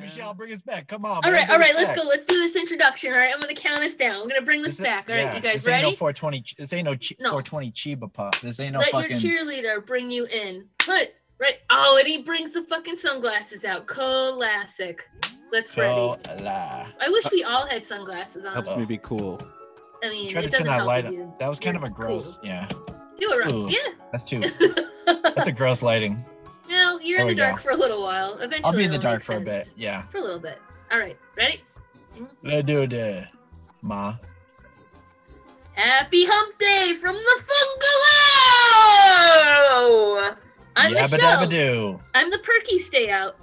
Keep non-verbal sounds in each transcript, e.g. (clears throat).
Michelle, bring us back. Come on. All man, right, bring all us right, let's back. go. Let's do this introduction. All right, I'm gonna count us down. I'm gonna bring this, This is- back. All right, yeah, you guys this ain't ready? No 420. ch- This ain't no, ch- No. 420 Chiba pop. This ain't no Let fucking. your cheerleader bring you in. Look, right? Oh, and he brings the fucking sunglasses out. Classic. Let's Freddy. Koala. I wish we all had sunglasses on. Uh, Helps me be cool. I mean, Try it to doesn't turn that help light if up. you- That was kind of you're a gross. Yeah, cool. Do it right. Ooh. Yeah. that's (laughs) too. (laughs) That's a gross lighting. no, you're There in the we go. dark for a little while. Eventually, Oh, I'll be in the it'll make dark for a bit. sense. Yeah. For a little bit. All right, ready? Let's do it, ma. Happy Hump Day from the Fungalow! I'm Yabba dabba Michelle. doo. I'm the Perky Stay Out,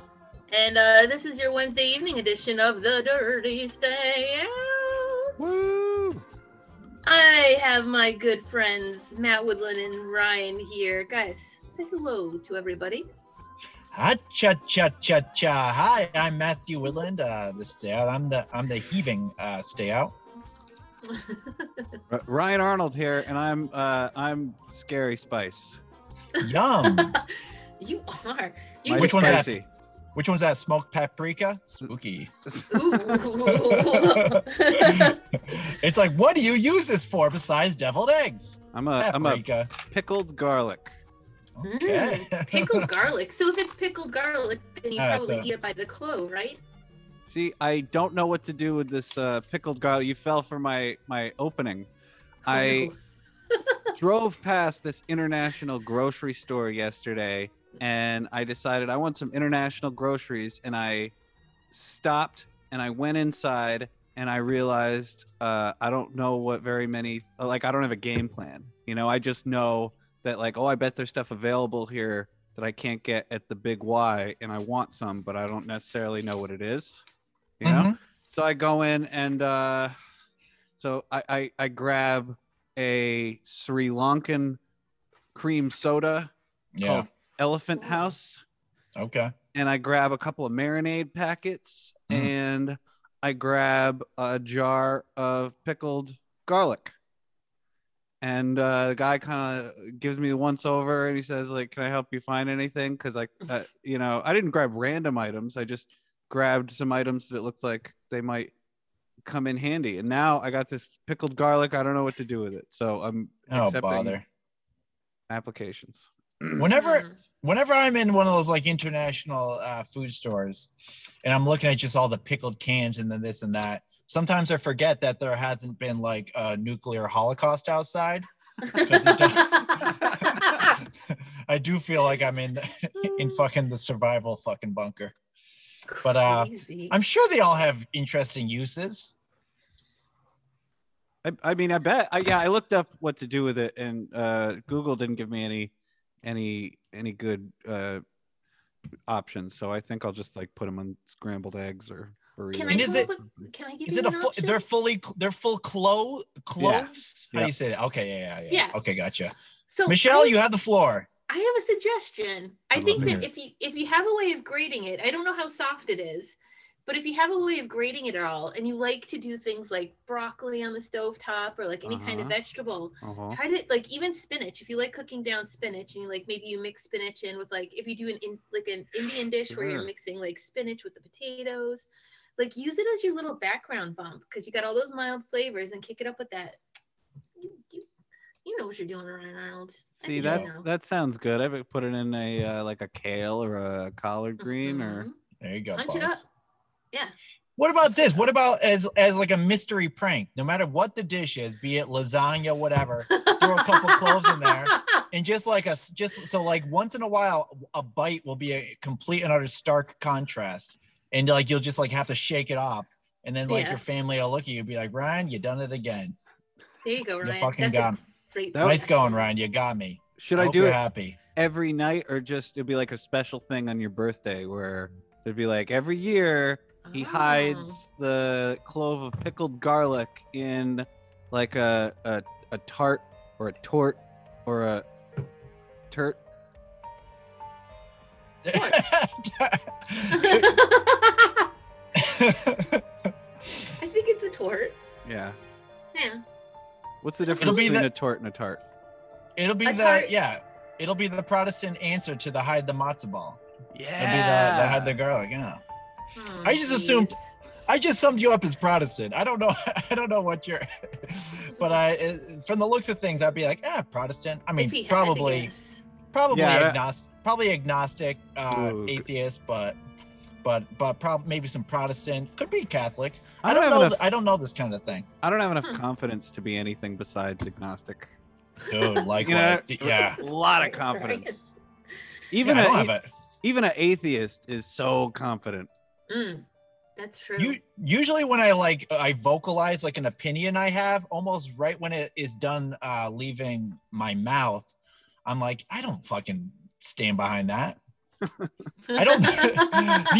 and uh, this is your Wednesday evening edition of the Dirty Stay Out. Woo! I have my good friends Matt Woodland and Ryan here. Guys, say hello to everybody. (laughs) Ha cha cha cha cha. Hi, I'm Matthew Woodland. Uh, the stay out. I'm the I'm the heaving uh, stay out. R- Ryan Arnold here, and I'm uh, I'm Scary Spice. (laughs) Yum. You are. You Mighty Which one's that? spicy. (laughs) Which one's that? Smoked paprika. Spooky. (laughs) (laughs) Ooh. it's like, what do you use this for besides deviled eggs? I'm a Uh, I'm a Paprika. pickled garlic. Okay. (laughs) Mm, pickled garlic. So if it's pickled garlic, then you Ah, probably so- eat it by the clove, right? See, I don't know what to do with this uh, pickled garlic. You fell for my my opening. I drove past this international grocery store yesterday, and I decided I want some international groceries, and I stopped and I went inside, and I realized uh, I don't know what very many like I don't have a game plan. You know, I just know that like oh I bet there's stuff available here that I can't get at the big Y, and I want some, but I don't necessarily know what it is. You know. Mhm. So I go in and uh, so I, I I grab a Sri Lankan cream soda Yeah. called Elephant House, Oh. Okay. and I grab a couple of marinade packets, Mm. and I grab a jar of pickled garlic. And uh, the guy kind of gives me the once over, and he says, "Like, can I help you find anything? Because like, uh, you know, I didn't grab random items. I just grabbed some items that looked like they might come in handy. And now I got this pickled garlic. I don't know what to do with it, so I'm Oh accepting bother. applications. (clears throat) Whenever whenever I'm in one of those like international uh, food stores, and I'm looking at just all the pickled cans and then this and that, sometimes I forget that there hasn't been like a nuclear holocaust outside. (laughs) I do feel like I'm in (laughs) (laughs) in fucking the survival fucking bunker. but, uh, Crazy. I'm sure they all have interesting uses. I, I mean, I bet. I, yeah, I looked up what to do with it, and uh, Google didn't give me any, any, any good uh, options. So I think I'll just like put them on scrambled eggs or burritos. Can I, And come is up it- with, can I give Is you it a an full, option? they're fully cl- they're full clo- cloves? How do Yeah. you say that? Okay, yeah, yeah, yeah. Yeah. Okay, gotcha. so Michelle, I, you have the floor. I have a suggestion. I I'd think love to that if you if you have a way of grading it, I don't know how soft it is, but if you have a way of grading it all, and you like to do things like broccoli on the stove top or like any kind of Uh-huh. vegetable, Uh-huh. try to like even spinach. If you like cooking down spinach, and you like maybe you mix spinach in with like if you do an in, like an Indian dish where Sure. you're mixing like spinach with the potatoes, like use it as your little background bump because you got all those mild flavors and kick it up with that. You, you, you know what you're doing, Ryan Arnold. I See think that? you know. That sounds good. I would put it in a uh, like a kale or a collard green or Mhm. There you go. Punch it boss. up. Yeah. What about this? What about as as like a mystery prank? No matter what the dish is, be it lasagna, (laughs) whatever, Throw a couple cloves in there. and just like a s- just so like once in a while, a bite will be a complete and utter stark contrast, and like you'll just like have to shake it off, and then like Yeah. your family will look at you and be like, Ryan, you done it again. (laughs) There you go, You Ryan. fucking That's got a me. great That Nice suggestion. going, Ryan. You got me. should I hope do you're it happy. every night or just it'd be like a special thing on your birthday where it'd be like every year he Oh. hides the clove of pickled garlic in like a a, a tart or a tort or a turt Oh. (laughs) I think it's a tort. yeah Yeah. what's the It'll difference be between the- a tort and a tart (laughs) It'll be A the tart- yeah. It'll be the Protestant answer to the hide the matzo ball. It'll be the, the yeah hide the garlic. Yeah. Oh, I just geez. assumed- I just summed you up as Protestant. I don't know. (laughs) I don't know what you're, (laughs) but I, it- from the looks of things, I'd be like, ah, Protestant. I mean, If he had to probably, guess. probably Yeah, that- agnostic, probably agnostic, uh, Ooh, good. atheist, but, but, but probably maybe some Protestant. Could be Catholic. I I don't don't, have know. enough- th- I don't know this kind (laughs) of thing. I don't have enough Hmm. confidence to be anything besides agnostic. Dude, likewise. yeah. (laughs) a lot of Right, right. confidence. Even yeah, a- I e don't have it. even an atheist is so confident. Mm, that's true. (laughs) You usually when I like I vocalize like an opinion I have almost right when it is done uh leaving my mouth, I'm like, I don't fucking stand behind that. I (laughs) don't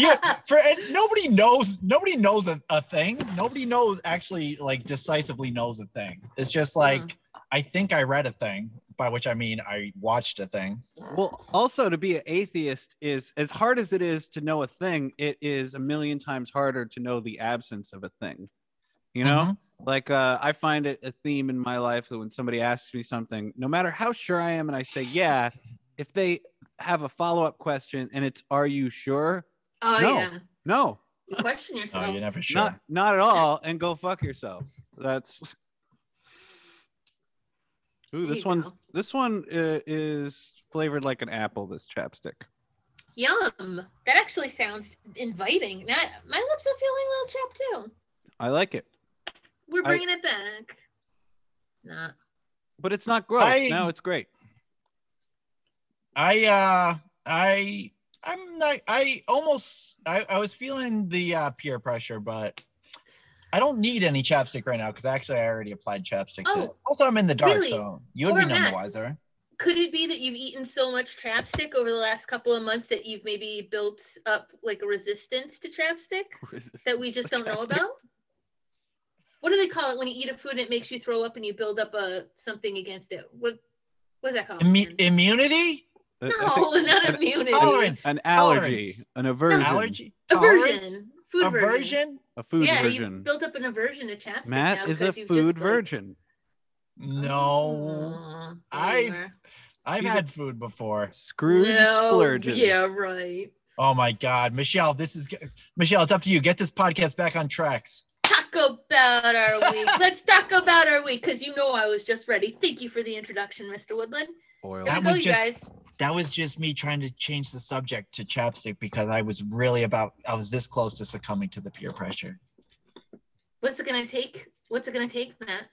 (laughs) yeah, for and nobody knows nobody knows a, a thing. Nobody knows actually like decisively knows a thing. It's just like I think I read a thing, by which I mean I watched a thing. Well, also to be an atheist is as hard as it is to know a thing, it is a million times harder to know the absence of a thing. You know? Mhm. Like uh, I find it a theme in my life that when somebody asks me something, no matter how sure I am, and I say yeah, if they have a follow up question and it's "Are you sure?" Oh No. yeah. No, You question No, yourself. you're Oh, never sure. not not at all, and go fuck yourself. That's. Ooh, There this you one's go. this one uh, is flavored like an apple. This chapstick. Yum. That actually sounds inviting. Not, my lips are feeling a little chapped too. I like it, We're I- bringing it back. Not. but it's not gross. I- now it's great. (laughs) I uh I I'm not I almost I, I was feeling the uh peer pressure, but I don't need any chapstick right now because actually I already applied chapstick to Oh, also I'm in the dark, really? so you would be Or none the Matt. wiser. Could it be that you've eaten so much chapstick over the last couple of months that you've maybe built up like a resistance to chapstick that we just don't know Chapstick. about? What do they call it when you eat a food and it makes you throw up and you build up a something against it? What what's that called? Immu- immunity? I- I (laughs) think no, not an- immunity. Tolerance. An allergy, Tolerance. an aversion, Allergy? Tolerance? Aversion. Food aversion. Aversion? a food yeah, you virgin. built up an aversion to chapstick. now Matt is a because you've just, food like- virgin. No. Oh, I've- bummer. I've He's a- had food before. Scrooge No, splurging. Yeah, right. Oh my god, Michelle, this is Michelle, it's up to you. Get this podcast back on tracks. Talk about our week. Let's talk about our week because you know I was just ready. Thank you for the introduction, Mr. Woodland. Oil. Here That we go, was you just- guys. that was just me trying to change the subject to chapstick because I was really about I was this close to succumbing to the Oh. peer pressure. What's it gonna take? What's it gonna take, Matt,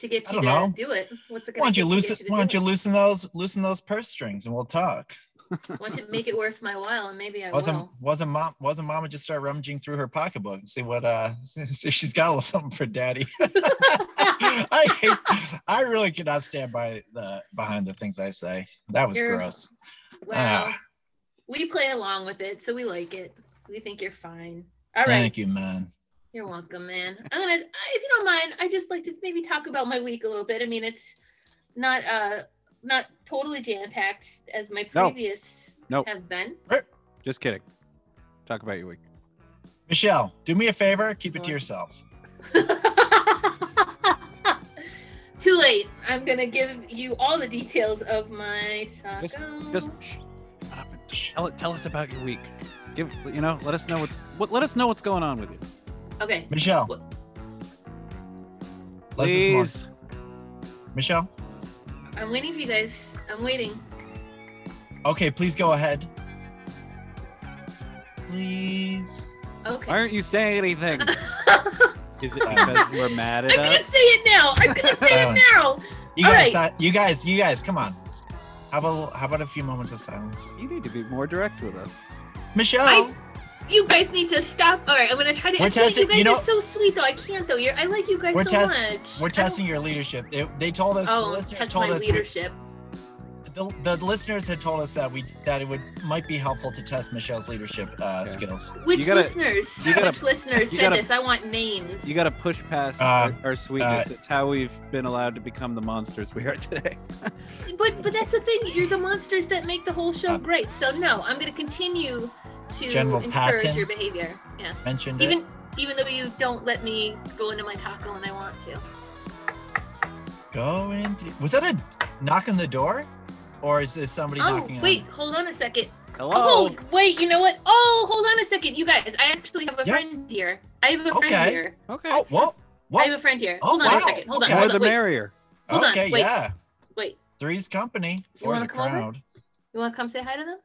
to get I you to don't know. do it? What's it gonna Why don't you take to loosen get why to don't do you loosen those loosen those purse strings and we'll talk. it? Why don't you make it worth my while? And maybe I Wasn't (laughs) will. wasn't mom wasn't mama just start rummaging through her pocketbook and see what uh (laughs) see if she's got a little something for daddy. (laughs) I hate, I really could not stand by the behind the things I say. That was You're- gross. well, Ah. we play along with it, so we like it. We think you're fine. All right. Thank you, man. You're welcome, man. I'm gonna, I- if you don't mind, I just like to maybe talk about my week a little bit. I mean, it's not uh not totally jam packed as my No. previous Nope. have been. Just kidding. Talk about your week. Michelle, do me a favor, keep it to What? yourself. (laughs) Too late. I'm gonna give you all the details of my saga. Just shh, shut up and tell it. Tell us about your week. Give you know. Let us know what's what. Let us know what's going on with you. okay. Michelle. What? Less is more. Please. Michelle. I'm waiting for you guys. I'm waiting. Okay, please go ahead. Please. Okay. (laughs) Why aren't you saying anything? Is it because you were mad (laughs) at I'm gonna us? say it now. I'm gonna say Silence. it now. You All guys, right. si- you guys, you guys, come on. S- How about how about a few moments of silence? You need to be more direct with us. Michelle, I- You guys need to stop. All right, I'm gonna try to. We're I can't- testing- You guys you know- are so sweet though. I can't though. You're, I like you guys We're so test- much. we're I don't- testing your leadership. They, they told us the Oh, listeners test told my us leadership. the, the listeners had told us that we that it would might be helpful to test Michelle's leadership uh, Yeah. skills. Which You gotta- listeners? you gotta- Which listeners you said gotta- this? I want names. You got to push past Uh, our, our sweetness. it's how we've been allowed to become the monsters we are (laughs) today. but but that's the thing. You're the monsters that make the whole show Um, great. So no, I'm gonna continue to General encourage Patton. your behavior. Yeah. Mentioned it. Even even though you don't let me go into my taco when I want to. Go into. Was that a knock on the door, or is this somebody knocking? Oh wait, On? hold on a second. Hello. Oh wait, you know what? Oh, hold on a second, you guys. I actually have a Yeah. friend here. I have a friend Okay. here. okay. Oh, whoa. I What? have a friend here. Oh, hold on wow. a second. Hold on. Okay. More Hold the on. Wait, merrier. hold on, okay, wait. yeah. wait. Three's company, four's wanna a come over? crowd. You want to come say hi to them?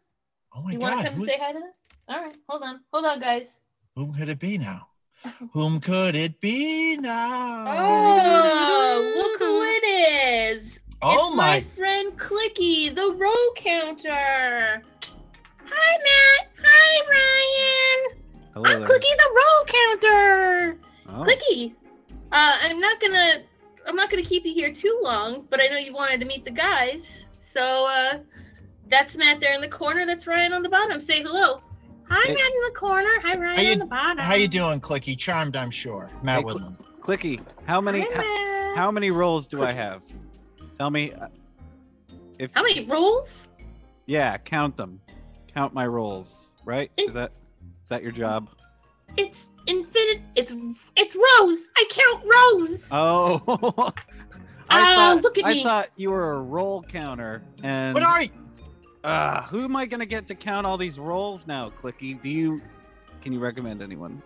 Oh my you want god, to come who's- say hi to them? All right. Hold on. Hold on, guys. whom could it be now? (laughs) Whom could it be now? Oh, look who it is. oh it's my friend Clicky, the row counter. Hi, Matt. Hi, Ryan. Hello I'm there. Clicky, the row counter. Oh, Clicky, uh, I'm not gonna, I'm not gonna keep you here too long, but I know you wanted to meet the guys, so uh, that's Matt there in the corner. That's Ryan on the bottom. Say hello. Hi, Hey. Matt in the corner. Hi, Ryan you- on the bottom. How you doing, Clicky? Charmed, I'm sure. Matt Hey, Cl- Woodland. Clicky, how many Hi, how, Matt. how many rolls do I Clicky. have? Tell me uh, if How many rolls? yeah, count them. Count my rolls, right? Is that is that your job? It's infinite. It's it's rows. I count rows. Oh. (laughs) I Oh, thought, look at I me. thought you were a roll counter and What are you? Ah, who am I gonna get to count all these rolls now, Clicky? Do you can you recommend anyone?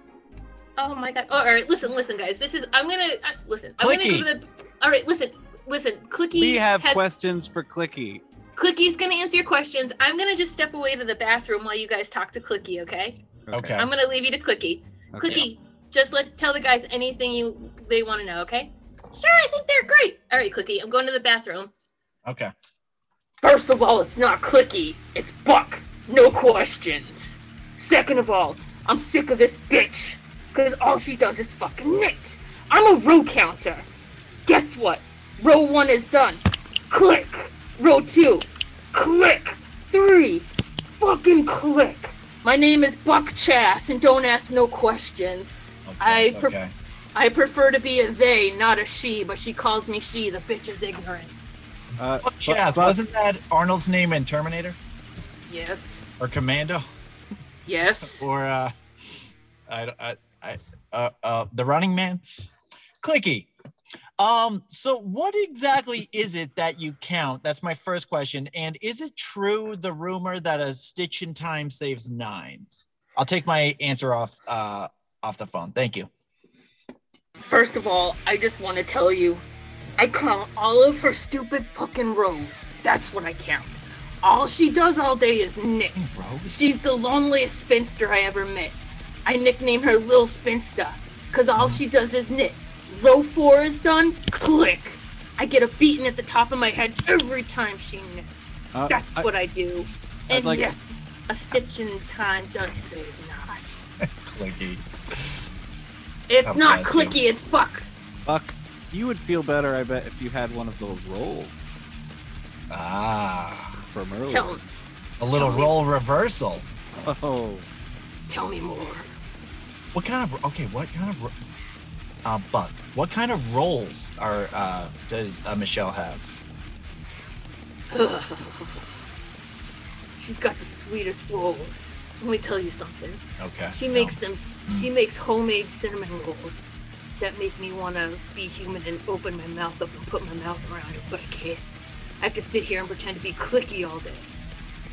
Oh my god. all right, listen, listen, guys. This is I'm gonna uh, listen. I'm gonna go to Clicky. the. All right, listen, listen. Clicky We have has questions for Clicky. Clicky's gonna answer your questions. I'm gonna just step away to the bathroom while you guys talk to Clicky, okay? Okay. I'm gonna leave you to Clicky. okay. Clicky, just let tell the guys anything you they want to know, okay? Sure, I think they're great. All right, Clicky, I'm going to the bathroom. Okay. First of all, it's not Clicky, it's Buck. No questions. Second of all, I'm sick of this bitch because all she does is fucking knit. I'm a row counter. Guess what? Row one is done. Click. Row two. Click. Three. Fucking click. My name is Buck Chass, and don't ask no questions. Of I course, pre- okay. I prefer to be a they, not a she, but she calls me she. The bitch is ignorant. Uh, Oh, Chaz, but- wasn't that Arnold's name in Terminator Yes. or Commando Yes. or uh, I, I, I, uh, uh, the Running Man? Clicky. Um. So, what exactly is it that you count? That's my first question. And is it true the rumor that a stitch in time saves nine? I'll take my answer off uh off the phone. Thank you. First of all, I just want to tell you, I count all of her stupid fucking rows. That's what I count. All she does all day is knit. Rose. She's the loneliest spinster I ever met. I nickname her Lil Spinster, because all she does is knit. Row four is done, click. I get a beating at the top of my head every time she knits. uh, That's I- what I do. I'd And like- yes, a stitch in time does save nine. Clicky. It's God not bless you. clicky, it's buck. Buck, you would feel better, I bet, if you had one of those rolls Ah, from earlier. Tell, a little Tell me. role reversal. (laughs) Oh, tell me more. What kind of okay? What kind of ro- uh, Buck? What kind of roles are uh, does uh, Michelle have? (laughs) She's got the sweetest rolls. Let me tell you something. Okay. She no. makes them. She makes homemade cinnamon rolls that make me want to be human and open my mouth up and put my mouth around it, but I can't. I have to sit here and pretend to be clicky all day.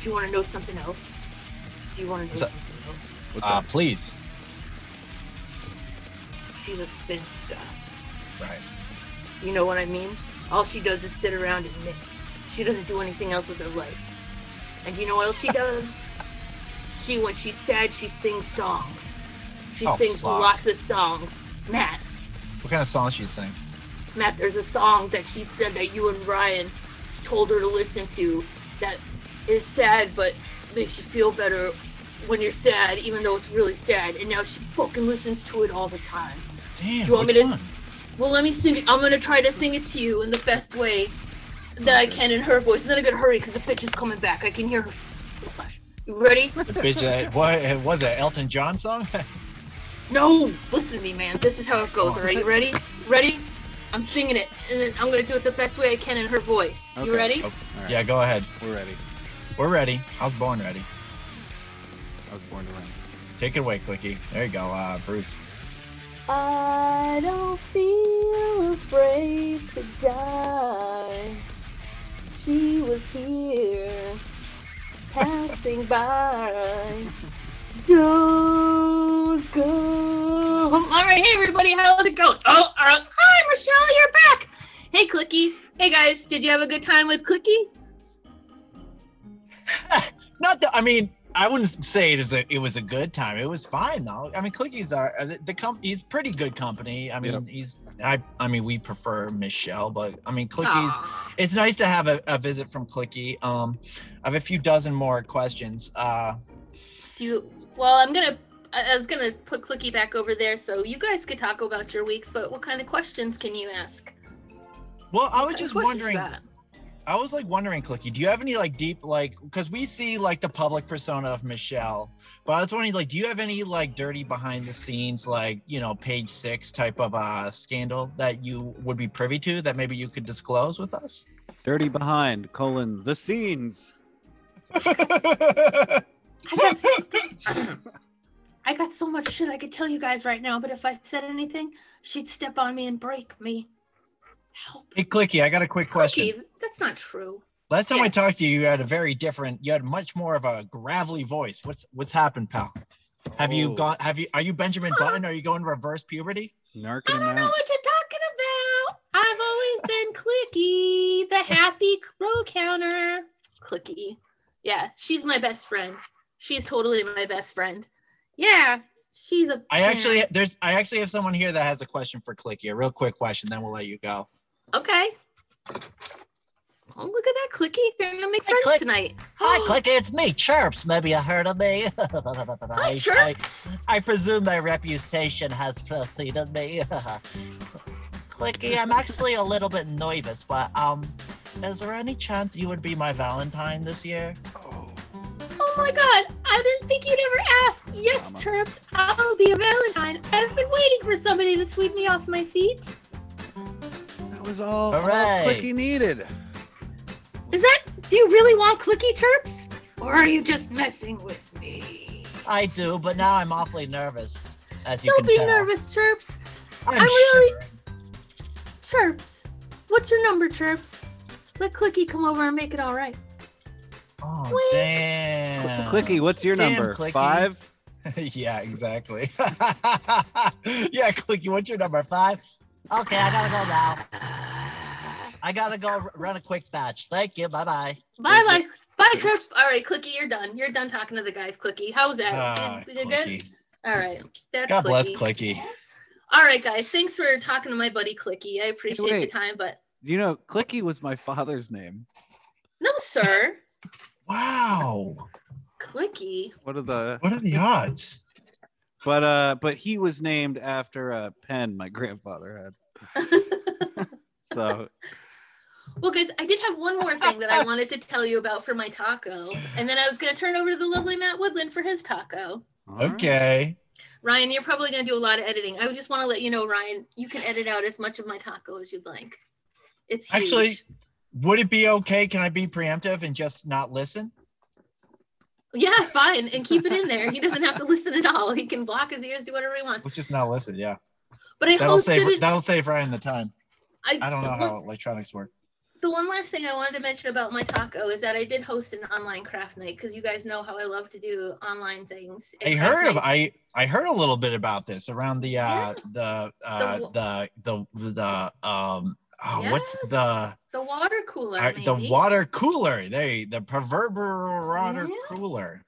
Do you want to know something else? Do you want to know What's that? something else? what's Uh, that? please. She's a spinster. Right. You know what I mean? All she does is sit around and knit. She doesn't do anything else with her life. And you know what else she (laughs) does? she, when she's sad, she sings songs. She Oh, sings fuck. lots of songs. Matt, What kind of song she sing? Matt, there's a song that she said that you and Ryan told her to listen to that is sad but makes you feel better when you're sad, even though it's really sad. And now she fucking listens to it all the time. Damn. You want which me to- (laughs) one? Well, let me sing it. I'm gonna try to sing it to you in the best way that I can in her voice. And then I gotta hurry because the bitch is coming back. I can hear her flash. You ready? The bitch that uh, what was it? Elton John song? (laughs) No, listen to me, man. This is how it goes. All right, you ready? Ready? I'm singing it, and then I'm gonna do it the best way I can in her voice. You Okay. Oh, ready? Okay. All right, yeah. Go ahead. we're ready. We're ready. I was born ready. I was born to run. Take it away, Clicky. There you go, uh, Bruce. I don't feel afraid to die. She was here. passing by. Don't go. home. All right, hey everybody, how's it going? Oh, uh, hi Michelle, you're back. Hey Clicky. Hey guys, did you have a good time with Clicky? Not that I mean, I wouldn't say it was a it was a good time. It was fine though. I mean, Clicky's are the, the com- he's pretty good company. I mean, Yep. he's I I mean, we prefer Michelle, but I mean, Clicky's Aw. it's nice to have a, a visit from Clicky. Um, I have a few dozen more questions. Uh, Do you? Well, I'm gonna. I I was gonna put Clicky back over there, so you guys could talk about your weeks. But what kind of questions can you ask? well, I was What just questions wondering. you got? I was like wondering, Clicky, do you have any like deep like because we see like the public persona of Michelle, but I was wondering like, do you have any like dirty behind the scenes like you know page six type of uh scandal that you would be privy to that maybe you could disclose with us? Dirty behind colon the scenes. I got. s- I got so much shit I could tell you guys right now, but if I said anything, she'd step on me and break me. Help. hey, Clicky, I got a quick question. Clicky, that's not true. Last time I Yes. talked to you, you had a very different. You had much more of a gravelly voice. What's what's happened, pal? Have you Oh. got? Have you? Are you Benjamin Button? Are you going reverse puberty? Narking I him don't know out. what you're talking about. I've always been Clicky, the happy crow counter. Clicky. Yeah, she's my best friend. She's totally my best friend. Yeah, she's a. I yeah. actually there's I actually have someone here that has a question for Clicky. A real quick question, then we'll let you go. Okay. Oh, look at that Clicky. You're going to make Hey, friends Click. tonight. (gasps) Clicky, it's me, Chirps. Maybe you heard of me. (laughs) Hi, I, Chirps. I presume my reputation has preceded me. (laughs) Clicky, I'm actually a little bit nervous, but um, is there any chance you would be my Valentine this year? Oh my god, I didn't think you'd ever ask. Yes, Mama. Chirps, I'll be a Valentine. I've been waiting for somebody to sweep me off my feet. That was all, all Hooray. Clicky needed. Is that? Do you really want clicky chirps? Or are you just messing with me? I do, but now I'm awfully nervous, as you Don't can be tell. nervous, chirps. I'm, I'm really- shivering. Chirps. What's your number, chirps? Let Clicky come over and make it (sighs) all right. Oh, Cl- Wink. damn. (laughs) Clicky, what's your Damn, number? Clicky. Five. yeah, exactly. (laughs) yeah, Clicky, what's your number? Five? Okay, I gotta go now. I gotta go r- run a quick batch. Thank you. Bye bye. Bye, bye, bye, chirps. All right, Clicky, you're done. You're done talking to the guys, Clicky. How was that? Uh, Did- did good? All right. That's Ah, God bless Clicky. Clicky. All right, guys. Thanks for talking to my buddy Clicky. I appreciate the wait. time, but You know, Clicky was my father's name. no, sir. Wow. Clicky. What are the (laughs) What are the odds? but uh but he was named after a pen my grandfather had. (laughs) so Well, guys, I did have one more thing that I wanted to tell you about for my taco, and then I was going to turn over to the lovely Matt Woodland for his taco. all right. Okay. Ryan, you're probably going to do a lot of editing. I just want to let you know, Ryan, you can edit out as much of my taco as you'd like. It's huge. Actually, would it be okay? Can I be preemptive and just not listen? yeah, fine, and keep it in there. He doesn't have to listen at all. He can block his ears, do whatever he wants. Let's just not listen. Yeah. But I That'll hope that save it, that'll save Ryan the time. I, I don't know the one- how electronics work. the one last thing I wanted to mention about my taco is that I did host an online craft night because you guys know how I love to do online things. I And craft heard of nights- I I heard a little bit about this around the uh the uh The wa- the the the, um oh, what's Yes. the the water cooler. uh, the maybe. water cooler they the proverbial water Yeah. cooler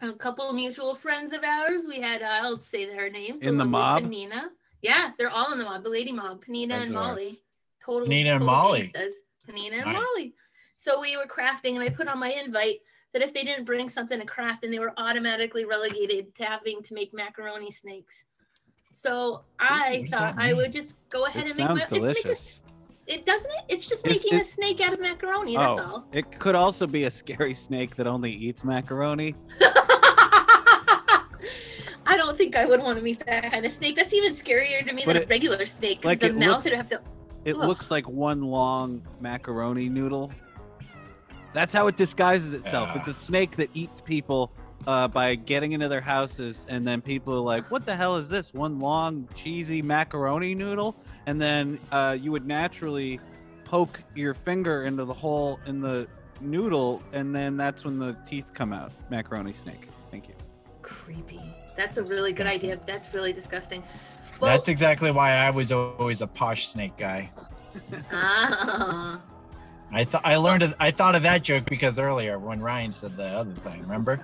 a couple mutual friends of ours. We had, uh, I'll say their names. In the lovely mob? Panina. Yeah, they're all in the mob. The lady mob, Panina That's and Molly. us. Total, Panina and total Molly. gangsters. Panina and Nice. Molly. So we were crafting, and I put on my invite that if they didn't bring something to craft, then they were automatically relegated to having to make macaroni snakes. So I does thought that I mean? would just go ahead It and make sounds my, it's make a, delicious. s- it doesn't it? It's just It's- making it- a snake out of macaroni. That's Oh, it could also be a scary snake that only eats macaroni. (laughs) I don't think I would want to meet that kind of snake. That's even scarier to me But than a it- regular snake. 'cause like, the it mouth looks- would have to. It Ugh. looks like one long macaroni noodle. That's how it disguises itself. Yeah. It's a snake that eats people uh, by getting into their houses, and then people are like, "What the hell is this? One long cheesy macaroni noodle?" And then uh, you would naturally poke your finger into the hole in the noodle, and then that's when the teeth come out. Macaroni snake. Thank you. Creepy. That's a That's really disgusting. good idea. That's really disgusting. Well, (laughs) That's exactly why I was always a posh snake guy. ah. I thought I learned. Of, I thought of that joke because earlier when Ryan said the other thing, (laughs) remember?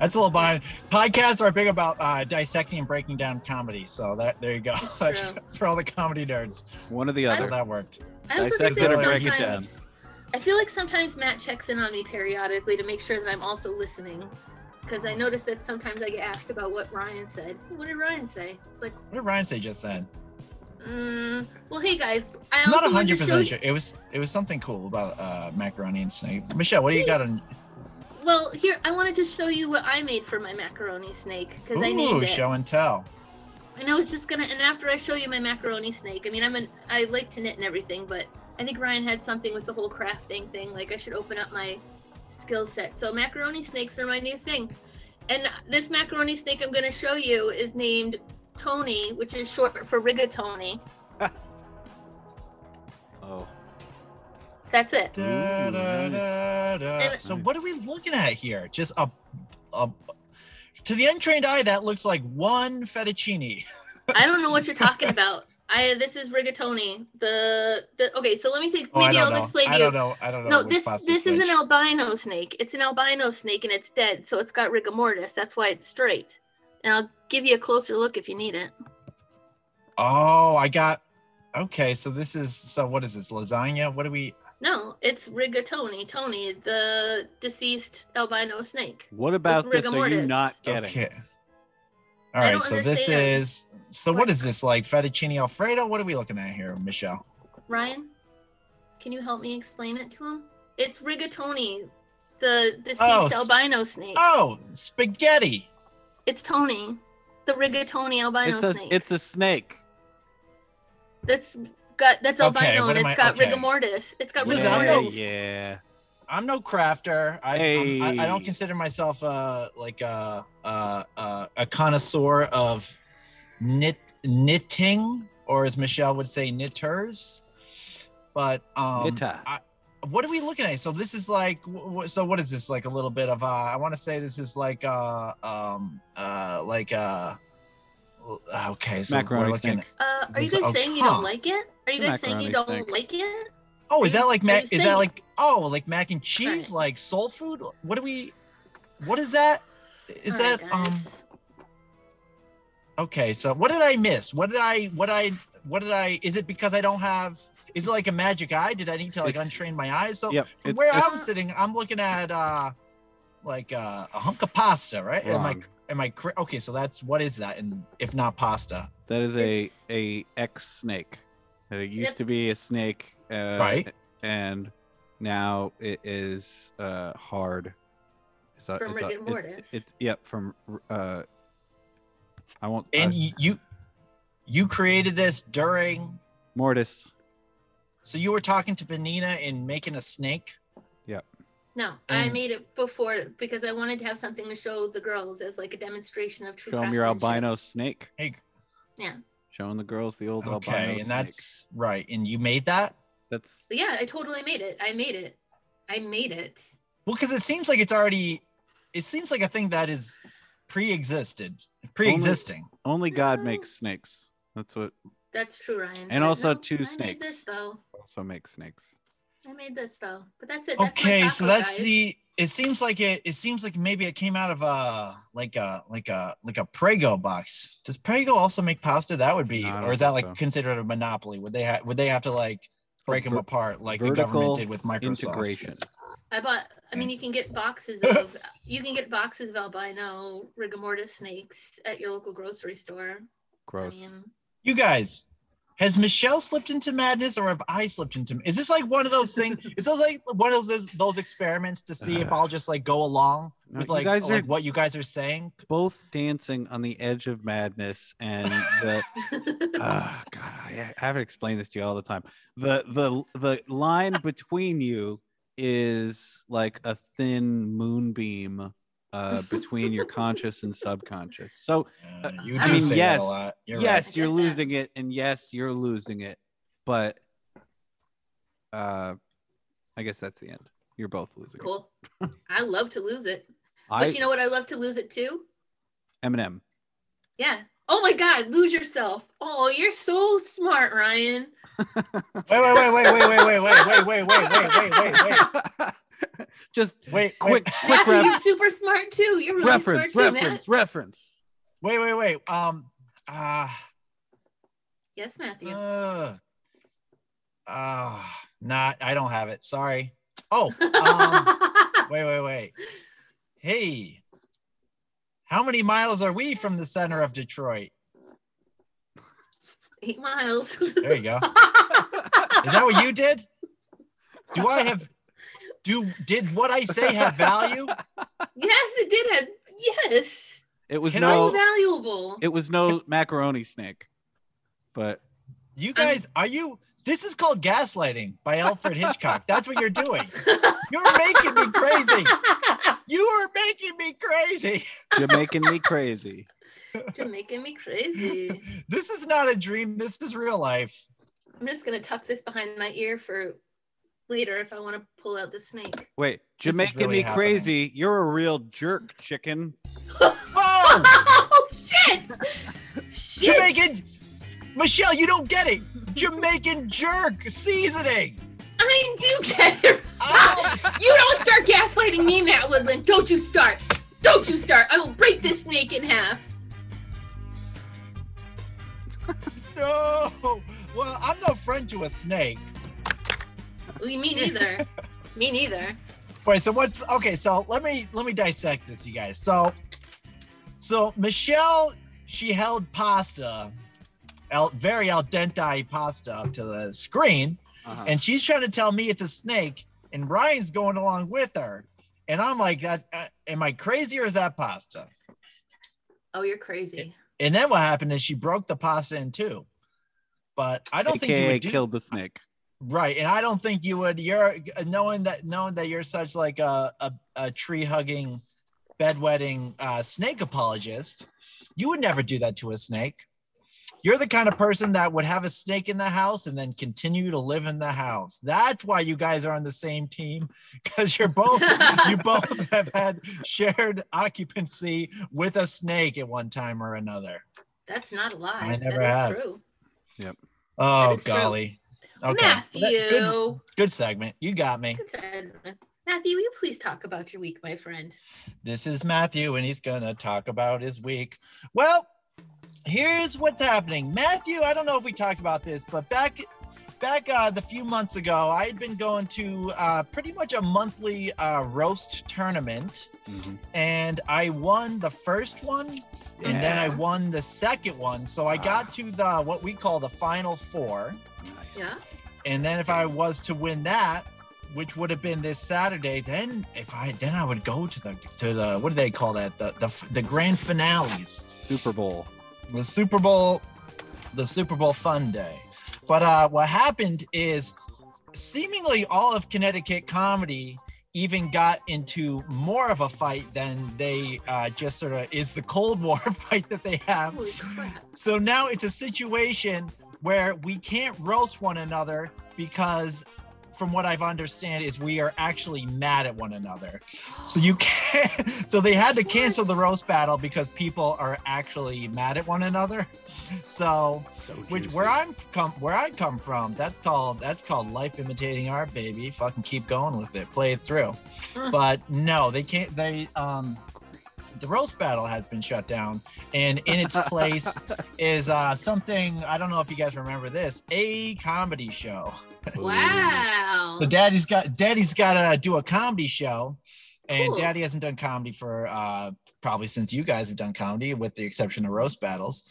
That's a little behind. Podcasts are big about uh, dissecting and breaking down comedy. So that there you go. (laughs) That's true. for all the comedy nerds. One or the How other. that worked. I also Dissect think it or break that it down. sometimes I feel like sometimes Matt checks in on me periodically to make sure that I'm also listening. Because I notice that sometimes I get asked about what Ryan said. Hey, what did Ryan say? It's like, What did Ryan say just then? mm, well, hey guys, I I'm also not wanted to hundred show percent you. sure. It was it was something cool about uh, macaroni and snake. Michelle, what do you got on? Well, here I wanted to show you what I made for my macaroni snake because I Ooh, named it. show and tell. And I was just gonna. And after I show you my macaroni snake, I mean, I'm an. I like to knit and everything, but I think Ryan had something with the whole crafting thing. Like I should open up my skill set. So macaroni snakes are my new thing. And this macaroni snake I'm gonna show you is named Tony, which is short for rigatoni. Oh. That's it. Da, da, Ooh, da, da. And- So what are we looking at here? Just a, a to the untrained eye, that looks like one fettuccine. I don't know what (laughs) you're talking about. I this is rigatoni. The, the okay. So let me think. Oh, I Maybe don't I'll know. explain to I you. don't know. I don't know. No, which this pasta this is an which. albino snake. It's an albino snake and it's dead, so it's got rigor mortis. That's why it's straight. And I'll give you a closer look if you need it. Oh, I got. Okay, so this is so. What is this lasagna? What do we? No, it's rigatoni, Tony, the deceased albino snake. What about rigor this? Are you mortis. not getting? Okay. All I right, don't so this understand. is so. What is this like fettuccine alfredo? What are we looking at here, Michelle? Ryan, can you help me explain it to him? It's rigatoni, the deceased Oh, s- albino snake. Oh, spaghetti. It's Tony, the rigatoni albino It's a snake. it's a snake. that's got that's Okay, albino what am and it's I- got okay. rigor mortis. It's got rigor Lasagna. Yeah, mortis. yeah. I'm no crafter. I, I'm- I I don't Hey. consider myself uh like a a a, a connoisseur of knit knitting, or as Michelle would say, knitters. But um, Nitta. what are we looking at? So this is like, wh- wh- so what is this like? A little bit of uh, I want to say this is like uh um uh like uh okay, so we're Macaroni looking. snake. Uh, are you This- guys oh, saying you huh. don't like it? Are you It's a guys saying you macaroni don't snake. like it? Oh, is Are you- that like are mac? you Is that saying- like oh, like mac and cheese, Right. like soul food? What do we? What is that? Is All right, that um? guys. Okay, so what did I miss? What did I? What I? What did I? Is it because I don't have? Is it like a magic eye? Did I need to like It's- untrain my eyes? So Yep. from it's- where it's I'm sitting, I'm looking at uh, like uh, a hunk of pasta, right? Am I? wrong. Am I? cor- Okay, so that's what is that? And if not pasta, That is a It's- a ex snake. It used Yep. to be a snake, uh, Right. And now it is uh, hard. It's a, From it's a- rigor it- mortis. It's yep from. Uh, I won't. and uh, y- you, you created this during mortis. So you were talking to Benina and making a snake. No, I um, And- made it before because I wanted to have something to show the girls as like a demonstration of true. Show 'em your craftsmanship. albino snake. Hey, Showing the girls the old albino okay, snake. and that's right. And you made that? that's So yeah, I totally made it. I made it. I made it. Well, because it seems like it's already. It seems like a thing that is pre-existed, pre-existing. only God No. makes snakes. That's what That's true, Ryan. And But also no, two I made this snakes. though. also makes snakes. I made this though. But that's it. That's my okay, so taco, that's guys. the. It seems like it. It seems like maybe it came out of a like a like a like a Prego box. Does Prego also make pasta? That would be, No, I don't or is that like think so. considered a monopoly? Would they have? Would they have to like break them ver- apart like the vertical government did with Microsoft? Integration. I bought. I mean, you can (laughs) get boxes of you can get boxes of albino rigor mortis snakes at your local grocery store. Gross. I mean, you guys has michelle slipped into madness or have i slipped into is this like one of those things is this like one of those those experiments to see if i'll just like go along Uh-huh. No, with you like, guys are- like what you guys are saying both dancing on the edge of madness and the (laughs) Ah, god I, I haven't explained this to you all the time the the the line between you is like a thin moonbeam uh between your conscious and subconscious so Uh, you I do mean, say that yes, a lot You're yes right. I you're get that. losing it and yes you're losing it but uh i guess that's the end You're both losing. Cool. I love to lose it. I but you know what? I love to lose it too. Eminem. Yeah. Oh my God, lose yourself. Oh, you're so smart, Ryan. Wait, wait, wait, wait, wait, wait, wait, wait, wait, wait, wait, wait, wait, wait. (laughs) Just Wait, quick, wait, quick Matthew, ref- you're super smart too. You're really reference, smart too, Matt. reference, reference. wait, wait, wait. Um, ah, Yes, Matthew. uh, uh, not. I don't have it. Sorry. Oh, Uh, (laughs) um, wait, wait, wait. Hey, how many miles are we from the center of Detroit? Eight miles. (laughs) There you go. Is that what you did? Do I have? Do did what I say have value? yes, it did have. Yes. It was Can I- no, Invaluable. it (laughs) was no macaroni snake, but You guys, are you? This is called gaslighting by Alfred Hitchcock. That's what you're doing. You're making me crazy. You are making me crazy. you're making me crazy. (laughs) You're making me crazy. This is not a dream. This is real life. I'm just gonna tuck this behind my ear for later if I want to pull out the snake. (laughs) Wait, This you're is making really me crazy. You're a real jerk, chicken. Whoa! Oh shit! shit. Jamaican, Michelle, you don't get it. Jamaican jerk seasoning. I do get it. Oh, You don't start gaslighting me, Matt Woodland. Don't you start. Don't you start. I will break this snake in half. no. Well, I'm no friend to a snake. Well, Me neither. me neither. Wait, so what's okay? So let me let me dissect this, you guys. So, so Michelle, she held pasta, al, very al dente pasta, up to the screen, Uh-huh. and she's trying to tell me it's a snake, and Ryan's going along with her, and I'm like, that uh, am I crazy or is that pasta? Oh, you're crazy. And then what happened is she broke the pasta in two, but I don't think you AKA would do killed the snake. Right, and I don't think you would. You're knowing that knowing that you're such like a a, a tree hugging, bedwetting uh, snake apologist, you would never do that to a snake. You're the kind of person that would have a snake in the house and then continue to live in the house. That's why you guys are on the same team (laughs) because you're both you (laughs) both have had shared occupancy with a snake at one time or another. That's not a lie. I never that is have. true. Oh is true. golly. Okay. Matthew. Well, that- Good, good segment. You got me. Good time. Matthew, will you please talk about your week, my friend? This is Matthew, and he's going to talk about his week. Well, here's what's happening. Matthew, I don't know if we talked about this, but back back uh, the few months ago, I had been going to uh, pretty much a monthly uh, roast tournament, Mhm. and I won the first one, and then I Yeah. won the second one. So I got to the what we call the final four. Yeah. And then if I was to win that, which would have been this Saturday, then if I then I would go to the to the what do they call that the the, the grand finales, Super Bowl. the Super Bowl, the Super Bowl fun day. But uh, what happened is, seemingly all of Connecticut comedy even got into more of a fight than they uh, just sort of is the Cold War (laughs) fight that they have Holy crap. so now it's a situation where we can't roast one another because from what I've understand is we are actually mad at one another. So you can't (laughs) so they had to cancel the roast battle because people are actually mad at one another. (laughs) So So which juicy. where I'm f- come where I come from, that's called that's called life imitating art, baby. Fucking keep going with it, play it through. Mm. but no, they can't. They um, the roast battle has been shut down, and in (laughs) its place is uh something I don't know if you guys remember this a comedy show. Ooh. Oh, Wow. So daddy's got daddy's got to do a comedy show, and Cool. daddy hasn't done comedy for uh, probably since you guys have done comedy, with the exception of roast battles.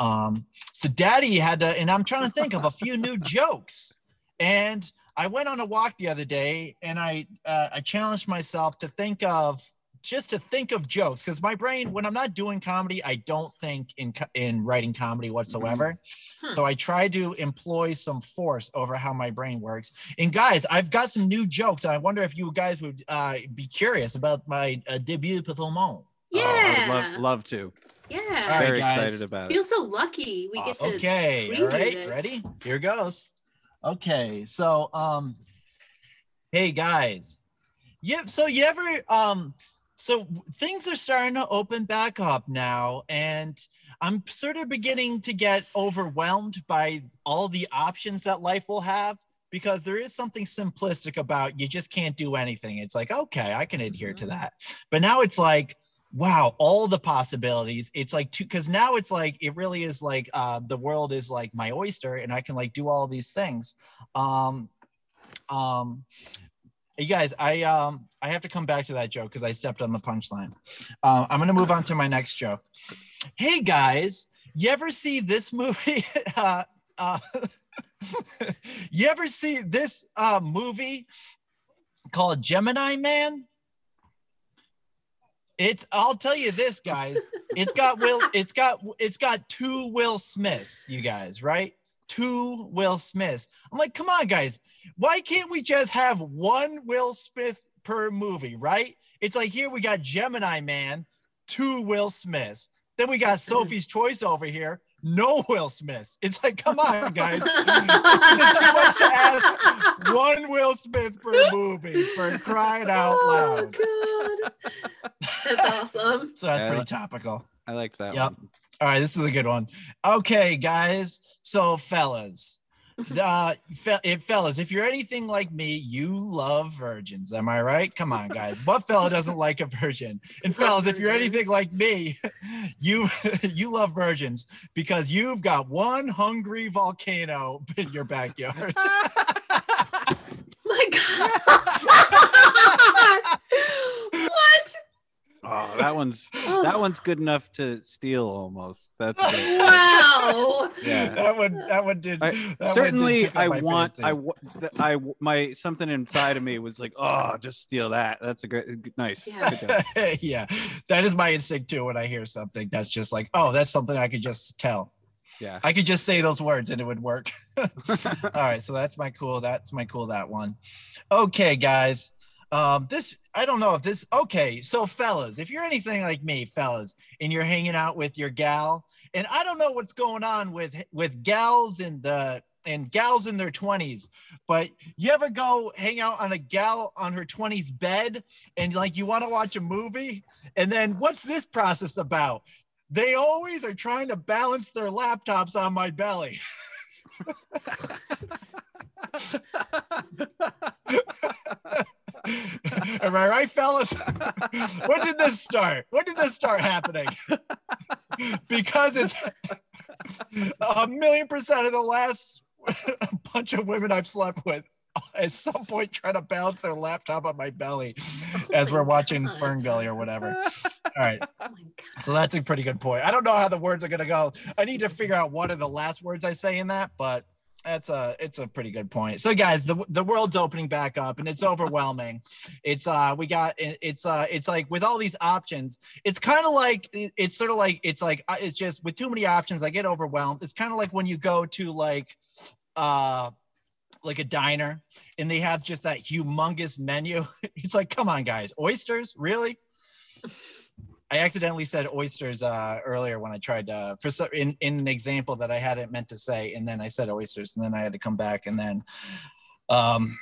Um, so daddy had to, and I'm trying to think of a few new jokes. And I went on a walk the other day, and I uh, I challenged myself to think of just to think of jokes because my brain when i'm not doing comedy i don't think in co- in writing comedy whatsoever Hmm. so i try to employ some force over how my brain works and guys i've got some new jokes and i wonder if you guys would uh, be curious about my uh, debut performance yeah. Oh, I would love, love to. All yeah. right, Very guys. excited about I feel it. so lucky we get (laughs) to okay redo all right this. ready here goes okay so um hey guys Yeah. So you ever um so things are starting to open back up now and I'm sort of beginning to get overwhelmed by all the options that life will have because there is something simplistic about you just can't do anything. It's like, okay, I can adhere to that. But now it's like wow all the possibilities it's like two because now it's like it really is like uh the world is like my oyster and i can like do all these things um um you guys i um i have to come back to that joke because i stepped on the punchline um i'm gonna move on to my next joke hey guys you ever see this movie (laughs) uh, uh (laughs) you ever see this uh movie called gemini man it's I'll tell you this, guys. It's got Will, it's got it's got two Will Smiths, you guys, right? Two Will Smiths. I'm like, come on, guys. Why can't we just have one Will Smith per movie, right? It's like here we got Gemini Man, two Will Smiths. Then we got Sophie's Choice over here, no Will Smiths. It's like, come on, (laughs) guys. It's too much to ask one Will Smith per movie for crying out loud. Oh, God. (laughs) That's awesome. So that's Yeah. pretty topical. I like that Yep. one. All right, this is a good one. Okay, guys. So, fellas, uh, fe- if fellas, if you're anything like me, you love virgins. Am I right? Come on, guys. What fella doesn't like a virgin? And fellas, if you're anything like me, (laughs) you you love virgins because you've got one hungry volcano (laughs) in your backyard. (laughs) My God. (laughs) what? Oh, that (laughs) one's Oh, that one's good enough to steal almost. (laughs) That's it. Wow. yeah. that one, that one did. I- that one did certainly tickle i my want (laughs) fancy. i wa- th- i w- my something inside of me was like oh just steal that that's a great nice Yeah. Good job. yeah, that is my instinct too. When I hear something that's just like, oh, that's something I could just tell. (laughs) yeah I could just say those words and it would work. (laughs) All right, so that's my cool. That's my cool. That one. Okay, guys. Um, this I don't know if this. Okay, so fellas, if you're anything like me, fellas, and you're hanging out with your gal, and I don't know what's going on with with gals in the and gals in their 20s but you ever go hang out on a gal on her 20s bed and like you want to watch a movie and then what's this process about they always are trying to balance their laptops on my belly. (laughs) Am I right, fellas? (laughs) when did this start? When did this start happening? (laughs) because it's a million percent of the last (laughs) bunch of women I've slept with at some point trying to balance their laptop on my belly as my we're watching God. Ferngully or whatever. All right. Oh, my God. So that's a pretty good point. I don't know how the words are gonna go. I need to figure out what are the last words I say in that, but that's a it's a pretty good point. So guys, the the world's opening back up and it's overwhelming. It's uh we got it- it's uh it's like with all these options, it's kind of like it- it's sort of like it's like uh, it's just with too many options, I get overwhelmed. It's kind of like when you go to like uh like a diner and they have just that humongous menu. (laughs) It's like, come on, guys, oysters, really? I accidentally said oysters uh, earlier when I tried to for so, in in an example that I hadn't meant to say, and then I said oysters, and then I had to come back, and then um,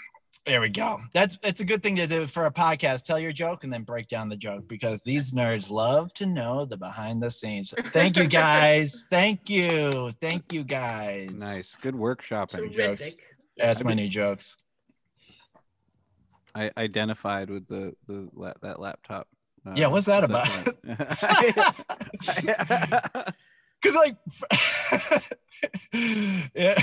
there we go. That's it's a good thing to do for a podcast. Tell your joke and then break down the joke because these nerds love to know the behind the scenes. Thank you guys. Thank you. Thank you guys. nice good workshopping Terrific. That's my new jokes. i identified with the the la- that laptop uh, Yeah, what's that second (laughs) one. (laughs) Cause like, (laughs) yeah.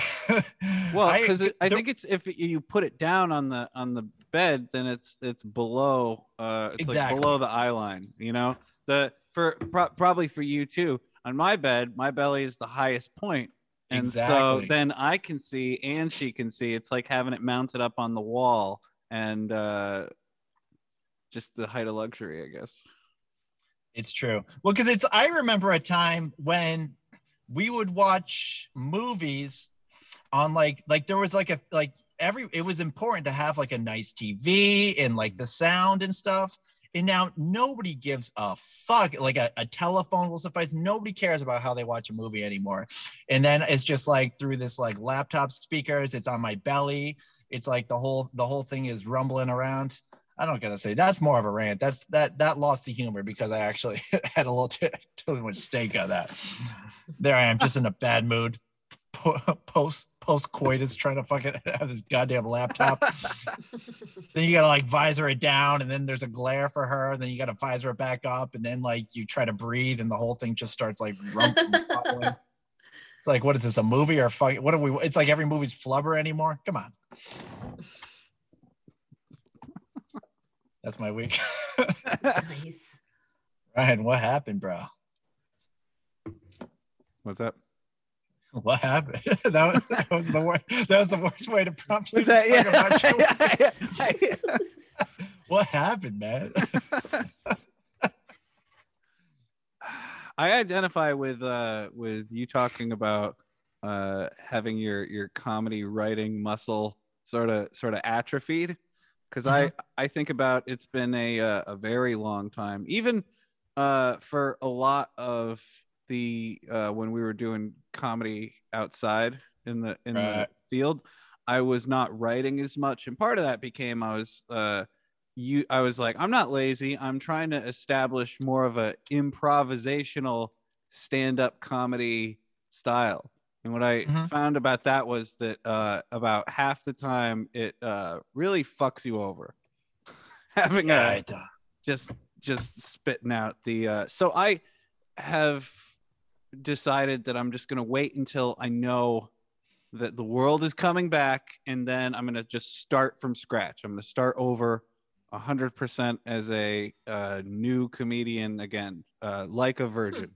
well I- because I, the- think it's if you put it down on the on the bed then it's it's below uh it's Exactly. like below the eye line you know the for pro- probably for you too on my bed my belly is the highest point and Exactly. so then i can see and she can see it's like having it mounted up on the wall and uh just the height of luxury i guess It's true. Well, because it's I remember a time when we would watch movies on like like there was like a like every it was important to have like a nice TV and like the sound and stuff. And now nobody gives a fuck. Like a, a telephone will suffice. Nobody cares about how they watch a movie anymore. And then it's just like through this like laptop speakers, it's on my belly. It's like the whole the whole thing is rumbling around. I don't gotta say that's more of a rant. That's that that lost the humor because I actually (laughs) had a little too, too much stake on that. There I am, just in a bad mood, po- post post coitus, trying to fucking (laughs) have this goddamn laptop. then you gotta like visor it down, and then there's a glare for her, and then you gotta visor it back up, and then like you try to breathe, and the whole thing just starts like rump- rumbling. It's like, what is this, a movie or fuck? What are we? It's like every movie's flubber anymore. Come on. That's my week. (laughs) nice. (laughs) Ryan, what happened, bro? What's up? What happened? (laughs) that, was, that was the worst. That was the worst way to prompt you. What's To that? talk (laughs) Yeah. about your week. (laughs) Yeah, yeah, What happened, man? yeah. I identify with uh with you talking about uh having your your comedy writing muscle sort of sort of atrophied because I I think about it's been a uh, a very long time even uh for a lot of the uh when we were doing comedy outside in the in the Right. field I was not writing as much and part of that became I was uh you I was like I'm not lazy I'm trying to establish more of a improvisational stand-up comedy style and what I Mhm. found about that was that uh, about half the time it uh, really fucks you over (laughs) having a Yeah, I- just just spitting out the uh so i have decided that i'm just going to wait until i know that the world is coming back and then i'm going to just start from scratch i'm going to start over 100% as a uh, new comedian again uh, like a virgin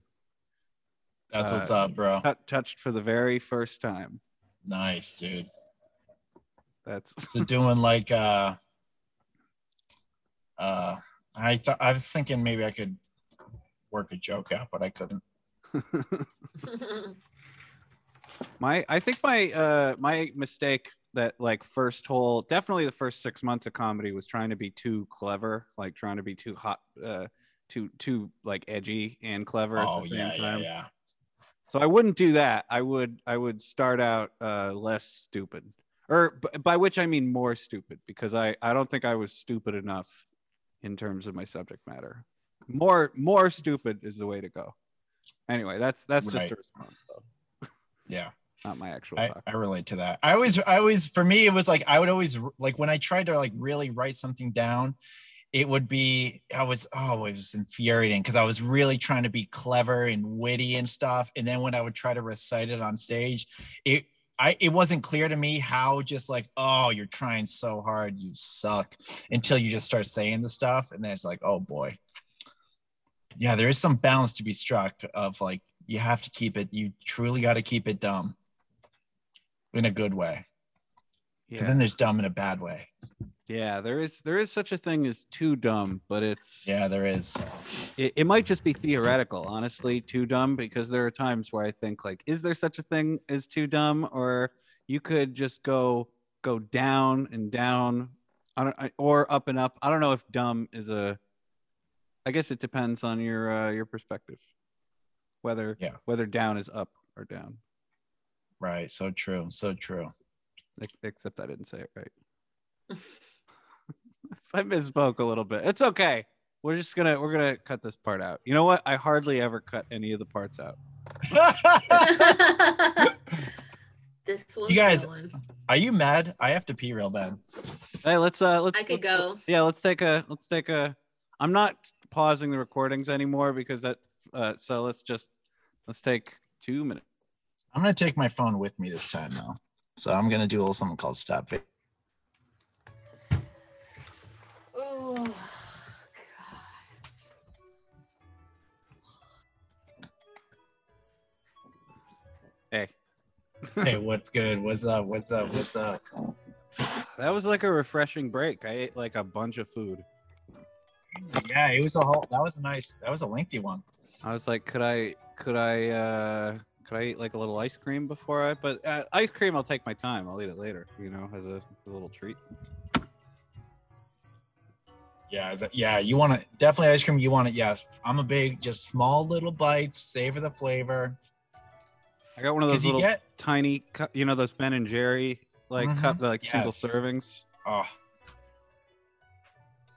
that's what's up, bro. Tou- touched for the very first time Nice, dude. that's So doing like uh uh I thought I was thinking maybe I could work a joke out, but I couldn't. my i think my uh my mistake that like first whole definitely the first six months of comedy was trying to be too clever like trying to be too hot uh too too like edgy and clever at Oh the same yeah, yeah, time yeah. so i wouldn't do that i would i would start out uh less stupid or b- by which i mean more stupid because i i don't think i was stupid enough in terms of my subject matter more more stupid is the way to go anyway that's that's just Right. a response though Yeah. not my actual I, talk I relate to that. I always, I always, for me, it was like I would always like when I tried to like really write something down, it would be I was oh it was infuriating because I was really trying to be clever and witty and stuff, and then when I would try to recite it on stage, it I it wasn't clear to me how just like oh you're trying so hard you suck until you just start saying the stuff, and then it's like oh boy, yeah there is some balance to be struck of like you have to keep it you truly got to keep it dumb in a good way. Because yeah. then there's dumb in a bad way. yeah there is there is such a thing as too dumb but it's Yeah, there is. it, it might just be theoretical honestly too dumb because there are times where i think like is there such a thing as too dumb or you could just go go down and down I don't, I, or up and up i don't know if dumb is a i guess it depends on your uh, your perspective whether Yeah. whether down is up or down Right. So true. So (laughs) true. Ex- except i didn't say it right (laughs) I misspoke a little bit. It's okay. We're just gonna we're gonna cut this part out. You know what? I hardly ever cut any of the parts out. this one. You guys- that one. Are you mad? I have to pee real bad. Hey, let's uh let's I could let's- (laughs) go. (laughs) Yeah, let's take a let's take a I'm not pausing the recordings anymore because that uh so let's just let's take two minutes. I'm gonna take my phone with me this time though. So I'm gonna do a little something called stop it. Oh, God. Hey. Hey, what's good? What's up? What's up? What's up? That was like a refreshing break. I ate like a bunch of food. Yeah, it was a whole that was a nice that was a lengthy one. I was like, could I could I uh could I eat like a little ice cream before I but uh, ice cream I'll take my time. I'll eat it later, you know, as a, a little treat. Yeah, is that, yeah, you want to definitely ice cream. You want it, yes. I'm a big, just small little bites, savor the flavor. I got one of Because those you little get, Mm-hmm. tiny cu- you know those ben and oh, jerry like cup like single Yes. servings oh,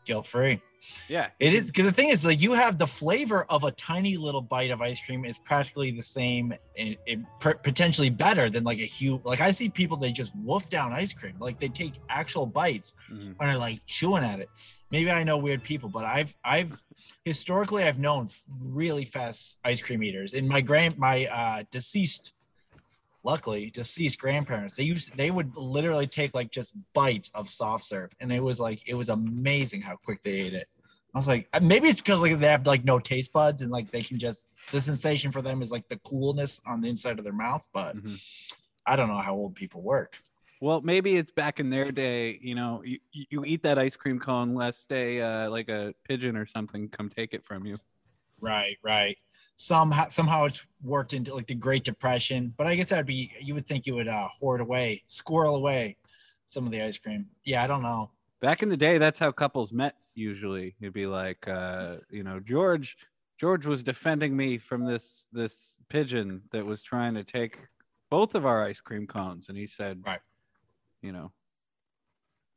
guilt free. Yeah. It is because the thing is, like, you have the flavor of a tiny little bite of ice cream is practically the same and it, pr- potentially better than like a huge. Like, I see people they just wolf down ice cream, like they take actual bites Mhm. and are like chewing at it. Maybe I know weird people, but I've I've historically I've known f- really fast ice cream eaters. And my grand my uh deceased, luckily deceased grandparents, they used they would literally take like just bites of soft serve, and it was like it was amazing how quick they ate it. I was like, uh, maybe it's because like they have like no taste buds and like they can just the sensation for them is like the coolness on the inside of their mouth. But Mhm. I don't know how old people work. Well, maybe it's back in their day. You know, you, you you eat that ice cream cone lest a uh, like a pigeon or something come take it from you. Right, right. Somehow, somehow it's worked into like the Great Depression, but I guess that'd be you would think you would uh, hoard away, squirrel away some of the ice cream. Yeah, I don't know. Back in the day, that's how couples met. Usually, it'd be like, uh, you know, George George was defending me from this this pigeon that was trying to take both of our ice cream cones, and he said, Right. you know,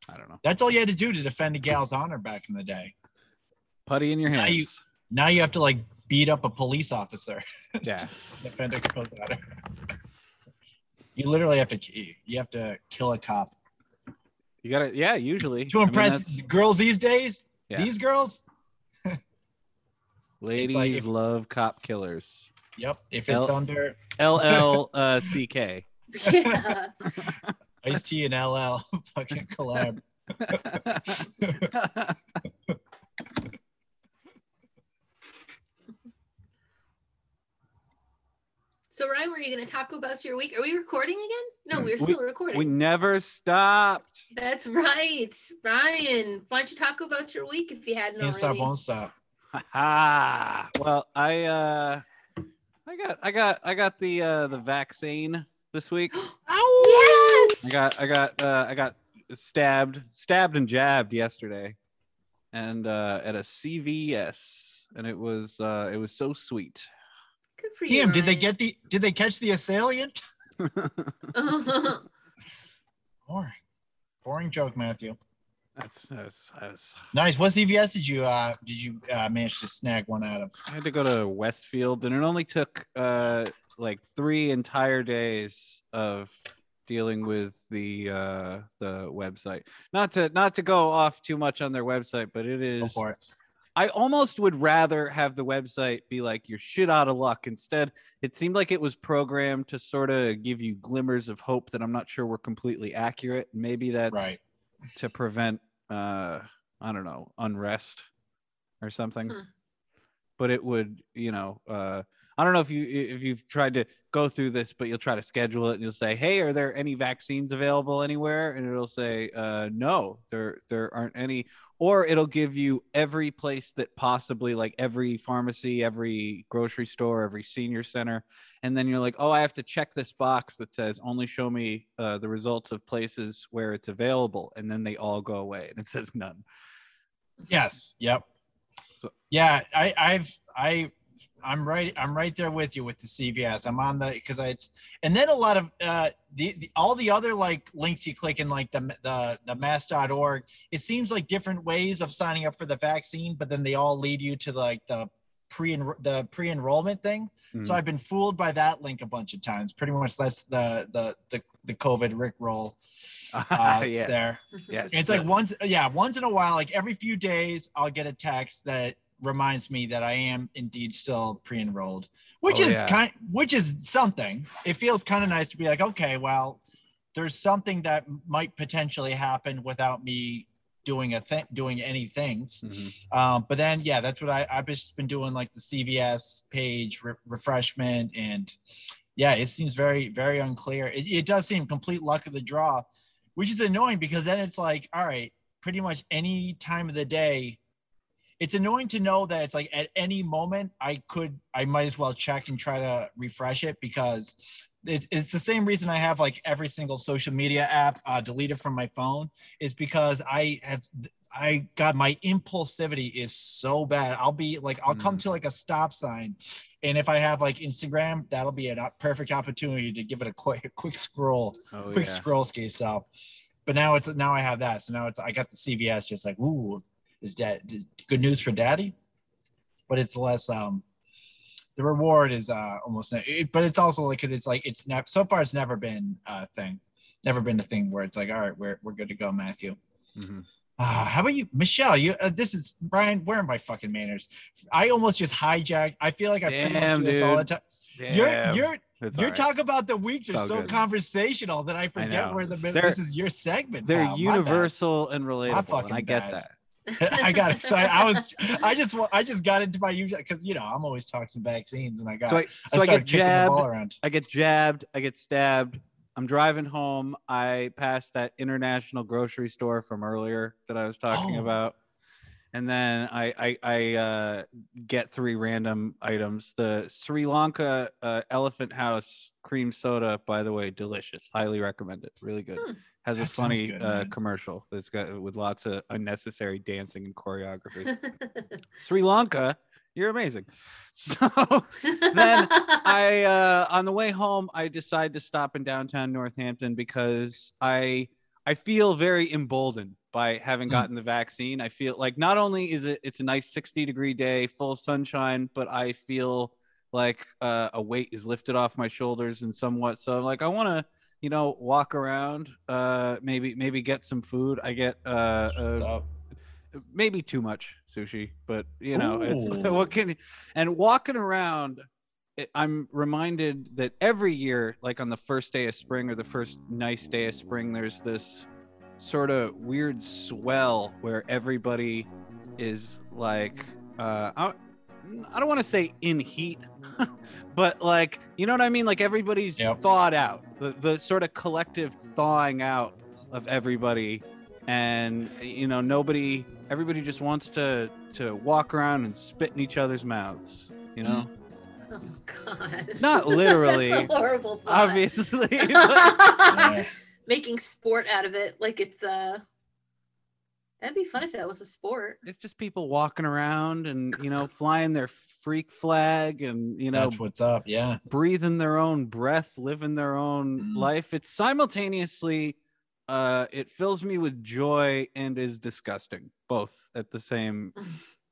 I don't know, That's all you had to do to defend a gal's honor back in the day. putty in your Now hands. you- (laughs) Now you have to like beat up a police officer. (laughs) yeah, to defend a girl's honor. You literally have to ki- you have to kill a cop you gotta, yeah. Usually to I mean, impress that's- girls these days. Yeah. These girls. ladies like if- love cop (laughs) killers. Yep. If it's Well- under L L uh, C (laughs) K. (laughs) Yeah. Ice T and LL, (laughs) fucking collab. so Ryan, were you gonna talk about your week? Are we recording again? Mm, No, we're We- still recording. we never stopped. That's right, Ryan. Why don't you talk about your week if you hadn't Can't stop, already? won't stop. Ah, well, I uh, I got, I got, I got the uh, the vaccine this week. Yes. I got, I got, uh, I got stabbed, stabbed and jabbed yesterday, and uh, at a CVS, and it was, uh, it was so sweet. Good for you. Damn, did they Ryan. (laughs) get the did they catch the assailant? Boring. Boring joke, Matthew. That's, that's, I was, Nice. What CVS did you uh did you uh manage to snag one out of? I had to go to Westfield, and it only took uh, like three entire days of dealing with the uh, the website. Not to not to go off too much on their website, but it Go is. for it. I almost would rather have the website be like you're shit out of luck. Instead, it seemed like it was programmed to sort of give you glimmers of hope that I'm not sure were completely accurate. Maybe that's Right. to prevent uh I don't know, unrest or something. Hmm. But it would, you know, uh I don't know if you if you've tried to go through this, but you'll try to schedule it and you'll say, "Hey, are there any vaccines available anywhere?" And it'll say, uh, "No, there there aren't any." Or it'll give you every place that possibly, like every pharmacy, every grocery store, every senior center, and then you're like, "Oh, I have to check this box that says only show me uh, the results of places where it's available," and then they all go away, and it says none. Yes. Yep. So- yeah, I, I've I I'm right I'm right there with you with the CVS. I'm on the because I it's and then a lot of uh the, the all the other like links you click in like the the the mass.org, it seems like different ways of signing up for the vaccine, but then they all lead you to like the pre the pre enrollment thing. So Mhm. I've been fooled by that link a bunch of times. Pretty much that's the the the, the COVID Rick (laughs) roll uh, it's Yes. there. Yes. It's like once, yeah, once in a while, like every few days, I'll get a text that reminds me that I am indeed still pre-enrolled, which Oh, is yeah. kind, which is something. It feels kind of nice to be like, okay, well, there's something that might potentially happen without me doing a thing, doing any things. Mhm. Um, but then, yeah, that's what I, I've just been doing, like the CVS page re- refreshment, and yeah, it seems very, very unclear. It, it does seem complete luck of the draw, which is annoying because then it's like, all right, pretty much any time of the day. It's annoying to know that it's like at any moment I could, I might as well check and try to refresh it because it, it's the same reason I have like every single social media app uh, deleted from my phone is because I have I God, my impulsivity is so bad. I'll be like, I'll come Mm. to like a stop sign, and if I have like Instagram, that'll be a not- perfect opportunity to give it a quick, a quick scroll, Oh, quick yeah. scroll ski. So, but now it's now I have that. So now it's I got the CVS just like, ooh, is dad is good news for daddy, but it's less um the reward is uh almost ne- it, but it's also like because it's like it's not so far it's never been a thing, never been a thing where it's like all right we're we're good to go Matthew. Mhm. Uh, how about you, Michelle? You uh, this is Brian. Where are my fucking manners? I almost just hijacked. I feel like I pretty much Damn, do this all the dude. time. Damn. You're you're It's your all right. talk about the weeks It's are all so good. conversational that I forget know. where the They're- this is your segment. They're pal. My bad. universal and relatable, fucking and I get bad. that. (laughs) I got excited. I was. I just. wa- I just got into my usual because you know I'm always talking vaccines and I got. So I, so I, get started kicking the jabbed. ball around. I get jabbed. I get stabbed. I'm driving home. I pass that international grocery store from earlier that I was talking Oh. about, and then I I, I uh, get three random items. The Sri Lanka uh, Elephant House cream soda, by the way, delicious. Highly recommend it. Really good. Hmm. Has a That sounds funny good, uh, man. commercial. It's got with lots of unnecessary dancing and (laughs) choreography. Sri Lanka, you're amazing. (laughs) So. Then I uh, on the way home, I decide to stop in downtown Northampton because I I feel very emboldened by having Mm. gotten the vaccine. I feel like not only is it it's a nice 60 degree day, full sunshine, but I feel like uh, a weight is lifted off my shoulders and somewhat. So like I want to you know walk around, uh, maybe maybe get some food. I get uh, uh, (laughs) So, maybe too much sushi, but you know, it's Ooh. (laughs) what can you- and walking around, it, I'm reminded that every year, like on the first day of spring or the first nice day of spring, there's this sort of weird swell where everybody is like, uh, I, I don't want to say in heat, (laughs) but like, you know what I mean? Like everybody's Yep. thawed out, the, the sort of collective thawing out of everybody and you know nobody everybody just wants to to walk around and spit in each other's mouths you know oh God. Not literally. (laughs) That's a horrible. Thought. (laughs) obviously (laughs) but- yeah. Making sport out of it, like it's uh. That'd be fun if that was a sport. it's just people walking around and you know flying their freak flag and you know that's what's up. Yeah. breathing their own breath living their own Mhm. life it's simultaneously uh it fills me with joy and is disgusting both at the same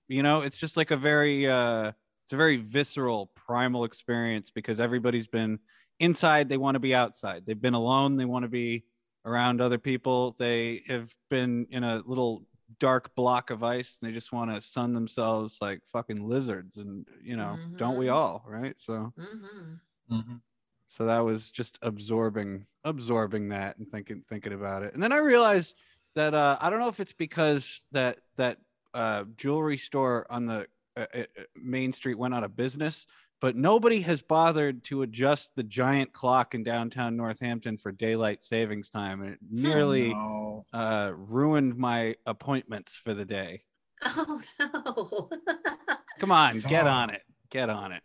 you know it's just like a very uh it's a very visceral primal experience because everybody's been inside they want to be outside they've been alone they want to be around other people they have been in a little dark block of ice and they just want to sun themselves like fucking lizards and you know don't we Mhm. all right so hmm Mhm. so that was just absorbing absorbing that and thinking thinking about it and then i realized that uh i don't know if it's because that that uh jewelry store on the uh, uh, uh, main street went out of business but nobody has bothered to adjust the giant clock in downtown northampton for daylight savings time and it Hmm. nearly No. uh ruined my appointments for the day Oh no. (laughs) come on It's get all- on it get on it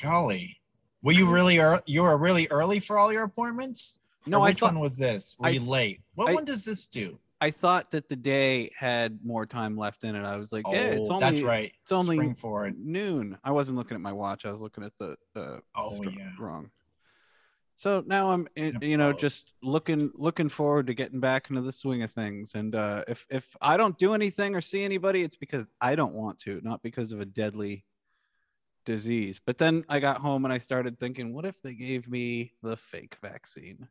Golly. Were you really? Ear- you were really early for all your appointments. no Or i which thought one was this? Were I- you late? What I- one does this do? I thought that the day had more time left in it. I was like, yeah, it's Oh, only that's right. it's only- spring forward. noon. I wasn't looking at my watch. I was looking at the uh, Oh str- yeah. wrong. So now I'm, eh, Yeah, you know, balls. just looking looking forward to getting back into the swing of things. And uh, if if I don't do anything or see anybody, it's because I don't want to, not because of a deadly disease. But then I got home and I started thinking, what if they gave me the fake vaccine?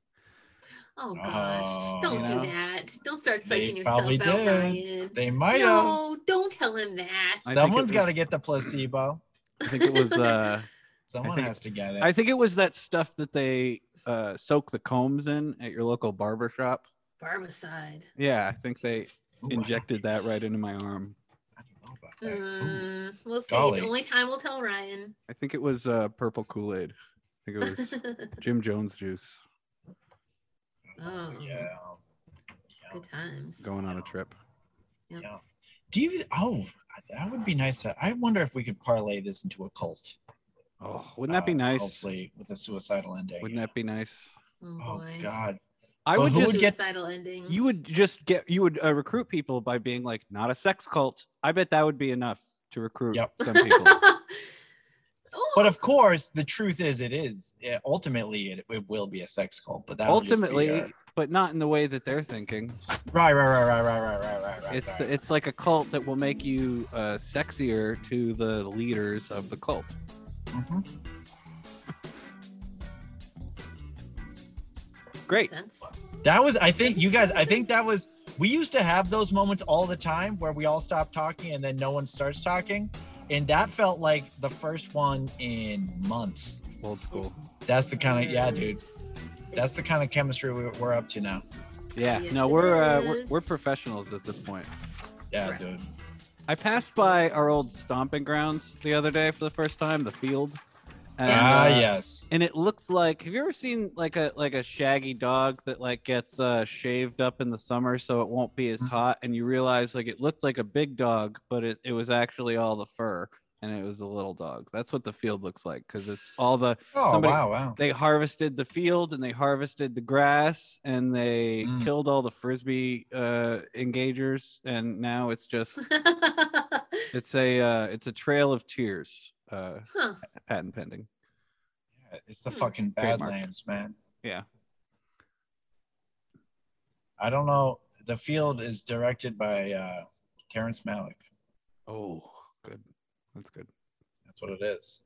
Oh gosh. Oh, Don't you know? do that. Don't start They psyching yourself probably out, did. Ryan. They might have. no, don't tell him that. I- think it Someone's was- got to get the placebo. I think it was. (laughs) Uh, Someone think- has to get it. I think it was that stuff that they uh, soak the combs in at your local barber shop. Barbicide. Yeah, I think they Ooh, I don't injected that right into my arm. I don't know about this. Ooh. Mm, we'll see. golly. The only time we'll tell Ryan. I think it was uh, purple Kool Aid. I (laughs) think it was Good Jim Jones juice Oh. Yeah. Yeah. times. going on a trip. Do you? Oh, that would be nice. To, I wonder if we could parlay this into a cult. Oh, wouldn't that be uh, nice? Hopefully, with a suicidal ending. Wouldn't that be nice? Oh, Oh boy. God. I Well, would who just would get- Suicidal ending. (laughs) you would just get you would uh, recruit people by being like (laughs) not a sex cult. I bet that would be enough to recruit Yep. some people. Oh, But of course, the truth is, it is yeah, ultimately it, it will be uh, a sex cult. But that Ultimately, but not in the way that they're thinking. right, right, right, right, right, right, right, right, right. It's right. it's like a cult that will make you uh, sexier to the leaders of the cult. Mhm. Great. makes sense. that was. I think you guys. I think that was. We used to have those moments all the time where we all stop talking and then no one starts talking, and that felt like the first one in months. Old school. That's the kind of yeah, Mm. dude. That's the kind of chemistry we, we're up to now. Yeah. Yes, No, it we're, uh, we're is. we're professionals at this point. Yeah, Correct. dude. I passed by our old stomping grounds the other day for the first time, the field. And, Ah, uh, yes. And it looked like have you ever seen like a like a shaggy dog that like gets uh shaved up in the summer so it won't be as Mhm. hot and you realize like it looked like a big dog but it, it was actually all the fur and it was a little dog. That's what the field looks like cuz it's all the Oh somebody- wow, wow. they harvested the field and they harvested the grass and they Mm. killed all the frisbee uh engagers and now it's (laughs) just It's a uh, it's a trail of tears. Uh, (laughs) huh. patent pending. It's the Hmm. fucking Trademark. Badlands, man. Yeah. I don't know. The field is directed by uh, Terrence Malick. Oh, good. That's good. That's what it is.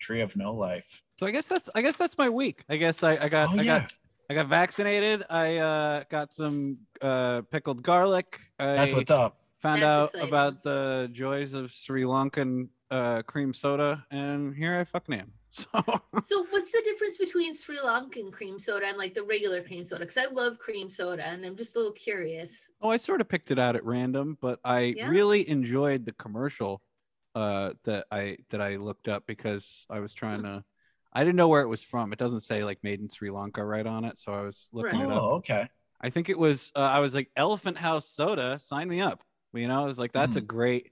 Tree of No Life. So I guess that's I guess that's my week. I guess I, I got Oh I yeah, got I got vaccinated. I uh, got some uh, pickled garlic. I that's what's up. found That's out exciting. about the joys of Sri Lankan uh, cream soda, and here I fucking am. (laughs) So So what's the difference between Sri Lankan cream soda and like the regular cream soda? Because I love cream soda, and I'm just a little curious. oh, I sort of picked it out at random, but I Yeah. really enjoyed the commercial uh, that I that I looked up because I was trying to. I didn't know where it was from. It doesn't say like made in Sri Lanka right on it, so I was looking it up. Oh, okay. I think it was. Uh, I was like Elephant House soda. Sign me up. You know, I was like that's a great.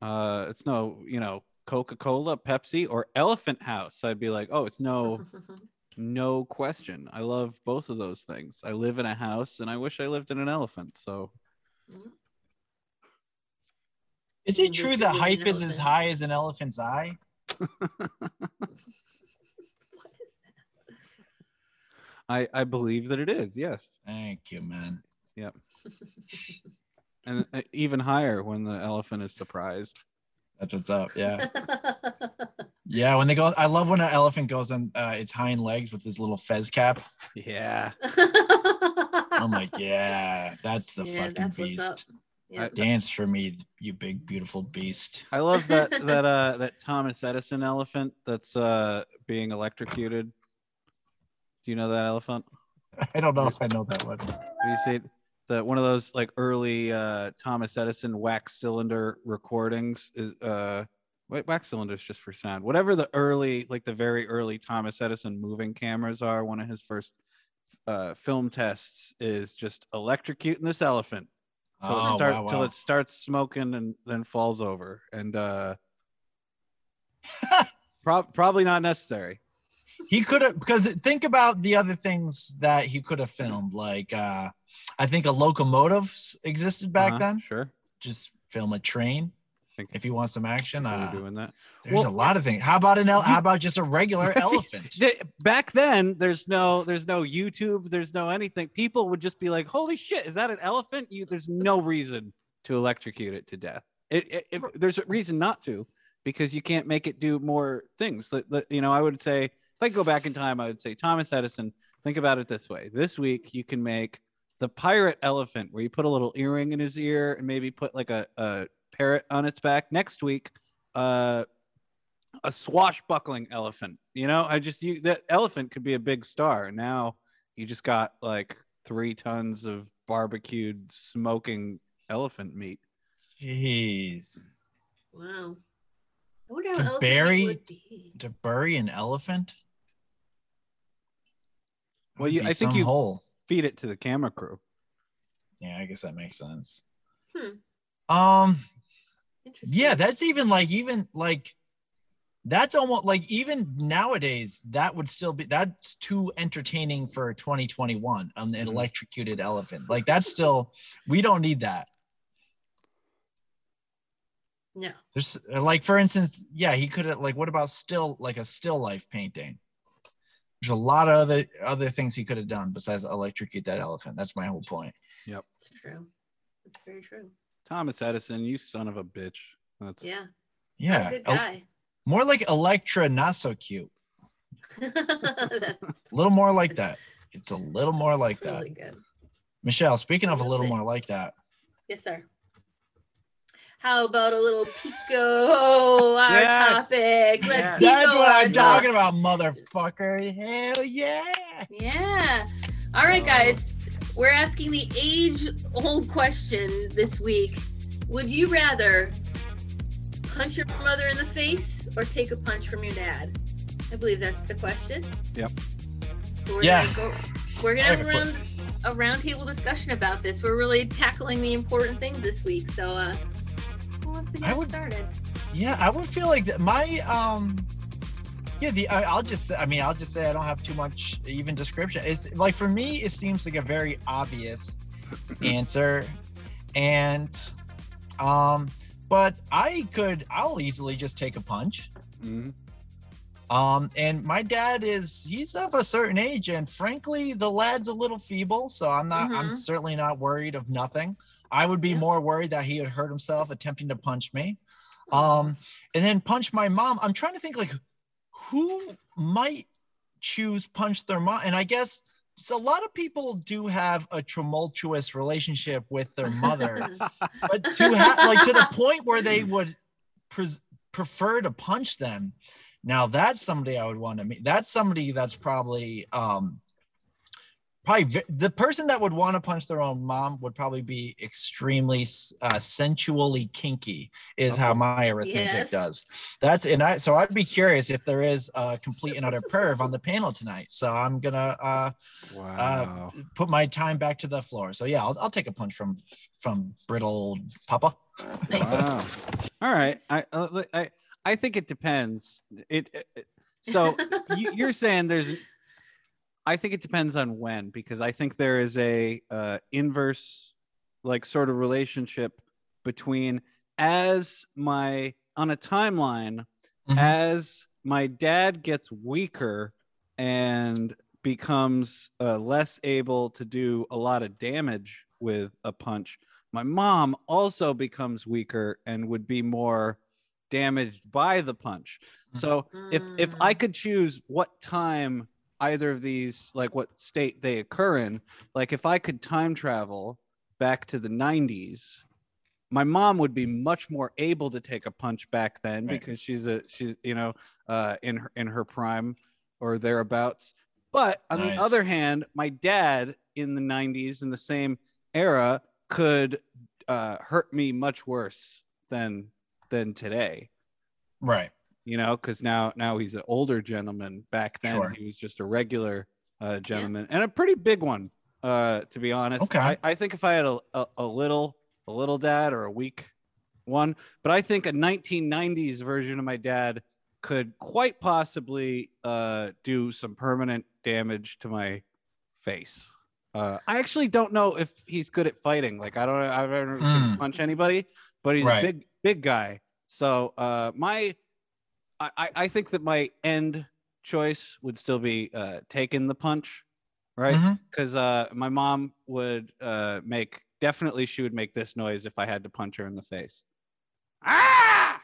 Uh, it's no, you know, Coca Cola, Pepsi, or Elephant House. I'd be like, oh, it's (laughs) no, no question. I love both of those things. I live in a house, and I wish I lived in an elephant. So Is it You're true that giving me hype an is as elephant. high as an elephant's eye? I I believe that it is. Yes, Thank you, man. and uh, even higher when the elephant is surprised. That's what's up. (laughs) Yeah, yeah. When they go, I love when an elephant goes on uh, its hind legs with his little fez cap. Yeah. (laughs) (laughs) I'm like, yeah, that's the Yeah, fucking that's what's beast. up. Yeah. Dance for me, you big beautiful beast. (laughs) I love that that uh that Thomas Edison elephant that's uh being electrocuted. Do you know that elephant? I don't know if I know that one. Have you seen the one of those like early uh Thomas Edison wax cylinder recordings is uh wa- wax cylinders just for sound. Whatever the early like the very early Thomas Edison moving cameras are, one of his first uh film tests is just electrocuting this elephant till, it, Oh, start, wow, till wow. it starts smoking and then falls over and (laughs) uh prob- probably not necessary he could have because think about the other things that he could have filmed like uh i think a locomotive s- existed back Uh-huh, then sure just film a train Think- if you want some action we were uh, doing that there's Well- a lot of things how about an el- You- how about just a (laughs) regular elephant Th- back then there's no there's no youtube there's no anything people would just be like holy shit is that an elephant you there's no reason to electrocute it to death it, it, it- there's a reason not to because you can't make it do more things Like, like, you know i would say if i could go back in time i would say thomas edison think about it this way this week you can make the pirate elephant where you put a little earring in his ear and maybe put like a, a parrot on its back next week uh a swashbuckling elephant. You know, I just you that elephant could be a big star. Now you just got like three tons of barbecued smoking elephant meat. jeez Wow. I wonder how To elephant meat bury- would be. to bury an elephant Well, Would you- be I think some you- hole Feed it to the camera crew. yeah i guess that makes sense Hmm. um Interesting. yeah that's even like even like that's almost like even nowadays that would still be that's too entertaining for 2021 on an Mhm. (laughs) electrocuted elephant like that's still we don't need that No. There's like, for instance, yeah, he could have like, what about still like a still life painting? There's a lot of other other things he could have done besides electrocute that elephant. That's my whole point. It's true. It's very true. Thomas Edison, you son of a bitch. That's Yeah. Yeah, oh. Good el- guy. (laughs) more like Electra, not so cute. That's A little more like that. It's a little more like that. (laughs) really good. Michelle, speaking of a Love little it. more like that, Yes, sir. How about a little Pico? Our Yes. topic. Yes. Let's Pico. that's what our I'm talking about, motherfucker. Hell yeah. Yeah. All right, Uh, guys. We're asking the age old question this week. Would you rather punch your mother in the face or take a punch from your dad? I believe that's the question. Yep. So we're Yeah. gonna go we're gonna I have have a a round a roundtable discussion about this. We're really tackling the important things this week. So uh who wants to I get would- started? Yeah, I would feel like that my um yeah, the I, I'll just say- I mean I'll just say I don't have too much even description. It's like for me it seems like a very obvious answer and um but I could I'll easily just take a punch. Mhm. Um and my dad is he's of a certain age and frankly the lad's a little feeble, so I'm not I'm Mhm. certainly not worried of nothing. I would be Yeah. more worried that he had hurt himself attempting to punch me um and then punch my mom i'm trying to think like who might choose punch their mom and i guess so a lot of people do have a tumultuous relationship with their (laughs) mother but to have like to the point where they would pres prefer to punch them now that's somebody i would want to meet that's somebody that's probably um probably ve- the person that would want to punch their own mom would probably be extremely uh, sensually kinky is how Okay. my arithmetic Yes. does that's and i so i'd be curious if there is a complete and utter perv on the panel tonight so i'm gonna uh Wow. put my time back to the floor so yeah i'll, I'll take a punch from from brittle old papa wow. All right. I, uh, I I think it depends. It, it- it- Oh, so you, you're saying there's. I think it depends on when because I think there is a uh, inverse, like sort of relationship between as my on a timeline Mhm. as my dad gets weaker and becomes uh, less able to do a lot of damage with a punch my mom also becomes weaker and would be more damaged by the punch so if if i could choose what time either of these like what state they occur in like if i could time travel back to the 90s my mom would be much more able to take a punch back then Right. because she's a she's you know uh in her in her prime or thereabouts but on Nice. the other hand my dad in the 90s in the same era could uh hurt me much worse than than today Right. you know because now now he's an older gentleman back then Sure. he was just a regular uh, gentleman and a pretty big one uh, to be honest Okay. I, I think if i had a, a, a little a little dad or a weak one but i think a 1990s version of my dad could quite possibly uh, do some permanent damage to my face uh, i actually don't know if he's good at fighting like i don't i've never seen him Mm. punch anybody but he's Right. a big big guy so uh, my I, I- I think that my end choice would still be uh, taking the punch, right? Mhm. Because uh, my mom would uh, make definitely she would make this noise if I had to punch her in the face. Ah!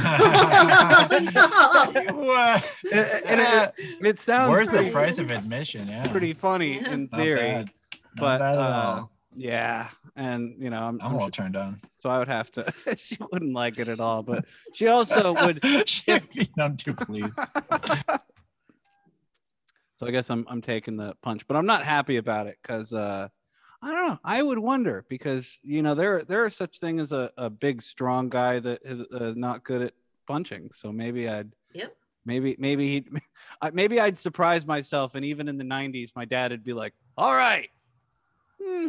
(laughs) oh no. (laughs) What? It, it- (laughs) it- it sounds Where's pretty, the price of admission? Yeah. (laughs) pretty funny in Not theory, bad. Not but bad at uh, all. yeah, and you know I'm, I'm I'm all sh- (laughs) turned on. (laughs) so I would have to. she wouldn't like it at all, but she (laughs) also would. Should be none (laughs) too please. So I guess I'm I'm taking the punch, but I'm not happy about it because uh, I don't know. I would wonder because you know there there are such thing as a, a big strong guy that is, uh, not good at punching. So maybe I'd Yep. maybe maybe he'd (laughs) I- maybe I'd surprise myself. And even in the '90s, my dad would be like, "All right," (laughs) hmm,"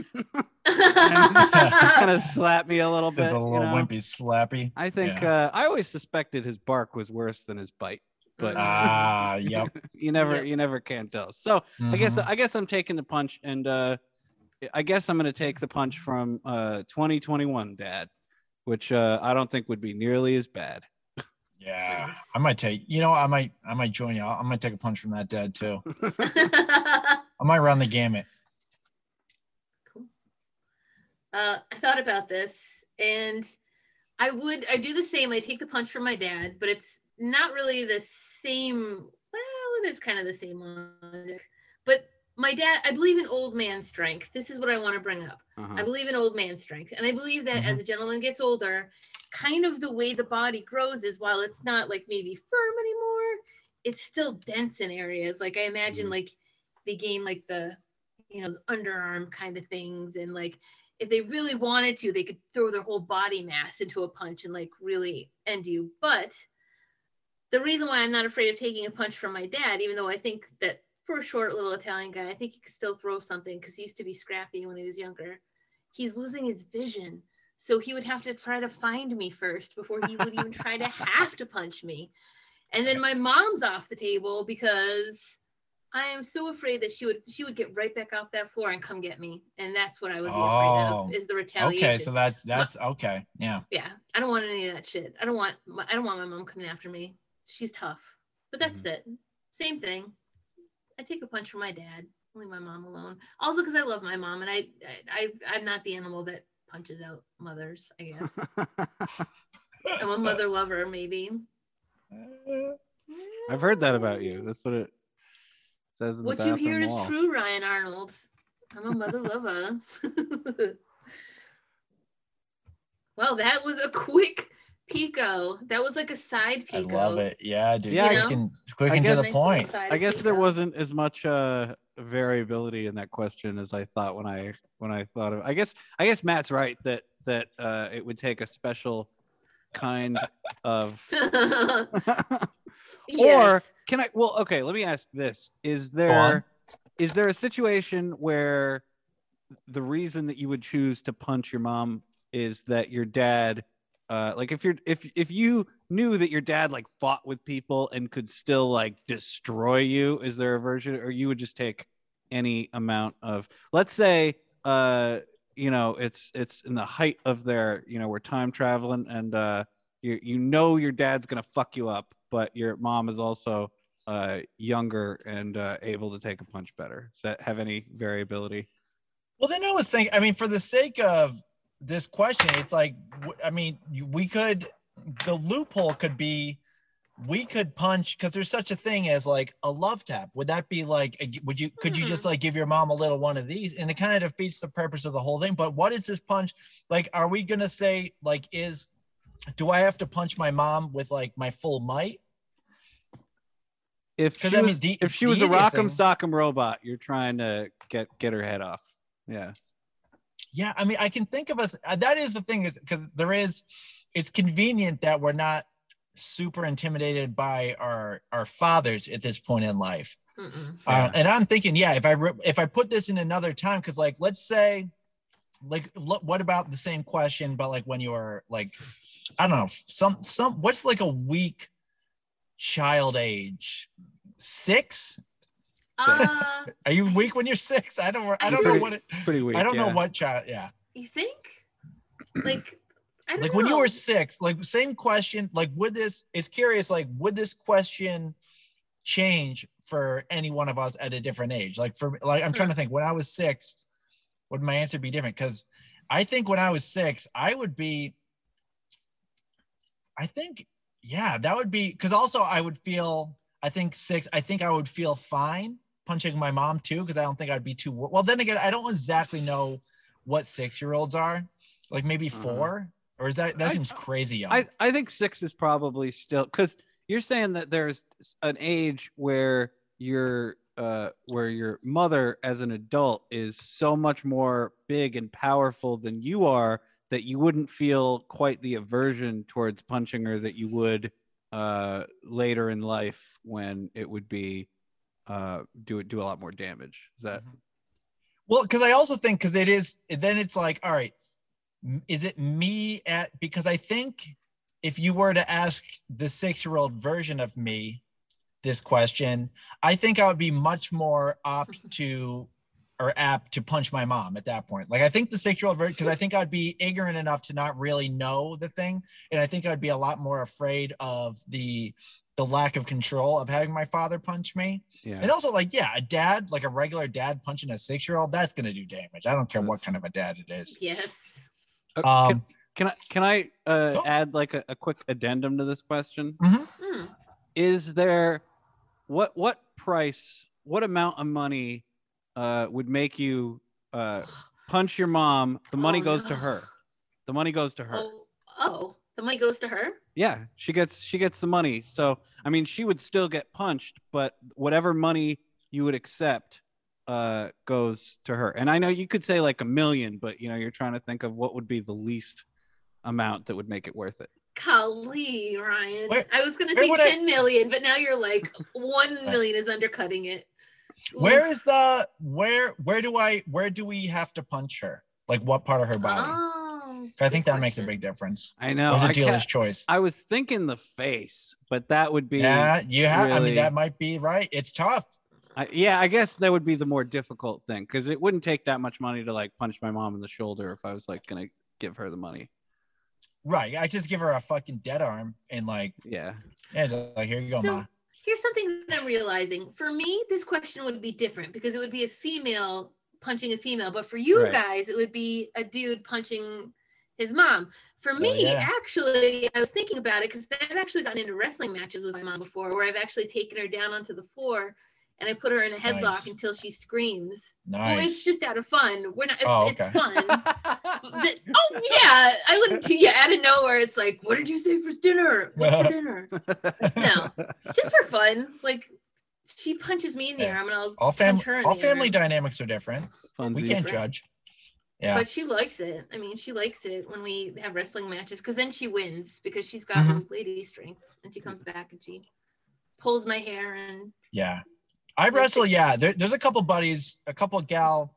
kind of slap me a little bit. There's a you little know? wimpy slappy. I think Yeah. uh, I always suspected his bark was worse than his bite, but Ah, yep. you never Yep. you never can tell. So (laughs) I guess Mhm. I guess I'm taking the punch, and uh, I guess I'm going to take the punch from uh, 2021, Dad. which uh, I don't think would be nearly as bad. Yeah, I might take. You know, I might, I might join you. I might take a punch from that dad too. (laughs) I might run the (laughs) gamut. uh, I thought about this, and I would I do the same. I take the punch from my dad, but it's not really the same. Well, it is kind of the same logic. But my dad, I believe in old man strength. This is what I want to bring up. Uh-huh. I believe in old man strength, and I believe that as a gentleman gets older, kind of the way the body grows is while it's not like maybe firm anymore, it's still dense in areas. Like I imagine, Mhm. like they gain like the you know underarm kind of things, and like if they really wanted to, they could throw their whole body mass into a punch and like really end you. But the reason why I'm not afraid of taking a punch from my dad, even though I think that for a short little Italian guy, I think he could still throw something because he used to be scrappy when he was younger. He's losing his vision. So he would have to try to find me first before he would even (laughs) try to have to punch me. And then my mom's off the table because I am so afraid that she would she would get right back off that floor and come get me. And that's what I would be Oh. afraid of is the retaliation. Okay, so that's that's okay. Yeah. yeah, I don't want any of that shit. I don't want my, I don't want my mom coming after me. She's tough. But that's Mm-hmm. it. Same thing. I take a punch from my dad. Leave my mom alone. Also because I love my mom and I, I I I'm not the animal that punches out mothers, I guess. (laughs) I'm a mother lover, maybe. I've heard that about you. That's what it says. In the What you hear bathroom is wall. true, Ryan Arnold. I'm a mother lover. (laughs) well, that was a quick pico. That was like a side I pico. love it. Yeah, dude. Yeah, You quick know? and, quick I and to guess- the point. Side I guess there pico. (laughs) wasn't as much uh, variability in that question as I thought when I when I thought of. I guess I guess Matt's right that that uh, it would take a special kind (laughs) of. Yes. (laughs) Or can I? Well, okay. Let me ask this: Is on. there is there a situation where the reason that you would choose to punch your mom is that your dad, uh, like if you're if if you knew that your dad like fought with people and could still like destroy you, is there a version, or you would just take any amount of, let's say, uh, you know, it's it's in the height of their, you know, we're time traveling and uh you you know your dad's gonna fuck you up, but your mom is also uh, younger and uh, able to take a punch better. Does that have any variability? Well, then I was thinking, I mean, for the sake of this question, it's like, w- I mean, you- we could, the loophole could be, we could punch because there's such a thing as like a love tap. Would that be like, a- would you, could you just like give your mom a little one of these? And it kind of defeats the purpose of the whole thing. But what is this punch? Like, are we going to say, like, is, do I have to punch my mom with like my full might? If 'Cause she I mean, was, the- if she the was a easiest rock'em thing- sock'em robot, you're trying to get get her head off. Yeah, Yeah, I mean, I can think of us. uh, That is the thing is because there is, it's convenient that we're not super intimidated by our our fathers at this point in life. Mm-mm. Uh, and I'm thinking, yeah, if I re- if I put this in another time, because like let's say, like lo- what about the same question, but like when you are like, I don't know, some some what's like a weak child age, six? Uh, Are you weak when you're six? I don't I don't know Pretty- what it, pretty weak. I don't know yeah. what child. Yeah. you think? Like, I don't like know. when you were six like same question like would this it's curious like would this question change for any one of us at a different age like for like i'm trying Hmm. to think when i was six would my answer be different because i think when i was six i would be i think yeah that would be because also i would feel i think six i think i would feel fine punching my mom too because i don't think i'd be too wor- well then again i don't exactly know what six year olds are like maybe Mm-hmm. Uh-huh. 4 or is that that I- seems crazy young I, I think six is probably still because you're saying that there's an age where your uh where your mother as an adult is so much more big and powerful than you are that you wouldn't feel quite the aversion towards punching her that you would uh later in life when it would be uh do it do a lot more damage is that Mm-hmm. well because i also think because it is then it's like all right m- is it me at because i think if you were to ask the six year old version of (laughs) me this question i think i would be much more opt to or app to punch my mom at that point. Like I think the six year old version, because I think I'd be ignorant enough to not really know the thing, and I think I'd be a lot more afraid of the the lack of control of having my father punch me. Yeah. And also, like, yeah, a dad, like a regular dad punching a six year old, that's gonna do damage. I don't care what That's- kind of a dad it is. Yes. Uh, Um, can, can I can I uh, Go. add like a, a quick addendum to this question? Hmm. Is there what what price what amount of money uh, would make you uh, punch your mom? The money Oh, goes to no. her. The money goes to her. Oh, oh, the money goes to her. Yeah, she gets she gets the money. So I mean, she would still get punched, but whatever money you would accept uh, goes to her. And I know you could say like a million, but you know you're trying to think of what would be the least amount that would make it worth it. Golly, Ryan. Where- I was gonna where say would I- ten million, but now you're like (laughs) one million is undercutting it. Ooh. Where is the where where do I where do we have to punch her? Like what part of her body? Oh, I think good that makes a question. big difference. I It know. was I, a ca- dealer's choice. I was thinking the face, but that would be yeah, you have. I really- mean, that might be right. It's tough. I, yeah. I guess that would be the more difficult thing because it wouldn't take that much money to like punch my mom in the shoulder if I was like gonna give her the money. Right. I just give her a fucking dead arm and like, Yeah. yeah, just like here you go, So- ma. Here's something that I'm realizing. For me, this question would be different because it would be a female punching a female, but for you Right. guys, it would be a dude punching his mom. For me, yeah. actually, I was thinking about it because I've actually gotten into wrestling matches with my mom before where I've actually taken her down onto the floor and I put her in a headlock Nice. until she screams. Nice. Well, it's just out of fun. We're not. Oh, it's okay. fun. (laughs) But- oh yeah, I wouldn't. Yeah, out of nowhere, it's like, what did you say for dinner? What's (laughs) for dinner? No, just for fun. Like, she punches me in the Yeah. Oh, arm, and I'll. all punch family her in all the family arm. dynamics are different. Funsies. We can't Right. judge. Yeah. But she likes it. I mean, she likes it when we have wrestling matches because then she wins because she's got Mhm. her lady strength, and she comes back and she pulls my hair and Yeah. I wrestle, yeah. There, there's a couple buddies, a couple gal,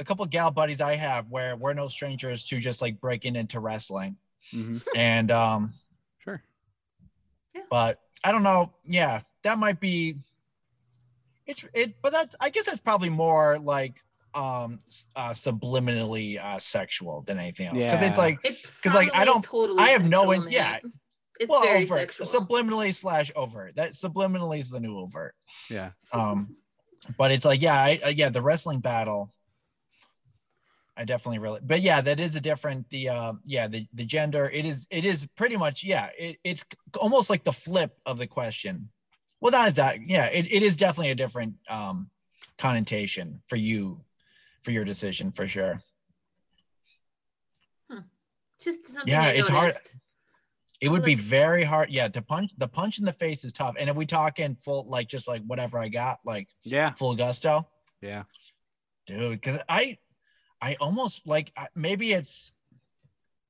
a couple gal buddies I have where we're no strangers to just like breaking into wrestling. Mhm. And um, Sure. but I don't know. Yeah, that might be it's it but that's I guess that's probably more like um s- uh subliminally uh sexual than anything else. Cause Yeah. it's like it. 'Cause, like, I probably is don't- Totally. I have no sexual, in- yeah. Matt. It's well very overt. sexual. Subliminally slash overt. That subliminally is the new overt. (laughs) Yeah. um but it's like yeah I, uh, yeah the wrestling battle i definitely really but yeah that is a different the um yeah the the gender it is it is pretty much yeah it, it's c- almost like the flip of the question well that is that yeah it, it is definitely a different um connotation for you for your decision for sure just something. Yeah, I it's hard. noticed. (laughs) it would be Like- very hard yeah to punch the punch in the face is tough and if we talk in full like just like whatever i got like Yeah. full gusto Yeah. dude because i i almost like I- maybe it's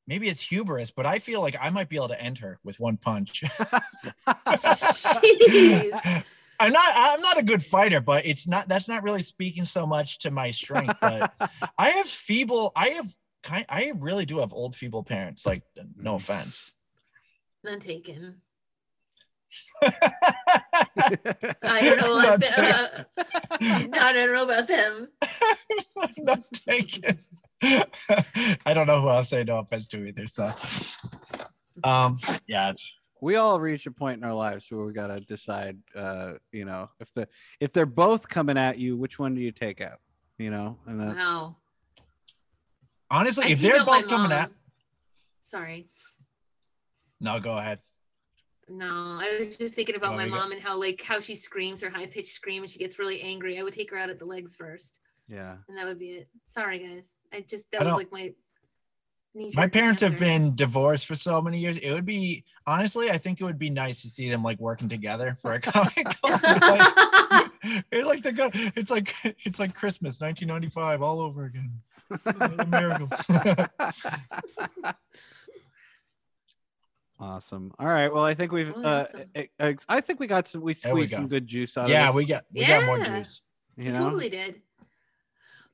maybe it's hubris but i feel like i might be able to end her with one punch (laughs) Jeez. i'm not i'm not a good fighter but it's not that's not really speaking so much to my strength but i have feeble i have kind i really do have old feeble parents like no offense (laughs) None taken. I don't know. Not About them. (laughs) no, I don't know about them. not taken. (laughs) I don't know who I'll say no offense to either. So, um, yeah, we all reach a point in our lives where we gotta decide, uh, you know, if the if they're both coming at you, which one do you take out? You know, and that's Wow. honestly, I if peed they're out my both coming mom. at, Sorry. no, go ahead. No, I was just thinking about Oh, my you got- mom and how like how she screams her high pitched scream and she gets really angry. I would take her out at the legs first, yeah. and that would be it. Sorry, guys. I just that I was don't- like my. My knee-jerk parents have answer. been divorced for so many years. It would be honestly, I think it would be nice to see them like working together for a (laughs) (laughs) comic. (laughs) like, it, like the go- it's like it's like Christmas 1995 all over again. What a miracle. (laughs) awesome. All right. Well, I think we've. Really Uh, awesome. I- I I think we got some. We There we squeezed some go. good juice out yeah, of. we got we got more Yeah. juice. Yeah. I You know. totally did.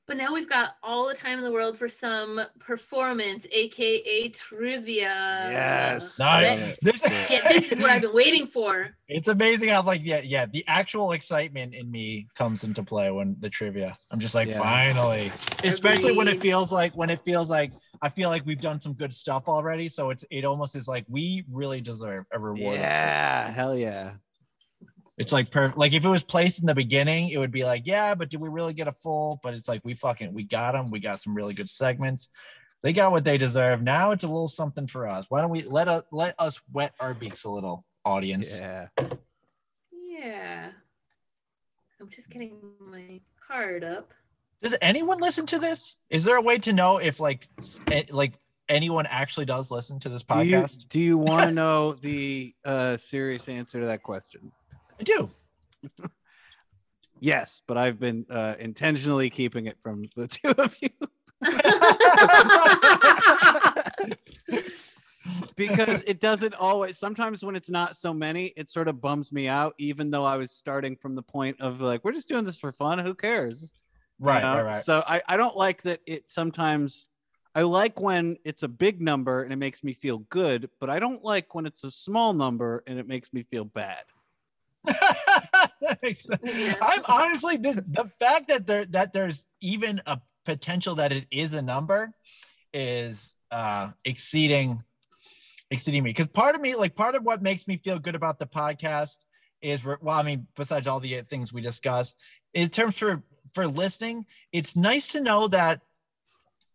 But now we've got all the time in the world for some performance, aka trivia. Yes. Nice. That- yeah, this is what I've been waiting for. It's amazing how like yeah yeah the actual excitement in me comes into play when the trivia. I'm just like Yeah. finally, especially when it Agreed. feels like when it feels like I feel like we've done some good stuff already. So it's it almost is like we really deserve a reward. Yeah, hell yeah. It's like per like if it was placed in the beginning, it would be like yeah, but did we really get a full? But it's like we fucking we got them. We got some really good segments. They got what they deserve. Now it's a little something for us. Why don't we let us let us wet our beaks a little, audience? Yeah. Yeah. I'm just getting my (laughs) card up. Does anyone listen to this? Is there a way to know if like s- eh, like anyone actually does listen to this Do you, podcast? do you (laughs) want to know the uh, serious answer to that question? I do. Yes, but I've been uh, intentionally keeping it from the (laughs) two of you because it doesn't always. Sometimes when it's not so many, it sort of bums me out, even though I was starting from the point of like, we're just doing this for fun. Who cares? you Right, know? right, right. So I, I don't like that it sometimes. I like when it's a big number and it makes me feel good, but I don't like when it's a small number and it makes me feel bad. that makes sense. Yeah. I'm honestly this, the fact that there that there's even a potential that it is a number is uh exceeding exceeding me because part of me like part of what makes me feel good about the podcast is re- well I mean besides all the things we discussed in terms for for listening it's nice to know that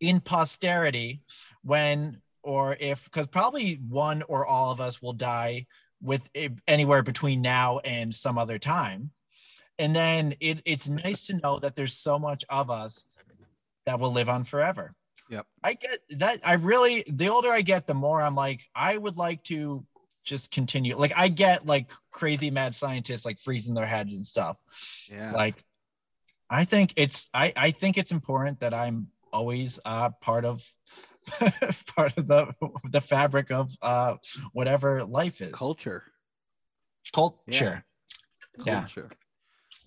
in posterity when or if because probably one or all of us will die with eh, anywhere between now and some other time and then it, it's nice to know that there's so much of us that will live on forever Yep. i get that i really the older i get the more i'm like i would like to just continue like i get like crazy mad scientists like freezing their heads and stuff Yeah. like i think it's i i think it's important that i'm always uh part of (laughs) part of the the fabric of uh whatever life is culture. culture Yeah. Culture.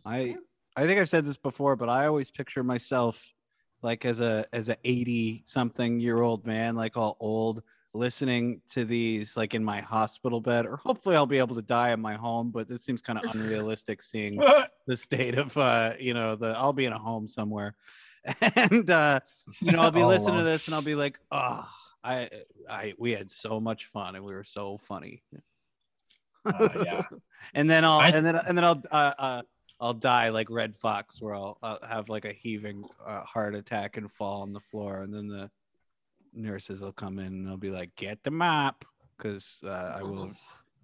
I I think I've said this before, but I always picture myself like as a as a 80 something year old man, like all old, listening to these like in my hospital bed, or hopefully I'll be able to die in my home, but it seems kind of unrealistic seeing the state of uh you know the i'll be in a home somewhere (laughs) and uh you know i'll be All listening to alone. this and i'll be like oh i i we had so much fun and we were so funny Uh, yeah and then i'll I- and then and then i'll uh, uh i'll die like red fox where i'll, i have like a heaving uh, heart attack and fall on the floor and then the nurses will come in and they'll be like get the mop because uh, i will Um, have-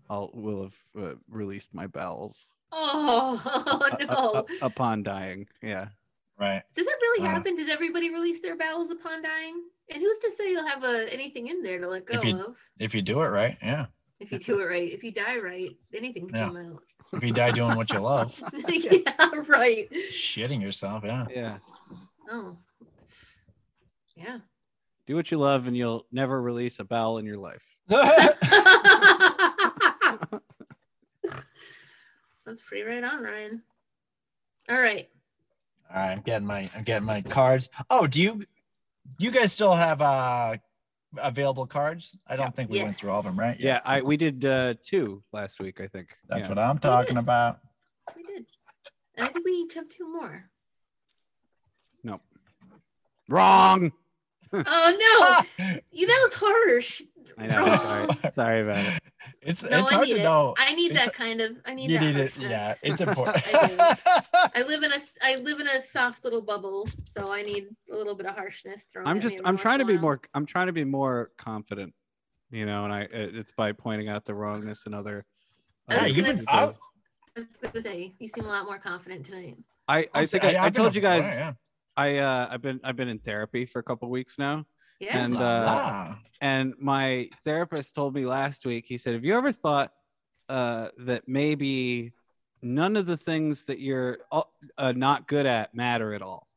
i'll will have uh, released my bowels (laughs) Oh, (laughs) u- u- no. u- upon dying yeah right Does that really Uh. Wow. happen? Does everybody release their bowels upon dying? And who's to say you'll have uh anything in there to let go If you- of? if you do it right yeah If you do it right, if you die right, anything can Yeah. (laughs) come out. (laughs) if you die doing what you (laughs) love yeah, right. shitting yourself (laughs) yeah yeah Oh, yeah. (laughs) Do what you love, and you'll never release a bowel in your life. That's pretty right on, Ryan. All right. All right, I'm getting my I'm getting my cards. Oh, do you you guys still have uh available cards? I don't think we went Yes. through all of them, right? Yeah, I we did uh, two last week, I think. That's yeah. what I'm talking (laughs) Yeah. about. We did. And I think we each have two more. (laughs) Wrong. Oh, no. you, that was harsh. I know. Sorry. sorry about it. (laughs) It's No, it's I hard need to it. know. I need It's- that kind of. I need You that. need it. harshness. Yeah, it's important. (laughs) I I live in a s- I live in a soft little bubble, so I need a little bit of harshness thrown. I'm at me just. every I'm once trying to in a be while. more. I'm trying to be more confident. You know, and I. it- It's by pointing out the wrongness and other. I yeah, was other you've gonna been say- out. I was gonna say you seem a lot more confident tonight. I. I think I, I, I've been told you aware, guys. yeah. I. Uh, I've been. I've been in therapy for a couple weeks now, Yeah. And, La, uh, la. and my therapist told me last week he said have you ever thought uh, that maybe none of the things that you're uh, uh, not good at matter at all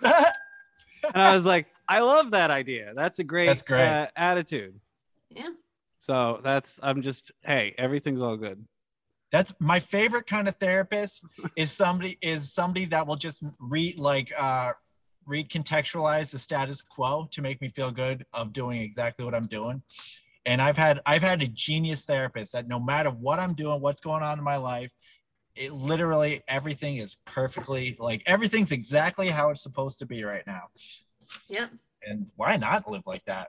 (laughs) and i was (laughs) like i love that idea that's a great, That's great. Uh, attitude yeah. so that's i'm just hey everything's all good That's my favorite kind of therapist is somebody is somebody that will just read like uh recontextualize the status quo to make me feel good of doing exactly what I'm doing. And I've had I've had a genius therapist that no matter what I'm doing, what's going on in my life, it literally everything is perfectly like everything's exactly how it's supposed to be right now. Yep. And why not live like that?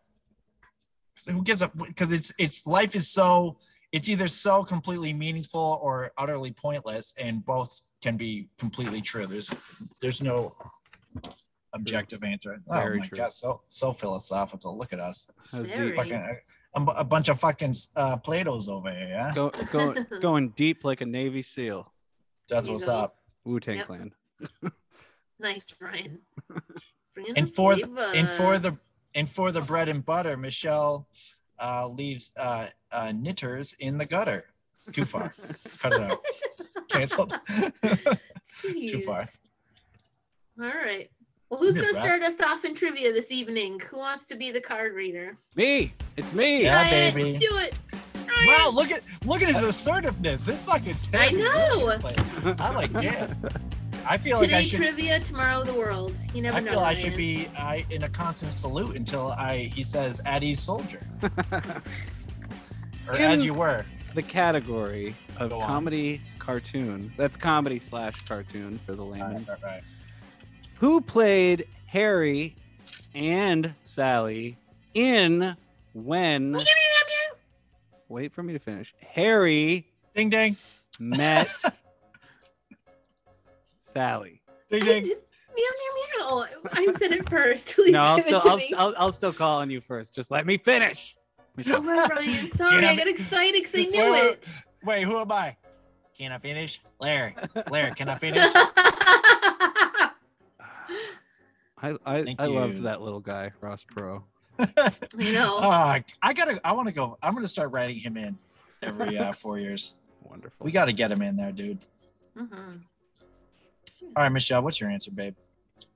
So who gives up? Because it's it's life is so it's either so completely meaningful or utterly pointless, and both can be completely true. There's there's no objective answer. Oh Very my true. god, so so philosophical. Look at us, That was Very. deep. fucking a, a bunch of fucking uh, Plato's over here. Yeah, Go, (laughs) go, going deep like a Navy SEAL. that's You what's go. up. Wu Tang Yep. Clan. Nice, (laughs) Brian. Bringing And the for th- flavor. and for the and for the bread and butter, Michelle uh, leaves uh, uh, knitters in the gutter. Too (laughs) far. Cut it out. Canceled. Jeez. far. All right. Well, who's Yes, going to Matt. start us off in trivia this evening? Who wants to be the card reader? Me, it's me. Yeah, Ryan, baby. let's do it. wow, look at look at his assertiveness. This fucking. I therapy is know. like- I like yeah. I feel like Today I should. trivia, tomorrow the world. You never I know. feel I Ryan. should be I in a constant salute until I he says Addie's (laughs) soldier. or as In- you were. the category of Go on. comedy cartoon. That's comedy slash cartoon for the layman. Right, right, right. Who played Harry and Sally in when? Wait for me to finish. Harry Ding ding. (laughs) met Sally. Ding I ding. did, (laughs) meow, meow, meow. I said it first. (laughs) Please No, I'll give still, it to I'll, me. I'll, I'll still call on you first. Just let me finish. Oh, well, (laughs) Ryan, sorry. I Damn got excited because I Wait, knew wait, it. Wait, who am I? Can I finish? (laughs) Larry. Larry, can I finish? I I I, Thank I loved you. that little guy, Ross Pro. (laughs) know. Uh, I gotta I wanna go I'm gonna start writing him in every (laughs) uh, four years. Wonderful. We gotta get him in there, dude. Oh. Mhm. All right, Michelle, what's your answer, babe?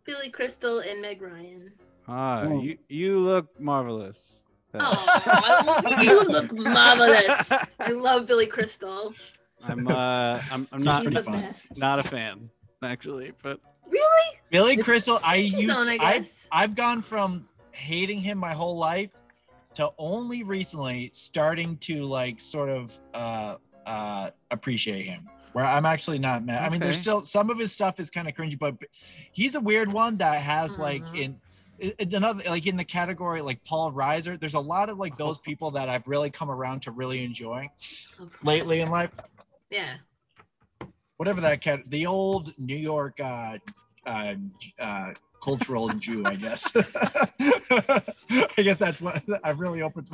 Billy Crystal and Meg Ryan. Ah, Ooh. you you look marvelous. Oh, I- you (laughs) look marvelous. I love Billy Crystal. I'm uh I'm, I'm not He's pretty the fun. best. not a fan actually, but Really? Billy It's- Crystal, I She's used on, I I've guess. I've gone from hating him my whole life to only recently starting to like sort of uh uh appreciate him. Where I'm actually not mad. I mean, there's Okay. still some of his stuff is kind of cringy, but he's a weird one that has like Mhm. in in another like in the category like Paul Reiser. There's a lot of like those people that I've really come around to really enjoying lately in life. Oh, Yeah. Whatever that cat, the old New York uh, uh, uh, cultural Jew, I guess. (laughs) I guess that's what I've really opened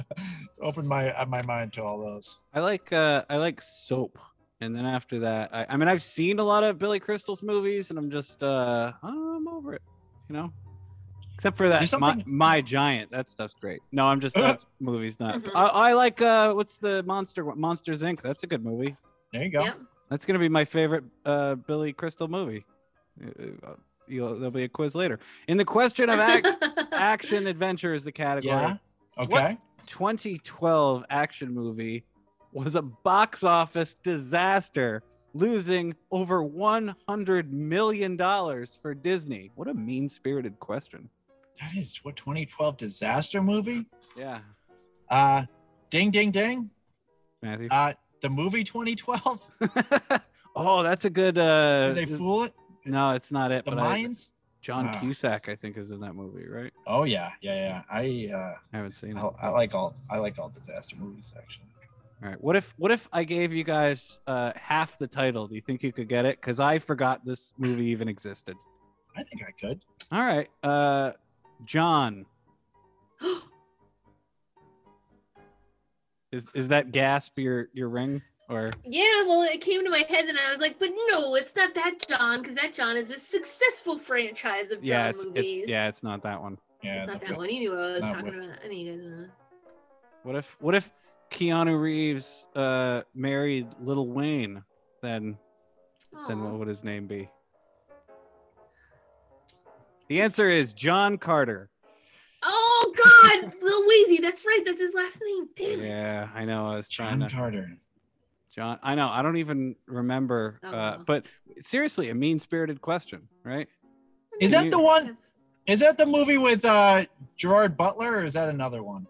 opened my uh, my mind to all those. I like uh I like soap. And then after that, I, I mean I've seen a lot of Billy Crystal's movies and I'm just uh I'm over it, you know? Except for that There's my, something- my giant. That stuff's great. No, I'm just (laughs) that movie's not Mhm. I, I like uh what's the monster one? Monsters Inc. That's a good movie. There you go. Yep. That's gonna be my favorite uh, Billy Crystal movie. Uh, uh, You'll, there'll be a quiz later. In the question (laughs) of ac- (laughs) action adventure is the category. Yeah. Okay. What? 2012 action movie was a box office disaster, losing over 100 million dollars for Disney. What a mean-spirited question. That is what 2012 disaster movie. Yeah, Uh, ding ding ding. Matthew. (laughs) Uh, the movie 2012. oh, that's a good. Uh, Did they fool it? no, it's not it. The but I, Mayans? John Ah. Cusack, I think, is in that movie, right? Oh yeah, yeah, yeah. I uh, I haven't seen it. I- I like all I like all disaster movies actually. All right. What if what if I gave you guys uh, half the title? Do you think you could get it? Because I forgot this movie even existed. I think I could. All right. Uh, John, is is that gasp your your ring or yeah, well, it came to my head, and I was like, but no, it's not that John, because that John is a successful franchise of John yeah it's, movies. it's yeah it's not that one. Yeah. It's not the- that one. You knew what I was Not talking what- about. I think you guys know. What if what if Keanu Reeves uh, married Little Wayne? Then then Aw. what would his name be? The answer is John Carter. Oh God, (laughs) Lil Weezy. That's right. That's his last name. Damn it. Yeah, I know. I was trying John to. Carter. John, I know. I don't even remember. Oh, Uh, wow. but seriously, a mean spirited question, right? Is that the one? Is that the movie with uh, Gerard Butler, or is that another one?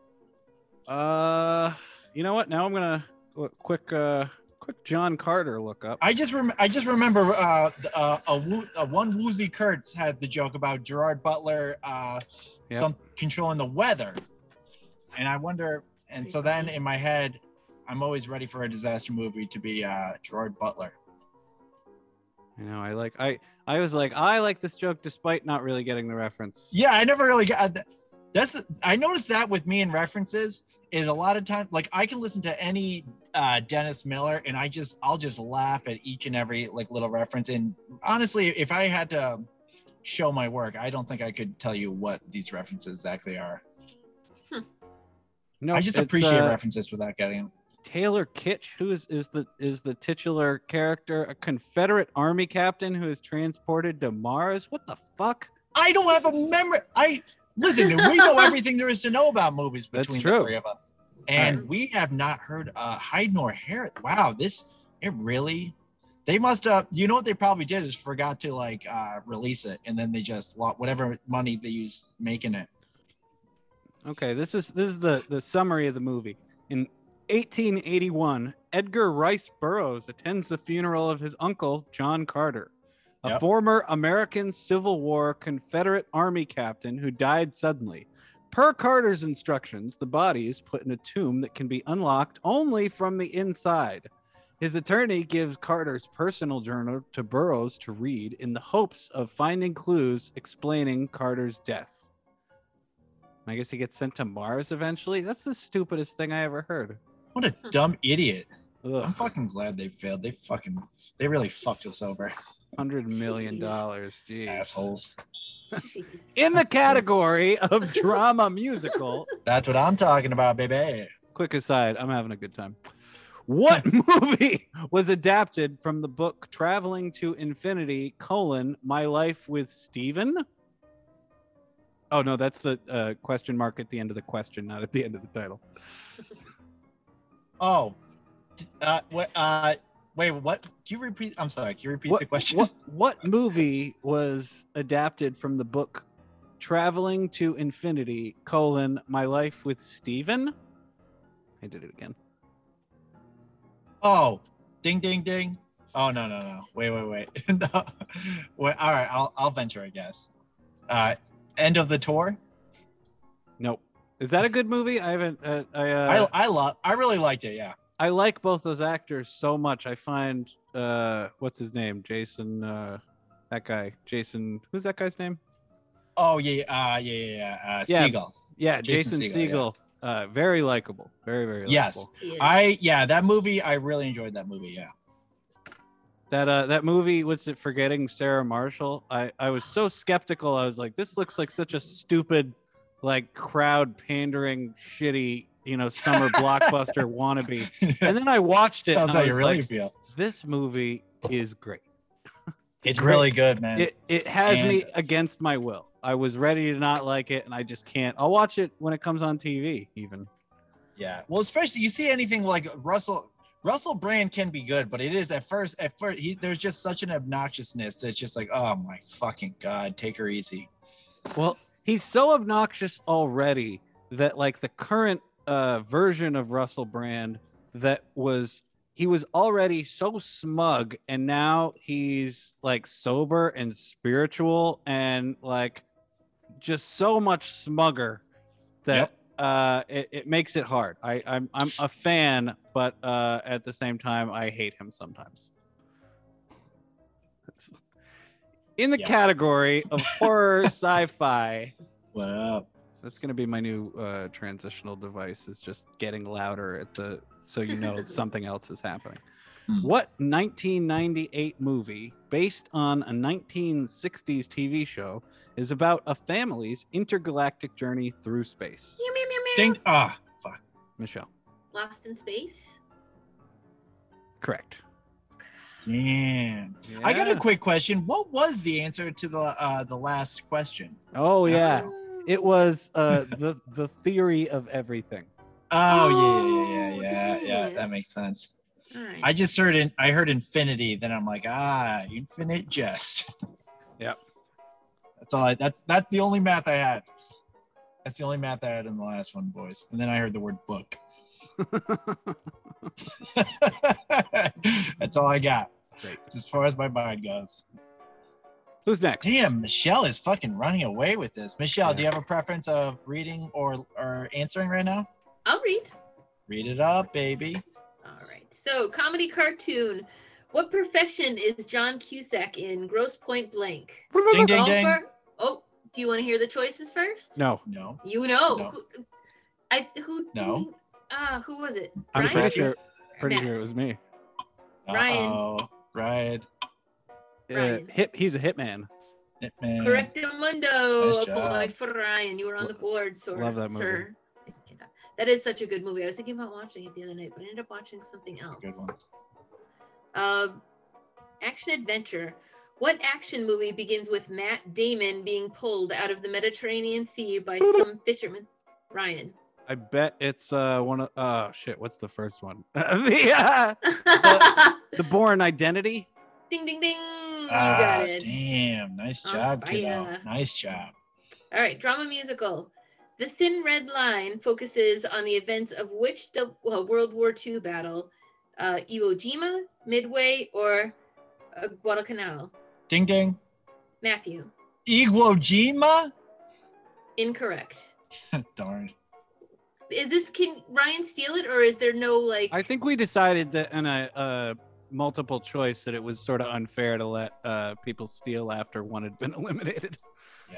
Uh, you know what? Now I'm gonna look, quick, uh, quick John Carter look up. I just rem- I just remember uh, th- uh, a, wo- a one woozy Kurtz had the joke about Gerard Butler uh, Yep. some controlling the weather, and I wonder. And so then in my head, I'm always ready for a disaster movie to be uh, Gerard Butler. You know, I like I I was like I like this joke despite not really getting the reference. Yeah, I never really got that. That's the- I noticed that with me and references is a lot of times like I can listen to any uh, Dennis Miller and I just I'll just laugh at each and every like little reference. And honestly, if I had to show my work, I don't think I could tell you what these references exactly are. No, I just it's, appreciate uh, references without getting them. Taylor Kitsch, who is is the is the titular character, a Confederate Army captain who is transported to Mars. What the fuck? I don't have a memory. I listen. We know everything there is to know about movies That's between true. the three of us, and we have not heard uh, hide nor hair. Wow, this it really. They must have. You know what they probably did is forgot to like uh, release it, and then they just lost whatever money they used making it. Okay, this is this is the the summary of the movie. In 1881, Edgar Rice Burroughs attends the funeral of his uncle John Carter, a Yep. former American Civil War Confederate Army captain who died suddenly. Per Carter's instructions, the body is put in a tomb that can be unlocked only from the inside. His attorney gives Carter's personal journal to Burroughs to read in the hopes of finding clues explaining Carter's death. I guess he gets sent to Mars eventually. That's the stupidest thing I ever heard. What a dumb idiot! I'm Ugh, (laughs) fucking glad they failed. They fucking they really fucked us over, hundred million Jeez. dollars, jeez. assholes. (laughs) Jeez. In the category of drama musical. That's what I'm talking about, baby. Quick aside, I'm having a good time. What movie was adapted from the book Traveling to Infinity: colon My Life with Steven? Oh no, that's the uh, question mark at the end of the question, not at the end of the title. Oh, d- uh, what? Uh, wait, what? Can you repeat? I'm sorry. Can you repeat the question? What, what movie was adapted from the book Traveling to Infinity, colon, My Life with Steven? I did it again. (laughs) Oh, ding, ding, ding. Oh no, no, no. Wait, wait, wait. (laughs) no. wait all right, I'll I'll venture a guess. Uh, end of the tour. Nope. Is that a good movie? I haven't. Uh, I, uh, I I love. I really liked it. Yeah. I like both those actors so much. I find uh, what's his name, Jason, uh, that guy, Jason. Who's that guy's name? Oh yeah. Uh, yeah, yeah, yeah. Uh, Yeah, Seagull. Yeah, Jason, Jason Segel. Segel, Uh, very likable. Very very. Yes. likable. Yeah. I yeah. That movie. I really enjoyed that movie. Yeah. (laughs) That uh that movie, what's it forgetting Sarah Marshall? I I was so skeptical. I was like, this looks like such a stupid, like crowd pandering, shitty, you know, summer (laughs) blockbuster wannabe. And then I watched it. Sounds and I how you was really like, feel. this movie is great. It's great. really good, man. It it has me And- against my will. I was ready to not like it, and I just can't. I'll watch it when it comes on TV, even. Yeah. Well, especially you see anything like Russell. Russell Brand can be good, but it is at first. At first, he, there's just such an obnoxiousness that's just like, oh my fucking god, take her easy. Well, he's so obnoxious already that like the current uh, version of Russell Brand that was he was already so smug and now he's like sober and spiritual and like just so much smugger that uh it, it makes it hard. I I'm I'm a fan, but uh at the same time I hate him sometimes. That's- In the Yeah. category of horror sci-fi, What up? that's gonna be my new uh, transitional device. Is just getting louder at the so you (laughs) know something else is happening. Hmm. What 1998 movie based on a 1960s TV show is about a family's intergalactic journey through space? Meow, meow, meow, meow. Ding. Ah, fuck. Michelle, Lost in space. correct. Damn. I got a Yeah. quick question. What was the answer to the uh, the last question? Oh yeah, Oh. it was uh, the the theory of everything. Oh, yeah, yeah, Oh, yeah, yeah, dang yeah, yeah. it. That makes sense. All right. I just heard in, I heard infinity. Then I'm like, ah, infinite jest. Yep. That's all. I, that's that's the only math I had. That's the only math I had in the last one, boys. And then I heard the word book. that's all I got. Great. It's as far as my mind goes. Who's next? Damn, Michelle is fucking running away with this. Michelle, do you Yeah. have a preference of reading or or answering right now? I'll read. Read it up, baby. All right. So, comedy cartoon. What profession is John Cusack in Gross Point Blank? Ding ding ding. Golfer? Oh, do you want to hear the choices first? No, No, You know. No. Who, I who? No. didn't- Ah, who was it? I'm Ryan? pretty sure. Pretty Max. sure it was me. Ryan. Oh, Ryan. Uh, Ryan. hip. He's a hitman. Hitman. Correctamundo Nice job. applied for Ryan. You were on the Lo- board, sir. love that movie. sir. That is such a good movie. I was thinking about watching it the other night, but I ended up watching something That's a else. good one. Um, action adventure. What action movie begins with Matt Damon being pulled out of the Mediterranean Sea by some fisherman? Ryan. I bet it's uh one of. Oh shit! What's the first one? (laughs) the uh, the Born Identity. (laughs) ding ding ding. You Ah, got it. Oh, damn. Nice On job, kiddo. fire. Nice job. All right, drama musical. The Thin Red Line focuses on the events of which do- well, World War II battle? Uh, Iwo Jima, Midway, or uh, Guadalcanal? Ding ding. Matthew. Iwo Jima? Incorrect. Darn. Is this can Ryan steal it or is there no like? I think we decided that in a uh, multiple choice that it was sort of unfair to let uh people steal after one had been (laughs) eliminated. Yeah.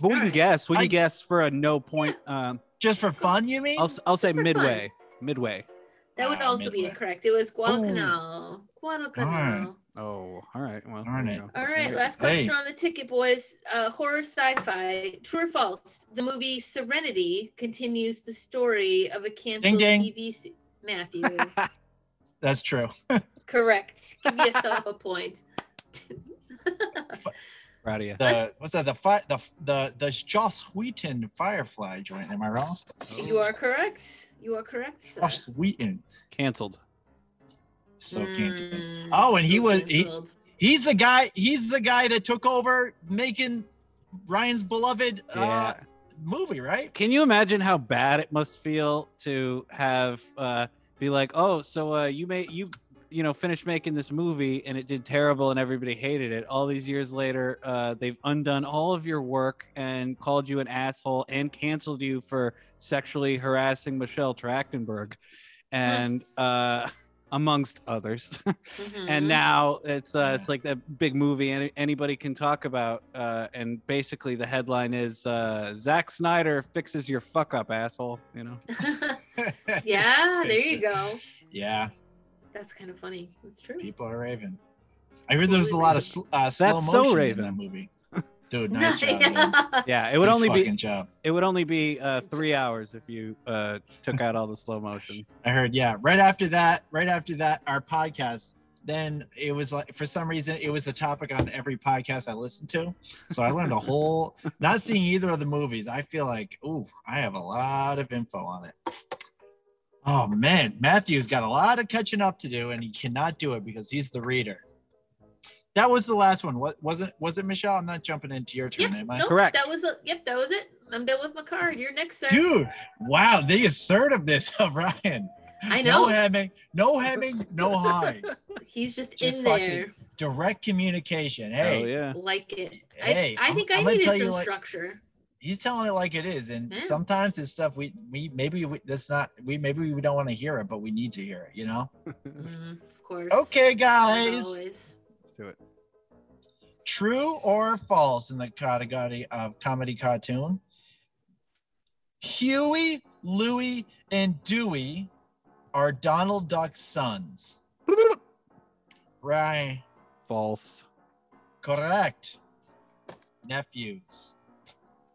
But we can Alright. guess. We can I- guess for a no point. Um, Just for fun, you mean? I'll s- I'll say Just for fun. midway. Midway. That would Ah, also be Midway. incorrect. It was Guadalcanal. Guadalcanal. Oh, all right. Well, Darn there it. you go. All right, Yeah. last question Hey. on the ticket, boys. Uh, horror sci-fi. True or false? The movie Serenity continues the story of a canceled ding. TV se- Matthew. (laughs) That's true. Correct. Give yourself a point. Proud of you. The what's that? The fi- the the the Joss Wheaton Firefly joint. Am I wrong? You are correct. You are correct, sir. Joss Wheaton. Canceled. So canceled. Mm, Oh, and he so was- he- canceled. He's the guy. He's the guy that took over making Ryan's beloved uh, Yeah. movie, right? (laughs) Can you imagine how bad it must feel to have uh, be like, oh, so uh, you made you you know finished making this movie and it did terrible and everybody hated it. All these years later, uh, they've undone all of your work and called you an asshole and canceled you for sexually harassing Michelle Trachtenberg, and uh, (laughs) amongst others. Mhm. and now it's uh, Yeah. it's like that big movie any, anybody can talk about uh, and basically the headline is uh, Zack Snyder fixes your fuck up asshole you know (laughs) (laughs) yeah, there you go. Yeah, That's kind of funny. That's true. (laughs) people are raving. I heard there was a lot of sl- uh, slow That's motion so in that raving. movie. Dude, nice (laughs) job. Yeah. dude. yeah it would Nice only be fucking job. it would only be uh, three hours if you uh, took out all the slow motion I heard, yeah. Right after that, right after that, our podcast. Then it was like for some reason it was the topic on every podcast I listened to. So I learned a whole (laughs) not seeing either of the movies. I feel like, ooh, I have a lot of info on it. Oh man, Matthew's got a lot of catching up to do, and he cannot do it because he's the reader. That was the last one. What was it? Was it Michelle? I'm not jumping into your turn, Yep, am I? nope, Correct. That was a, yep. That was it. I'm done with my card. You're next, sir. Dude, wow, the assertiveness of Ryan. I No know. hemming, no hemming, no hide. He's just, Just in fucking- there. direct communication. (laughs) Hey, Hell (laughs) yeah (laughs) Like it. Hey, I, I I'm- think I'm I gonna needed tell you, some like- structure. he's telling it like it is, and Yeah. sometimes it's stuff we we maybe we, that's not we maybe we don't want to hear it, but we need to hear it. You know? Mm-hmm. Mm, of course. Okay, As guys. always. let's do it (laughs) True or false in the category of comedy cartoon? Huey, Louie, and Dewey are Donald Duck's sons. Right. false Correct. Nephews.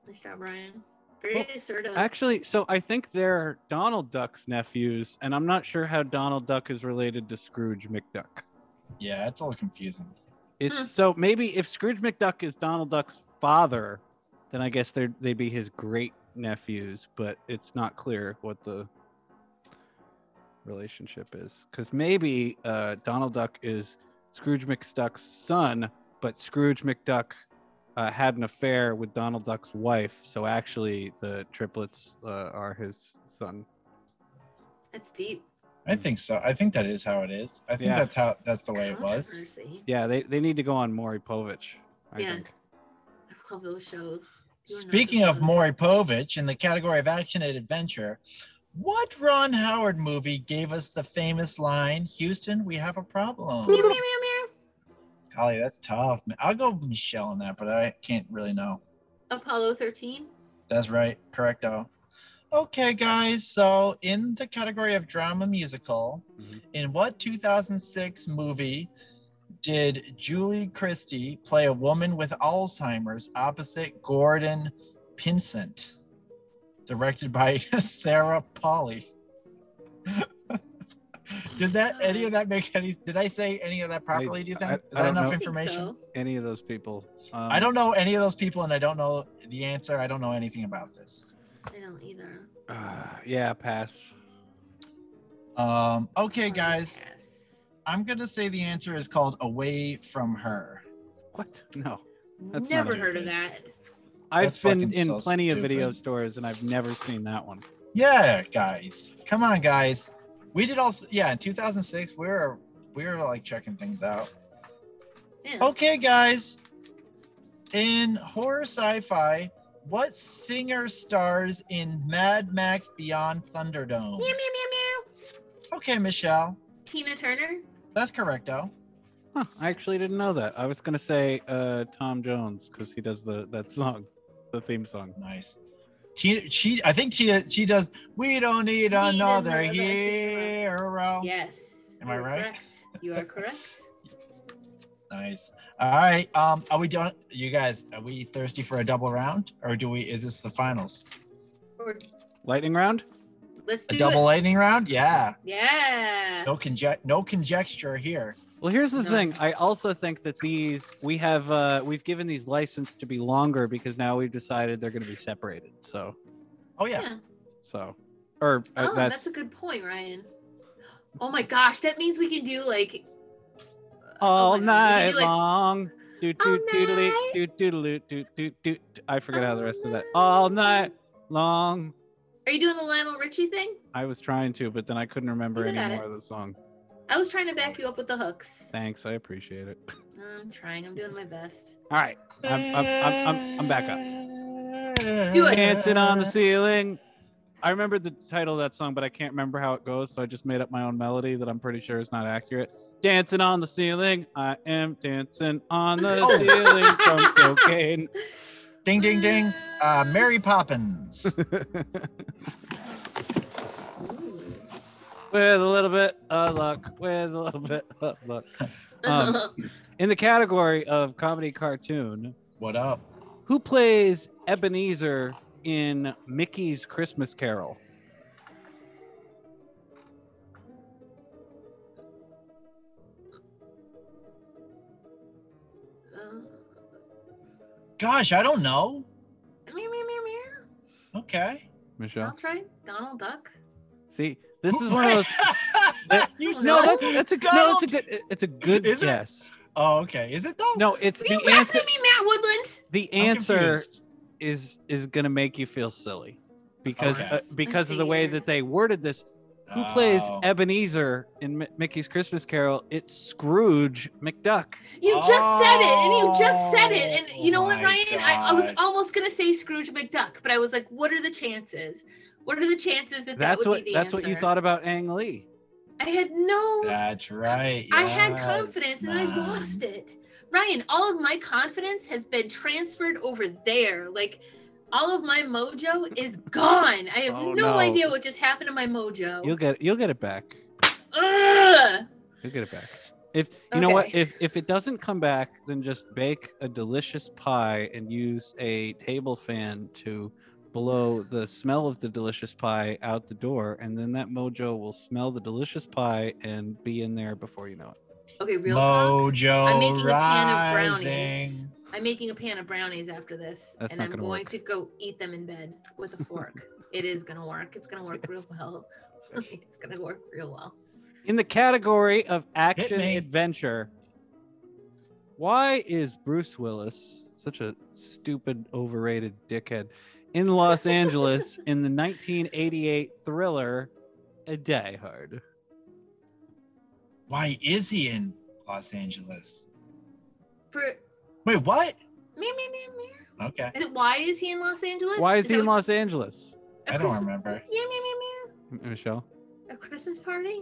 Nice job, Ryan. Very Well, assertive. actually so I think they're Donald Duck's nephews and I'm not sure how Donald Duck is related to Scrooge McDuck. Yeah, it's a little confusing. It's Hmm. so maybe if Scrooge McDuck is Donald Duck's father, then I guess they'd they'd be his great nephews, but it's not clear what the relationship is because maybe uh, Donald Duck is Scrooge McDuck's son, but Scrooge McDuck uh, had an affair with Donald Duck's wife. So actually, the triplets uh, are his son. That's deep. I think so. I think that is how it is. I think Yeah. that's how that's the way it was. Controversy. Yeah, they, they need to go on Maury Povich. I Yeah. think. I love those shows. You and I Speaking love of those. Maury Povich in the category of action and adventure, what Ron Howard movie gave us the famous line, Houston, we have a (laughs) Meow, meow, problem? meow, meow. Golly, that's tough. man. I'll go with Michelle on that, but I can't really know. Apollo 13. That's right. Correcto. Okay, guys. So, in the category of drama musical, Mhm. in what 2006 movie did Julie Christie play a woman with Alzheimer's opposite Gordon Pinsent? Directed by (laughs) Sarah Polly. (laughs) did that any of that make any? Did I say any of that properly? do you think? I- Is I that don't enough know. I think information? so. Any of those people. Um, I don't know any of those people, and I don't know the answer. I don't know anything about this. I don't either. Uh, (sighs) yeah, pass. Um, okay, Um, guys, yes. I'm gonna say the answer is called "Away from Her." What? No. That's not Never it. heard of that. That's I've been fucking in so plenty of video stupid. stores and I've never seen that one. Yeah, guys, come on, guys. We did also, yeah, in 2006, we were we were like checking things out. Yeah. Okay, guys, in horror sci-fi, what singer stars in Mad Max Beyond Thunderdome? Meow, meow, meow, meow. Okay, Michelle, Tina Turner. that's correcto. Huh, I actually didn't know that. I was gonna say uh, Tom Jones because he does the that song, the theme song. Nice. Tina, she, I think Tina, she does. We don't need, another, another hero. Yes. Oh. Am I you are right? Correct. You are correct. (laughs) Nice. All right. Um, are we done? You guys, are we thirsty for a double round, or do we? Is this the finals? Or Lightning round? let's A do double it. lightning round? Yeah. Yeah. No conje- no conjecture here. Well, here's the No. thing. I also think that these we have uh, we've given these license to be longer because now we've decided they're gonna be separated. So Oh yeah. so, or uh, Oh, that's... that's, a good point, Ryan. Oh my gosh, that means we can do like all oh my God, we night could do, like- long. Doot All doot doodly night. doot doodaloo doot doot doot. I forget how the All rest of that. night. All night long. Are you doing the Lionel Richie thing? I was trying to, but then I couldn't remember You any got more of the song. I was trying to back you up with the hooks. Thanks, I appreciate it. (laughs) I'm trying. I'm doing my best. All right, I'm I'm I'm I'm, I'm back up. up. Do it. Dancing on uh, the ceiling. I remember the title of that song, but I can't remember how it goes, so I just made up my own melody that I'm pretty sure is not accurate. Dancing on the ceiling, I am dancing on the Oh. ceiling from cocaine. Ding ding ding. Uh, (laughs) Mary Poppins. Ooh. with a little bit of luck, with a little bit of luck. Uh, (laughs) Um, In the category of comedy cartoon, what up? Who plays Ebenezer in Mickey's Christmas Carol? Uh, Gosh, I don't know. meow, meow, meow, meow. Okay. I'll Michelle. try Donald Duck. See, this is one of those. those. (laughs) (laughs) you No, said- that's that's a no, it's Donald- a good it's a good Is it? guess. Oh, okay. Is it though? No, it's Are you the answer. asking me, Matt Woodland? The I'm answer confused. is is gonna make you feel silly because Okay. uh, because of the way figured. that they worded this. Who plays Oh. Ebenezer in Mi- Mickey's Christmas Carol? It's Scrooge McDuck. You just said it, and you just said it, Oh, and you know what, my Ryan? I, I was God. almost gonna say Scrooge McDuck, but I was like, what are the chances? What are the chances that That's that would what be the that's what you answer? thought about Ang Lee. I had no. That's right. I had yes, confidence, and I man. lost it. Ryan, all of my confidence has been transferred over there. Like, all of my mojo is gone. I have Oh, no, no. idea what just happened to my mojo. You'll get you'll get it back. Ugh! You'll get it back. If you know what, Okay. if if it doesn't come back, then just bake a delicious pie and use a table fan to blow the smell of the delicious pie out the door, and then that mojo will smell the delicious pie and be in there before you know it. Okay, real talk. Mojo I'm making a can of brownies. rising. I'm making a pan of brownies after this, That's and not I'm gonna going work. to go eat them in bed with a (laughs) fork. it is gonna work. It's gonna work real well. (laughs) it's gonna work real well. In the category of action me. adventure, why is Bruce Willis Such a stupid, overrated dickhead. In Los Angeles in the 1988 thriller, A Die Hard. Why is he in Los Angeles? For Wait, what? me, me, me, me. Okay. Is it why is he in Los Angeles? Why is he that in what- Los Angeles? a I don't Christmas- remember. Yeah, meow, meow, M- Michelle? meow. A Christmas party?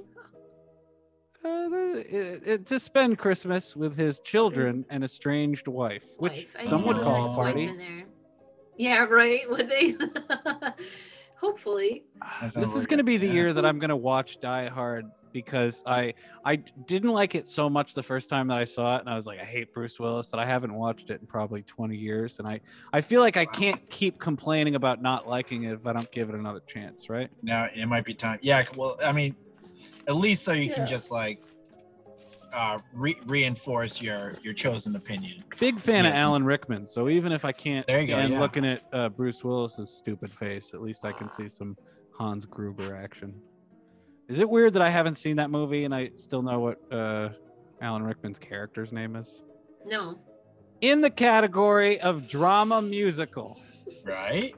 Uh, the- it- it- to spend Christmas with his children and estranged wife, which Wife. I some would didn't call a realize wife party. in there. Yeah, right. (laughs) Would they? Hopefully. That's not this is working. going to be the Yeah. year that I'm going to watch Die Hard because I I didn't like it so much the first time that I saw it, and I was like, I hate Bruce Willis, that I haven't watched it in probably 20 years, and I I feel like I can't keep complaining about not liking it if I don't give it another chance, right? Now it might be time. Yeah. Well, I mean, at least so you Yeah. can just like uh, re- reinforce your your chosen opinion. Big fan of Yes. Alan Rickman, so even if I can't There you stand go, yeah. looking at uh, Bruce Willis's stupid face, at least I can see some Hans Gruber action. Is it weird that I haven't seen that movie and I still know what uh, Alan Rickman's character's name is? No. in the category of drama musical. Right.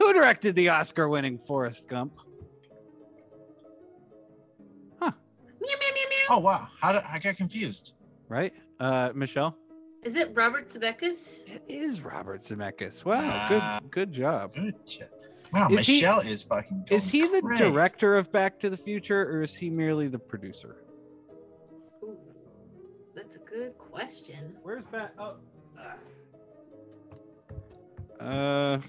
Who directed the Oscar winning Forrest Gump? Meow, meow, meow, meow. Oh wow. How did I got confused? Right? Uh, Michelle? Is it Robert Zemeckis? It is Robert Zemeckis. Wow, good good job. Good shit. Wow, Is he- Michelle is fucking. Is he going the crazy. director of Back to the Future or is he merely the producer? Ooh, that's a good question. Where's Bat? Oh. Uh,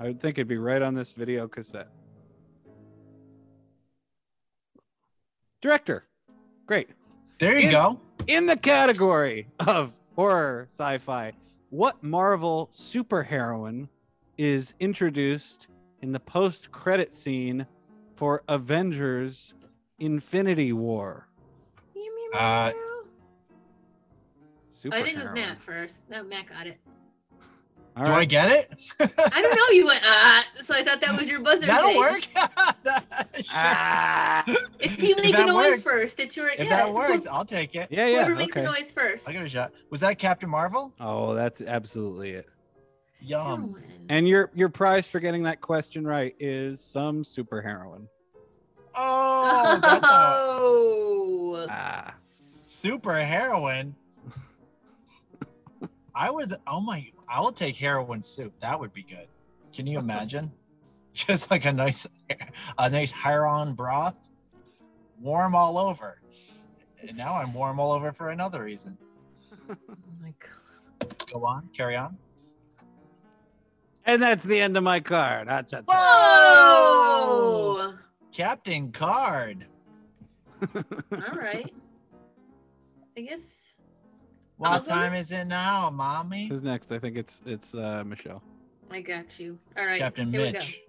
I would think it'd be right on this video cassette. Director. Great. There you in- go. In the category of horror sci fi, what Marvel superheroine is introduced in the post credit scene for Avengers Infinity War? Meow, meow, Uh, meow. Oh, I think it was Superheroine. Matt first. No, Matt got it. All Do I right. get it? (laughs) I don't know. You went ah, so I thought that was your buzzer. That'll thing. work. (laughs) That- (laughs) Ah. If you If make a that noise works. first, it's your If yeah. that works, Oh, I'll take it. Yeah, yeah. Whoever makes okay. a noise first. I'll give it a shot. Was that Captain Marvel? Oh, that's absolutely it. Yum. and And your your prize for getting that question right is some superheroine. Oh, (laughs) that's Uh, a (laughs) oh, Ah. super heroin. I would. Oh my! I will take heroin soup. That would be good. Can you imagine? (laughs) Just like a nice, a nice heron broth, warm all over. And now I'm warm all over for another reason. Oh my god! Go on, carry on. And that's the end of my card. Ah, cha, cha. Oh, Captain Card. all right. I guess I'll What go. time is it now, mommy? Who's next? I think it's it's uh, Michelle. I got you. All right, Captain here Mitch.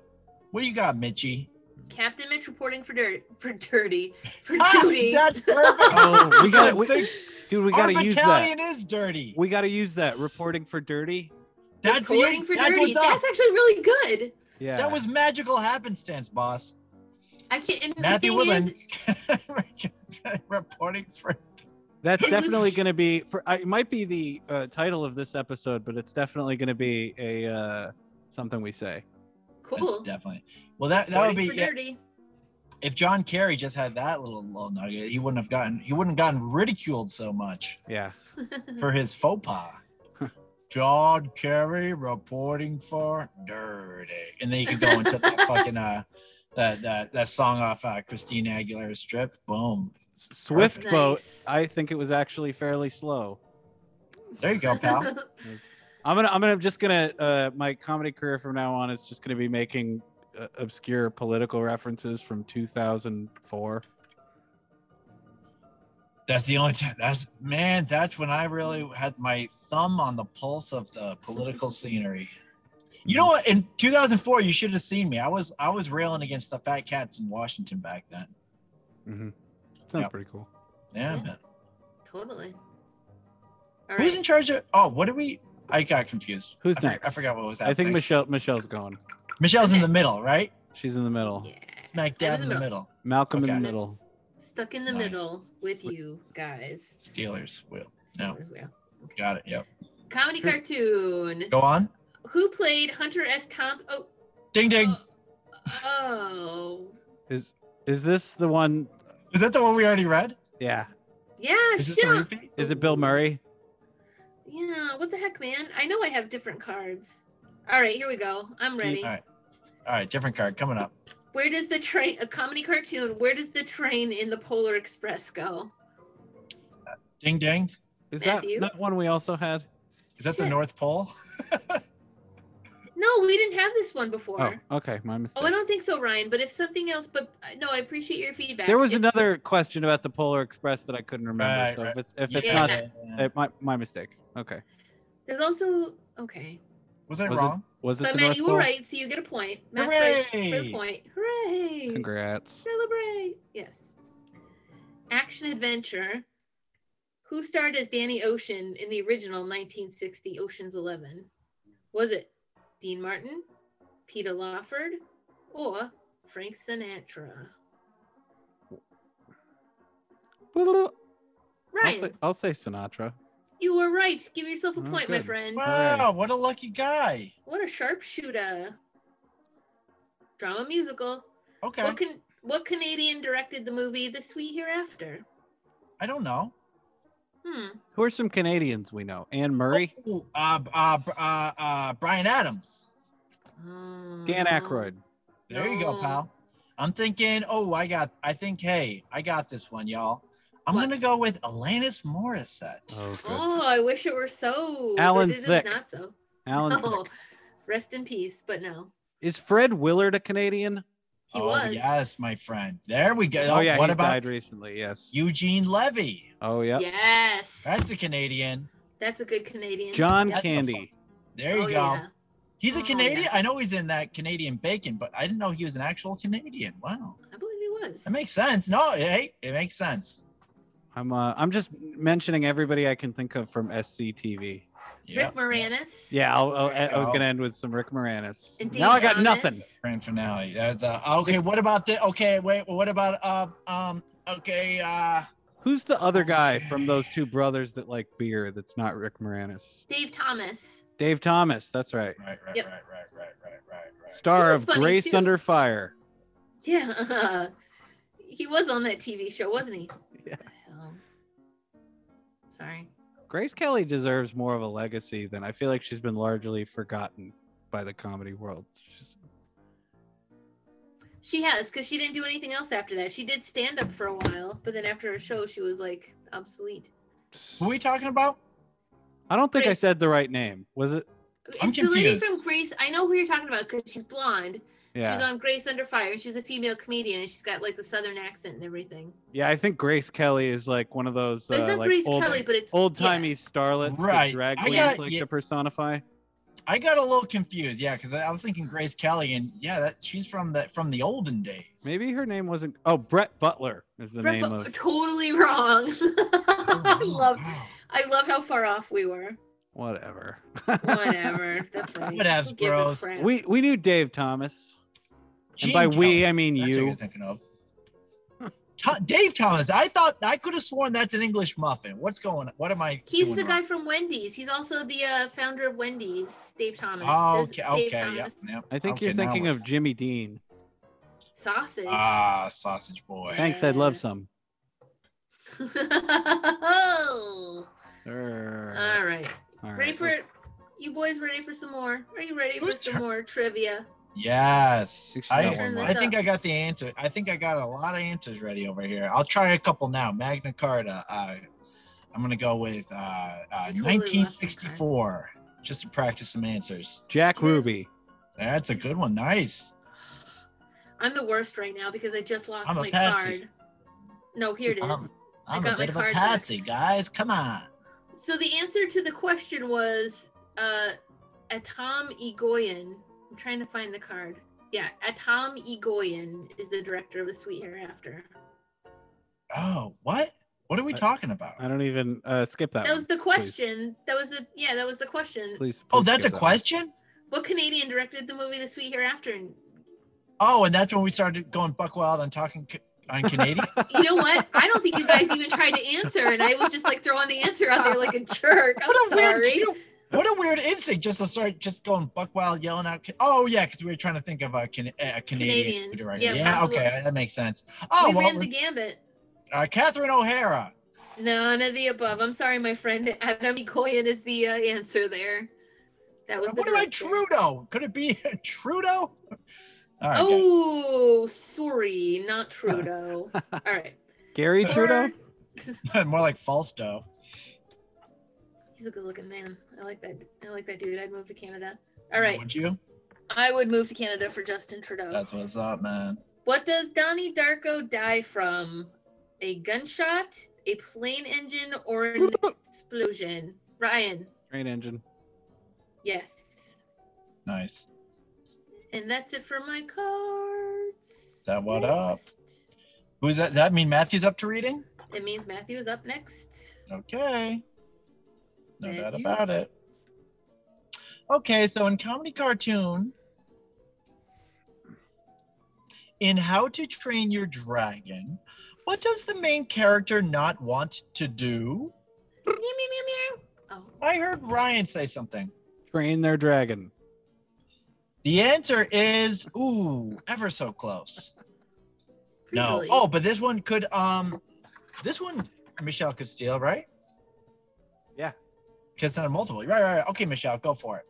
What do you got, Mitchy? we go. Captain Mitch reporting for dirt for dirty for Ah, duty. (laughs) that's perfect. Oh, we got it. Because We- Dude, we Our gotta use that. battalion is dirty. We gotta use that. Reporting for dirty. that's the, reporting for that's dirty. what's up. That's actually really good. Yeah. That was magical happenstance, boss. I can't. And Matthew the thing Woodland is, (laughs) reporting for. That's It was- definitely going to be for. I- It might be the uh, title of this episode, but it's definitely going to be a uh, something we say. That's cool. definitely. Well, that that would Reporting be for dirty. if John Kerry just had that little little nugget, he wouldn't have gotten he wouldn't have gotten ridiculed so much Yeah. for his faux (laughs) pas. John Kerry reporting for dirty, and then you could go (laughs) into that fucking uh that that that song off uh, Christina Aguilera's strip. Boom, S- Swift (laughs) Nice. boat. I think it was actually fairly slow. there you (laughs) go, pal. I'm gonna. I'm gonna. I'm just gonna. Uh, my comedy career from now on is just gonna be making uh, obscure political references from 2004. That's the only time. That's man. That's when I really had my thumb on the pulse of the political scenery. You know what? In 2004, you should have seen me. I was I was railing against the fat cats in Washington back then. Mm-hmm. Sounds Yeah. pretty cool. Yeah. Yeah. man. (laughs) totally. All Who's in right. charge of? Oh, what did we? I got confused. Who's I, for- next? I forgot what was I happening. think Michelle. Michelle's going. Michelle's in the middle, right? She's in the middle. Yeah. Smack I'm dab in in the the middle. Malcolm in Okay. the middle. Stuck in the Nice. middle with you guys. Steelers will. No. Yeah. Got it. Yep. Comedy cartoon. Go on. Who played Hunter S. Comp? Oh, Ding ding. oh, oh. Is is this the one? Is that the one we already read? Yeah. yeah, Is this shit. the on- repeat? Is it Bill Murray? Yeah, what the heck, man? I know I have different cards. All right, here we go. I'm ready. All right. All right. Different card coming up. Where does the train? A comedy cartoon. Where does the train in the Polar Express go? Ding ding. Is Matthew? that that one we also had? Is that the Shit. North Pole? No, we didn't have this one before. Oh, Oh. okay, my mistake. I don't think so, Ryan. But if something else, but uh, no, I appreciate your feedback. there was If- another question about the Polar Express that I couldn't remember. Right, so right. if it's if it's Yeah. not, Yeah. it, my my mistake. Okay, There's also okay. was I was it- wrong? was it But the Matt, North you Pole? were right, so you get a point. Matt's right for a Hooray! point. Hooray! Congrats. Celebrate! Yes. Action adventure. Who starred as Danny Ocean in the original 1960 Ocean's Eleven? Was it Dean Martin, Peter Lawford, or Frank Sinatra? I'll Ryan, say, I'll say Sinatra. you were right. Give yourself a Oh, point, my good. friend. Wow, what a lucky guy. What a sharpshooter! Drama musical. Okay. What can what Canadian directed the movie The Sweet Hereafter? I don't know. Hmm. Who are some Canadians we know? Anne Murray, Ooh, uh, uh, uh, uh, Brian Adams. Dan Oh. Aykroyd. There you go, No. pal. I'm thinking, oh, I got, I think, hey, I got this one, y'all. I'm What? going to go with Alanis Morissette. Oh, good. Oh, I wish it were so. Alan but it is Thicke. not so. Alan. No. Thicke. Rest in peace, but no. Is Fred Willard a Canadian? He oh, was. yes, my friend. There we go. Oh yeah, what he's about died recently. Yes. Eugene Levy? Oh yeah. Yes. That's a Canadian. That's a good Canadian. John That's a Candy. There you Oh, go. yeah. He's a Oh, Canadian. yeah. I know he's in that Canadian bacon, but I didn't know he was an actual Canadian. Wow. I believe he was. That makes sense. No, hey, it makes sense. I'm uh, I'm just mentioning everybody I can think of from SCTV. Yeah. Rick Moranis. Yeah, I'll, I'll, I I was Oh. gonna end with some Rick Moranis. And Dean now I got Thomas. nothing. Grand finale. That's, uh, okay, what about the okay, wait, what about um um okay, uh Who's the other guy from those two brothers that like beer? That's not Rick Moranis. Dave Thomas. Dave Thomas. That's right. right, right, Yep. right, right, right, right, right, right. Star He was of funny, Grace too. Under Fire. Yeah. (laughs) he was on that TV show, wasn't he? Yeah. Hell. Sorry. Grace Kelly deserves more of a legacy than I feel like she's been largely forgotten by the comedy world. She's- She has, because she didn't do anything else after that. She did stand up for a while, but then after her show, she was like obsolete. Who are we talking about? I don't think I Grace- said the right name. Was it? I'm It's the lady confused. from Grace. I know who you're talking about because she's blonde. She Yeah. was on Grace Under Fire. She's a female comedian, and she's got like the southern accent and everything. Yeah, I think Grace Kelly is like one of those But it's uh, not like Grace old, Kelly, but it's yeah. old-timey starlets Right. that drag I queens got- like yeah. to personify. I got a little confused, yeah, because I, I was thinking Grace Kelly, and yeah, that she's from the from the olden days. Maybe her name wasn't. Oh, Brett Butler is the Brett name Butler- of. (laughs) totally wrong. (laughs) Oh, I love, Wow. I love how far off we were. Whatever. Whatever. That's right. Whatevs, Who gives a bros. crap? we we knew Dave Thomas, Gene and by we Kelly. I mean That's what you're you. thinking of. To- Dave Thomas, I thought I could have sworn that's an English muffin. What's going? What am I? He's doing the wrong? guy from Wendy's. He's also the uh, founder of Wendy's, Dave Thomas. Oh, There's okay, Dave okay, yep, Thomas. yep. I think Okay, you're now thinking we're- of Jimmy Dean. Sausage. (laughs) ah sausage boy. Thanks, I'd love Yeah. some. Oh. All right. All right, Uh, Ready for let's- you boys ready for some more? Are you ready for Who's some tur- more trivia? Yes, You should I, know one more. I think I got the answer. I think I got a lot of answers ready over here. I'll try a couple now. Magna Carta. Uh, I'm gonna go with uh, uh, totally 1964, just to practice some answers. Jack Here's- Ruby. That's a good one. Nice. I'm the worst right now because I just lost I'm a my patsy. Um, card. No, here it is. I'm- I'm got a my bit of a card back. patsy, guys. Come on. So the answer to the question was uh Atom Egoyan. I'm trying to find the card. Yeah, Atom Egoyan is the director of The Sweet Hereafter. Oh, what? What are we I- talking about? I don't even uh, skip that. That was one, the question. That was the yeah, that was the question. Please. please Oh, that's a skip that one. question? What Canadian directed the movie The Sweet Hereafter? And Oh, and that's when we started going buck wild on talking c- on (laughs) Canadians? You know what? I don't think you guys even tried to answer, and I was just like throwing the answer out there like a jerk. I'm what a sorry. weird, you know, what a weird instinct just to start just going buck wild, yelling out. Ca- Oh yeah, because we were trying to think of a, can, a Canadian Canadians. food director. Yeah, Yeah, possible. okay, that makes sense. Oh we well, ran the let's- gambit. uh, Catherine O'Hara. None of the above. I'm sorry, my friend. Adam Koyan is the uh, answer there. That was. the What about correct answer. Trudeau? Could it be (laughs) Trudeau? All right, guys. Oh, sorry, not (laughs) Trudeau. All right. Gary Or- Trudeau? Oh. more like Falsto. He's a good-looking man. I like that. I like that dude. I'd move to Canada. All right, Would you? I would move to Canada for Justin Trudeau. That's what's up, man. What does Donnie Darko die from? A gunshot, a plane engine, or (laughs) an explosion? Ryan, Train engine. yes. Nice. And that's it for my cards. That what up? Who's that? Does that mean Matthew's up to reading? It means Matthew is up next. Okay. No Thank doubt you. about it. Okay, so in comedy cartoon, in How to Train Your Dragon, what does the main character not want to do? meow, meow, meow, meow. Oh, I heard Ryan say something. Train their dragon. The answer is ooh, ever so close. No. really? Oh, but this one could um this one Michelle could steal, right? Yeah. Because it's not a multiple. Right, right, right. Okay, Michelle, go for it.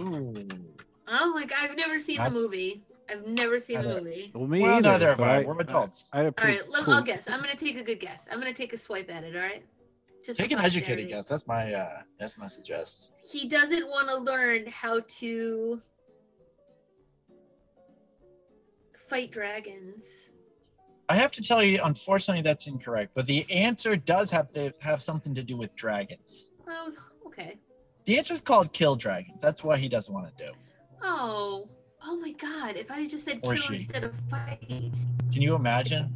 Ooh. Oh my god, I've never seen the That's- movie. I've never seen the Neither. movie. Well, me well, either. neither of but us. I- We're adults. I had a All pretty right, let, cool- I'll guess. I'm gonna take a good guess. I'm gonna take a swipe at it. All right. Just for Take an popularity. educated guess. That's my uh that's my suggest. He doesn't want to learn how to fight dragons. I have to tell you, unfortunately, that's incorrect. But the answer does have to have something to do with dragons. Oh, okay. The answer is called kill dragons. That's what he doesn't want to do. Oh, oh my God! If I had just said Or kill she. instead of fight, Can you imagine?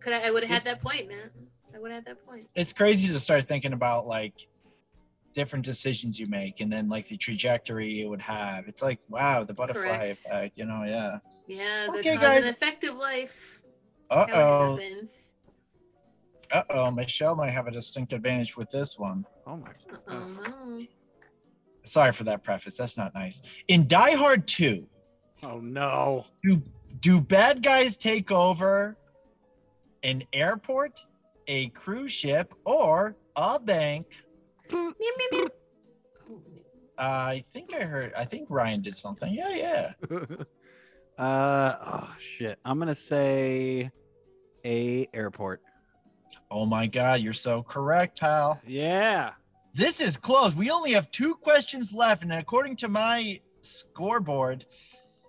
could I? I would have had that point, man. I would have had that point. it's crazy to start thinking about like different decisions you make and then like the trajectory it would have. It's like, wow, the butterfly Correct. effect, you know, yeah. Yeah, the Okay, cause guys. and effect of life. Uh How it oh, happens. uh oh, Michelle might have a distinct advantage with this one. Oh my. Oh no. Sorry for that preface. That's not nice. In Die Hard 2, Oh no. do, do bad guys take over an airport, a cruise ship, or a bank? Meow, meow, meow. Oh, I think I heard, I think Ryan did something. Yeah, yeah. (laughs) uh oh shit. I'm gonna say a airport. Oh my God, you're so correct, pal. Yeah. This is close. We only have two questions left, and according to my scoreboard,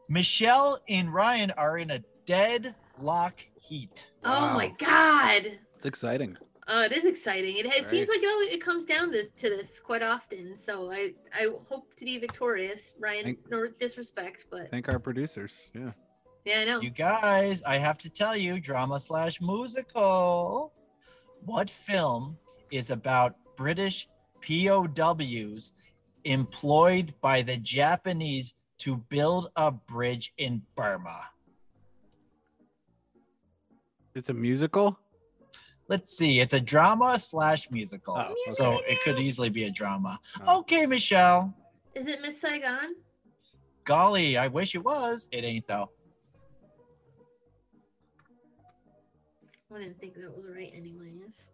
Michelle and Ryan are in a deadlock heat. Oh my Wow. God. It's exciting. Oh, it is exciting. It, it seems like it, always, it comes down this, to this quite often. So I, I hope to be victorious, Ryan. Thank- no disrespect, but Thank our producers. Yeah. yeah, I know. You guys, I have to tell you, drama slash musical. What film is about British POWs employed by the Japanese to build a bridge in Burma? It's a musical. Let's see. It's a drama slash musical. Oh, okay. So it could e- easily be a drama. Oh. Okay, Michelle. Is it Miss Saigon? Golly, I wish it was. It ain't though. I didn't think that was right, anyways.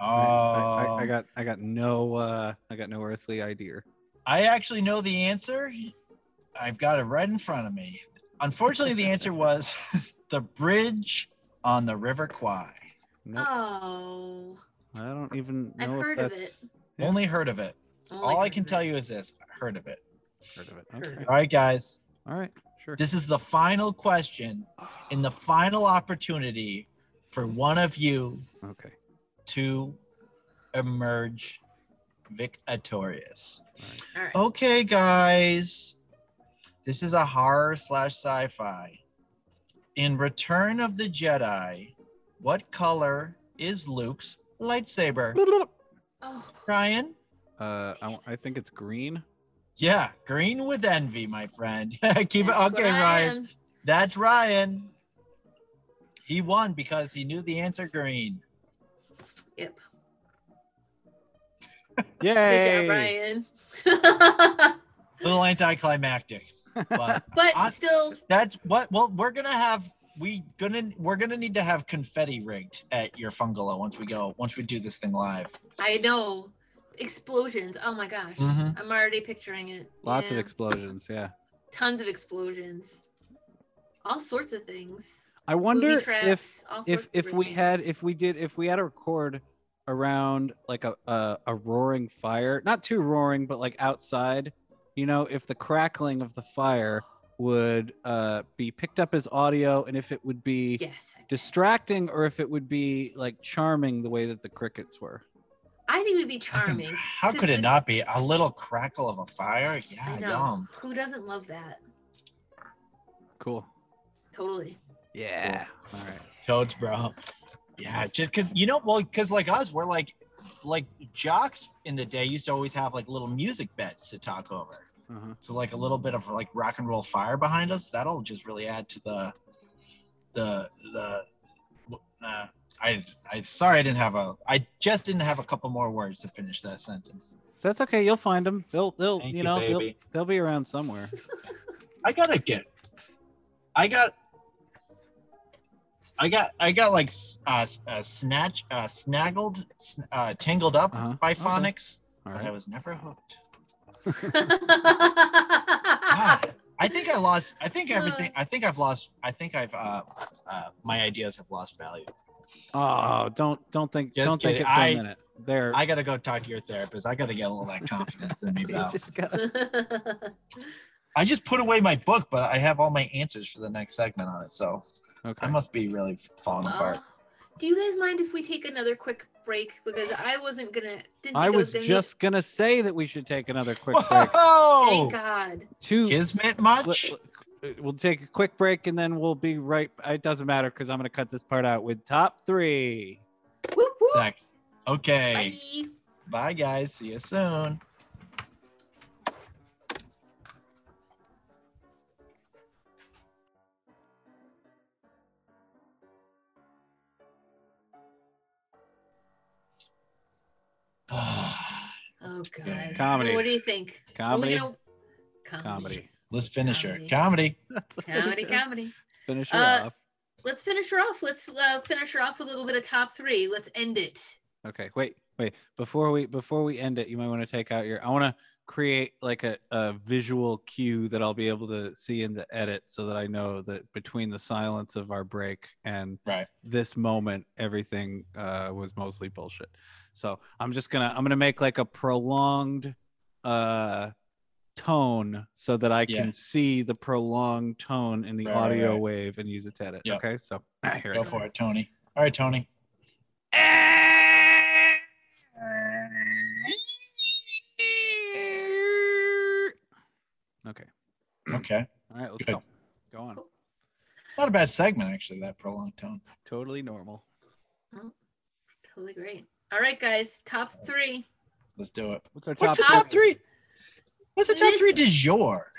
Oh, I, I- I, I, I got I got no uh I got no earthly idea. actually know the answer. I've got it right in front of me. Unfortunately, the answer was (laughs) the bridge on the River Kwai. Nope. Oh. I don't even I've know if heard of that's Yeah. Only heard of it. Oh, All I can tell you is this: heard of it. heard of it. Heard of Okay. it. All right, guys. All right. Sure. Oh, This is the final question and the final opportunity for one of you Okay. to emerge victorious. All right. Okay, guys. This is a horror slash sci fi. In Return of the Jedi, what color is Luke's lightsaber? Oh. Ryan? Uh, I, I think it's green. Yeah, green with envy, my friend. (laughs) Keep it. that's what Okay, I Ryan. am. That's Ryan. He won because he knew the answer green. Yep. Good Yay! job, Ryan. Little anticlimactic, but (laughs) but I- still, that's what. Well, we're gonna have we gonna we're gonna need to have confetti rigged at your bungalow once we go once we do this thing live. I know explosions. Oh my gosh, Mhm. I'm already picturing it. Lots Yeah. of explosions. Yeah. tons of explosions, all sorts of things. I wonder Booby traps, if all sorts if of if we things. had if we did if we had to record around like a, a a roaring fire not too roaring but like outside you know if the crackling of the fire would uh be picked up as audio and if it would be yes, I- distracting or if it would be like charming the way that the crickets were I think it (laughs) would be I think- charming. How could it not be a little crackle of a fire? I Yeah, know. yum. Who doesn't love that? cool Totally. (laughs) yeah all right toads bro yeah just because you know well because like us we're like like jocks in the day used to always have like little music beds to talk over uh-huh. so like a little bit of like rock and roll fire behind us that'll just really add to the the the uh, i i sorry i didn't have a i just didn't have a couple more words to finish that sentence that's okay you'll find them they'll they'll Thank you, you, know they'll, baby. they'll be around (laughs) somewhere I gotta get. I got. I got. I got like s- uh, s- uh, snatch, uh, snaggled, sn- uh, tangled up Uh-huh. by Okay. phonics, all but I right was never hooked. Ah. (laughs) I God, Ah, I think I lost. I think everything. Uh. I think I've lost. I think I've. Uh, uh, my ideas have lost value. oh don't don't think Just don't think kidding. it for a I- minute there (laughs) I gotta go talk to your therapist. I gotta get a little that confidence in me. You Val. just (laughs) got- I just put away my book, but I have all my answers for the next segment on it, so okay. I must be really falling apart. Well, Oh. do you guys mind if we take another quick break? Because I wasn't gonna. Didn't think I it was gonna need- just Oh. gonna say that we should take another quick break. Whoa! Thank God. Two. Kismet L- much? l- We'll take a quick break and then we'll be right. It doesn't matter because I'm gonna cut this part out with top three. Whoop, whoop. Sex. Okay. Bye, Bye. guys. See you soon. (sighs) Oh God. Okay. Comedy. What do you think? Are we Comedy. gonna- Comedy. Comedy. (laughs) Let's finish her. Comedy. Comedy. Comedy. Finish it Uh, off. Let's finish her off. Let's uh, finish her off with a little bit of top three. Let's end it. Okay. Wait. Wait. Before we before we end it, you might want to take out your. I want to create like a, a visual cue that I'll be able to see in the edit, so that I know that between the silence of our break and Right. this moment everything uh, was mostly bullshit so i'm just gonna i'm gonna make like a prolonged uh tone so that i Yeah. can see the prolonged tone in the Right, right, audio right. wave and use it to edit Yeah. okay so (clears throat) here Go it for it, Tony. All right, Tony. okay Okay. all right let's Good. go go on Not a bad segment, actually, that prolonged tone. totally normal Totally great. All right, guys. Top three. Let's do it. what's our top, What's the top three? What's the top This- three du jour?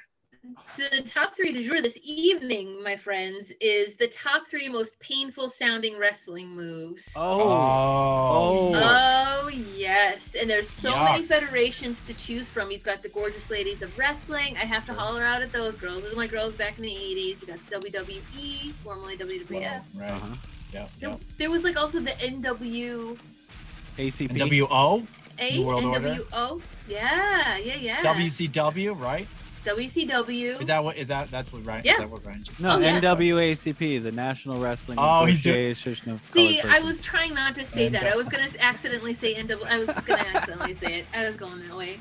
The top three du jour this evening, my friends, is the top three most painful sounding wrestling moves. oh, Oh. Oh, yes. And there's so Yuck. many federations to choose from. You've got the gorgeous ladies of wrestling. I have to holler out at those girls. Those are my girls back in the 80s. You got the WWE, formerly WWF. Well, Right. uh-huh. Yep. There, Yep. there was like also the NWA, acp NWO, Uh-huh. New World Order? NWO. Yeah, yeah, yeah. WCW, right? WCW. Is that what is that that's what Ryan Yeah. is that what Ryan just No, Oh, yeah. NWACP, the National Wrestling Oh, he's doing- Association of See, Colored I Persons. was trying not to say And, that. uh, I was gonna accidentally say NW. I was gonna accidentally say it. I was going that way.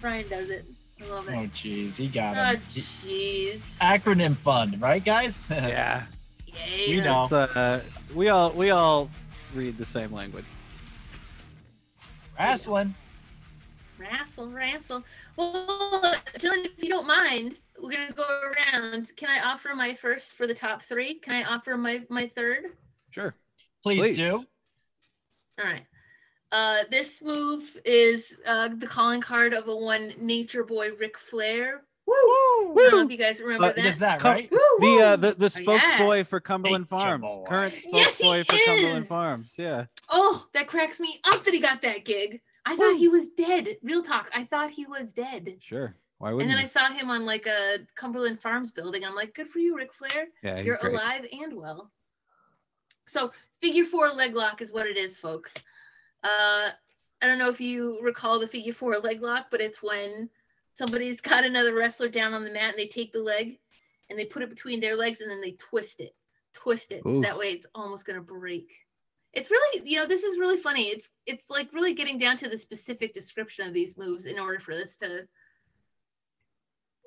Brian does it. I love Oh Ah, it. jeez, he got Oh, him. He- jeez. Acronym fund, right guys? (laughs) Yeah, Yeah. you know. it's, uh, we all we all read the same language. Wrestling. Rassle, rassle. Well, John, if you don't mind, we're gonna go around. Can I offer my first for the top three? Can I offer my my third? Sure. Please, Please. do. All right. Uh, this move is uh, the calling card of a one nature boy Ric Flair Woo! I don't know Woo! if you guys remember Uh, that. Is that Co- right? Woo! The uh, woo. the the Oh, yeah. spokesboy for Cumberland Nature Farms, boy. current Yes, he spokesboy for Cumberland is! Farms. Yeah, Oh, that cracks me up that he got that gig. I thought he was dead. Real talk. I thought he was dead. sure. Why And wouldn't? then I you? saw him on like a Cumberland Farms building. I'm like, good for you, Ric Flair. yeah, he's You're great. alive and well. So, figure four leg lock is what it is, folks. Uh, I don't know if you recall the figure four leg lock, but it's when somebody's got another wrestler down on the mat and they take the leg and they put it between their legs and then they twist it, twist it. So Oof. that way it's almost going to break. It's really, you know, this is really funny. It's it's like really getting down to the specific description of these moves in order for this to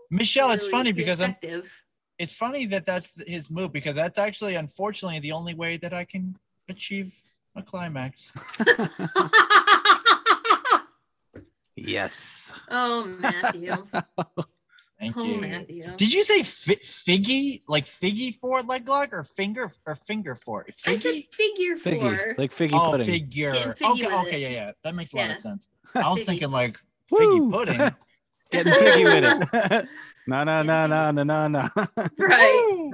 Michelle, it's really funny be because I'm, effective. (laughs) it's funny that that's his move because that's actually, unfortunately, the only way that I can achieve a climax. Yes. oh, Matthew. Thank Oh, you. Matthew. Did you say fi- figgy, like figgy for leg lock or finger or finger for it? I said Figgy? figure Figgy, (laughs) four. like figgy Oh, pudding. figure. Yeah, figgy okay, with okay, it. yeah, yeah. That makes a lot Yeah. of (laughs) sense. I was Figgy. thinking like Woo! (laughs) figgy pudding. (laughs) Getting figgy with (laughs) it. No, no, no, Yeah, no, no, no, no. right. Woo!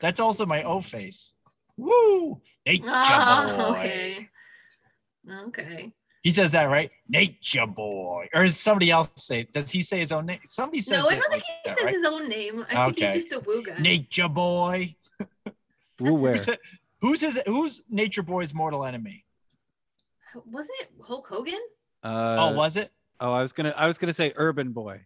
That's also my O face. Woo! Nature boy. Oh, okay. Okay. He says that, right? Nature boy. Or is somebody else say? Does he say his own name? Somebody says No, I it don't think like he that, says right? his own name. I think Okay. he's just a woo guy. Nature boy. Woo Who where? said- Who's his? Who's Nature Boy's mortal enemy? Wasn't it Hulk Hogan? Uh, oh, was it? oh, I was gonna, I was gonna say Urban Boy.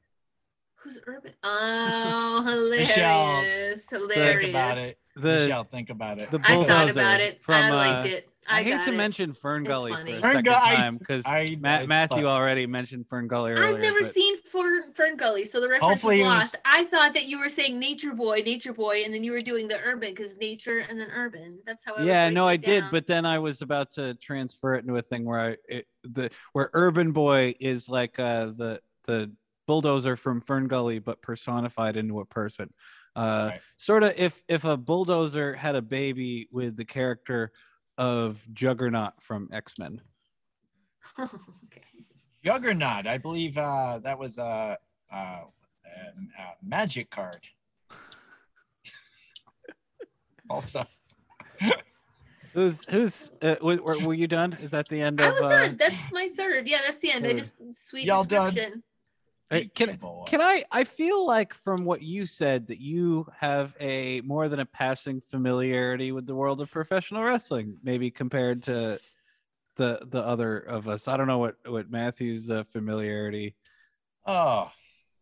Who's Urban? Oh, hilarious. Michelle, hilarious. Think about it, The Michelle. Think about it. the I thought Bulldozer about it. from, I liked uh, it. I, I, hate got to it. mention Fern It's Gully for funny. a Fern second Gully, I time s- because I- I- Matthew already mentioned Fern Gully earlier. I've never but- seen Fern, Fern Gully, so the reference Hopefully is it was- lost. I thought that you were saying Nature Boy, Nature Boy, and then you were doing the urban because nature and then urban. That's how I was yeah writing no it i did down. but then i was about to transfer it into a thing where i it, the where urban boy is like uh the the bulldozer from fern gully but personified into a person uh Right. sort of if if a bulldozer had a baby with the character of juggernaut from x-men (laughs) okay. Juggernaut. I believe uh, that was a uh, uh, um, uh, magic card. (laughs) also, who's who's uh, w- were, were you done is that the end I of was uh, done. That's my third. Yeah, that's the end. I third. just sweet Y'all done? description. Hey, can- Nature Boy. Can I? I feel like from what you said that you have a more than a passing familiarity with the world of professional wrestling, maybe compared to the the other of us. I don't know what what Matthew's uh, familiarity, Oh,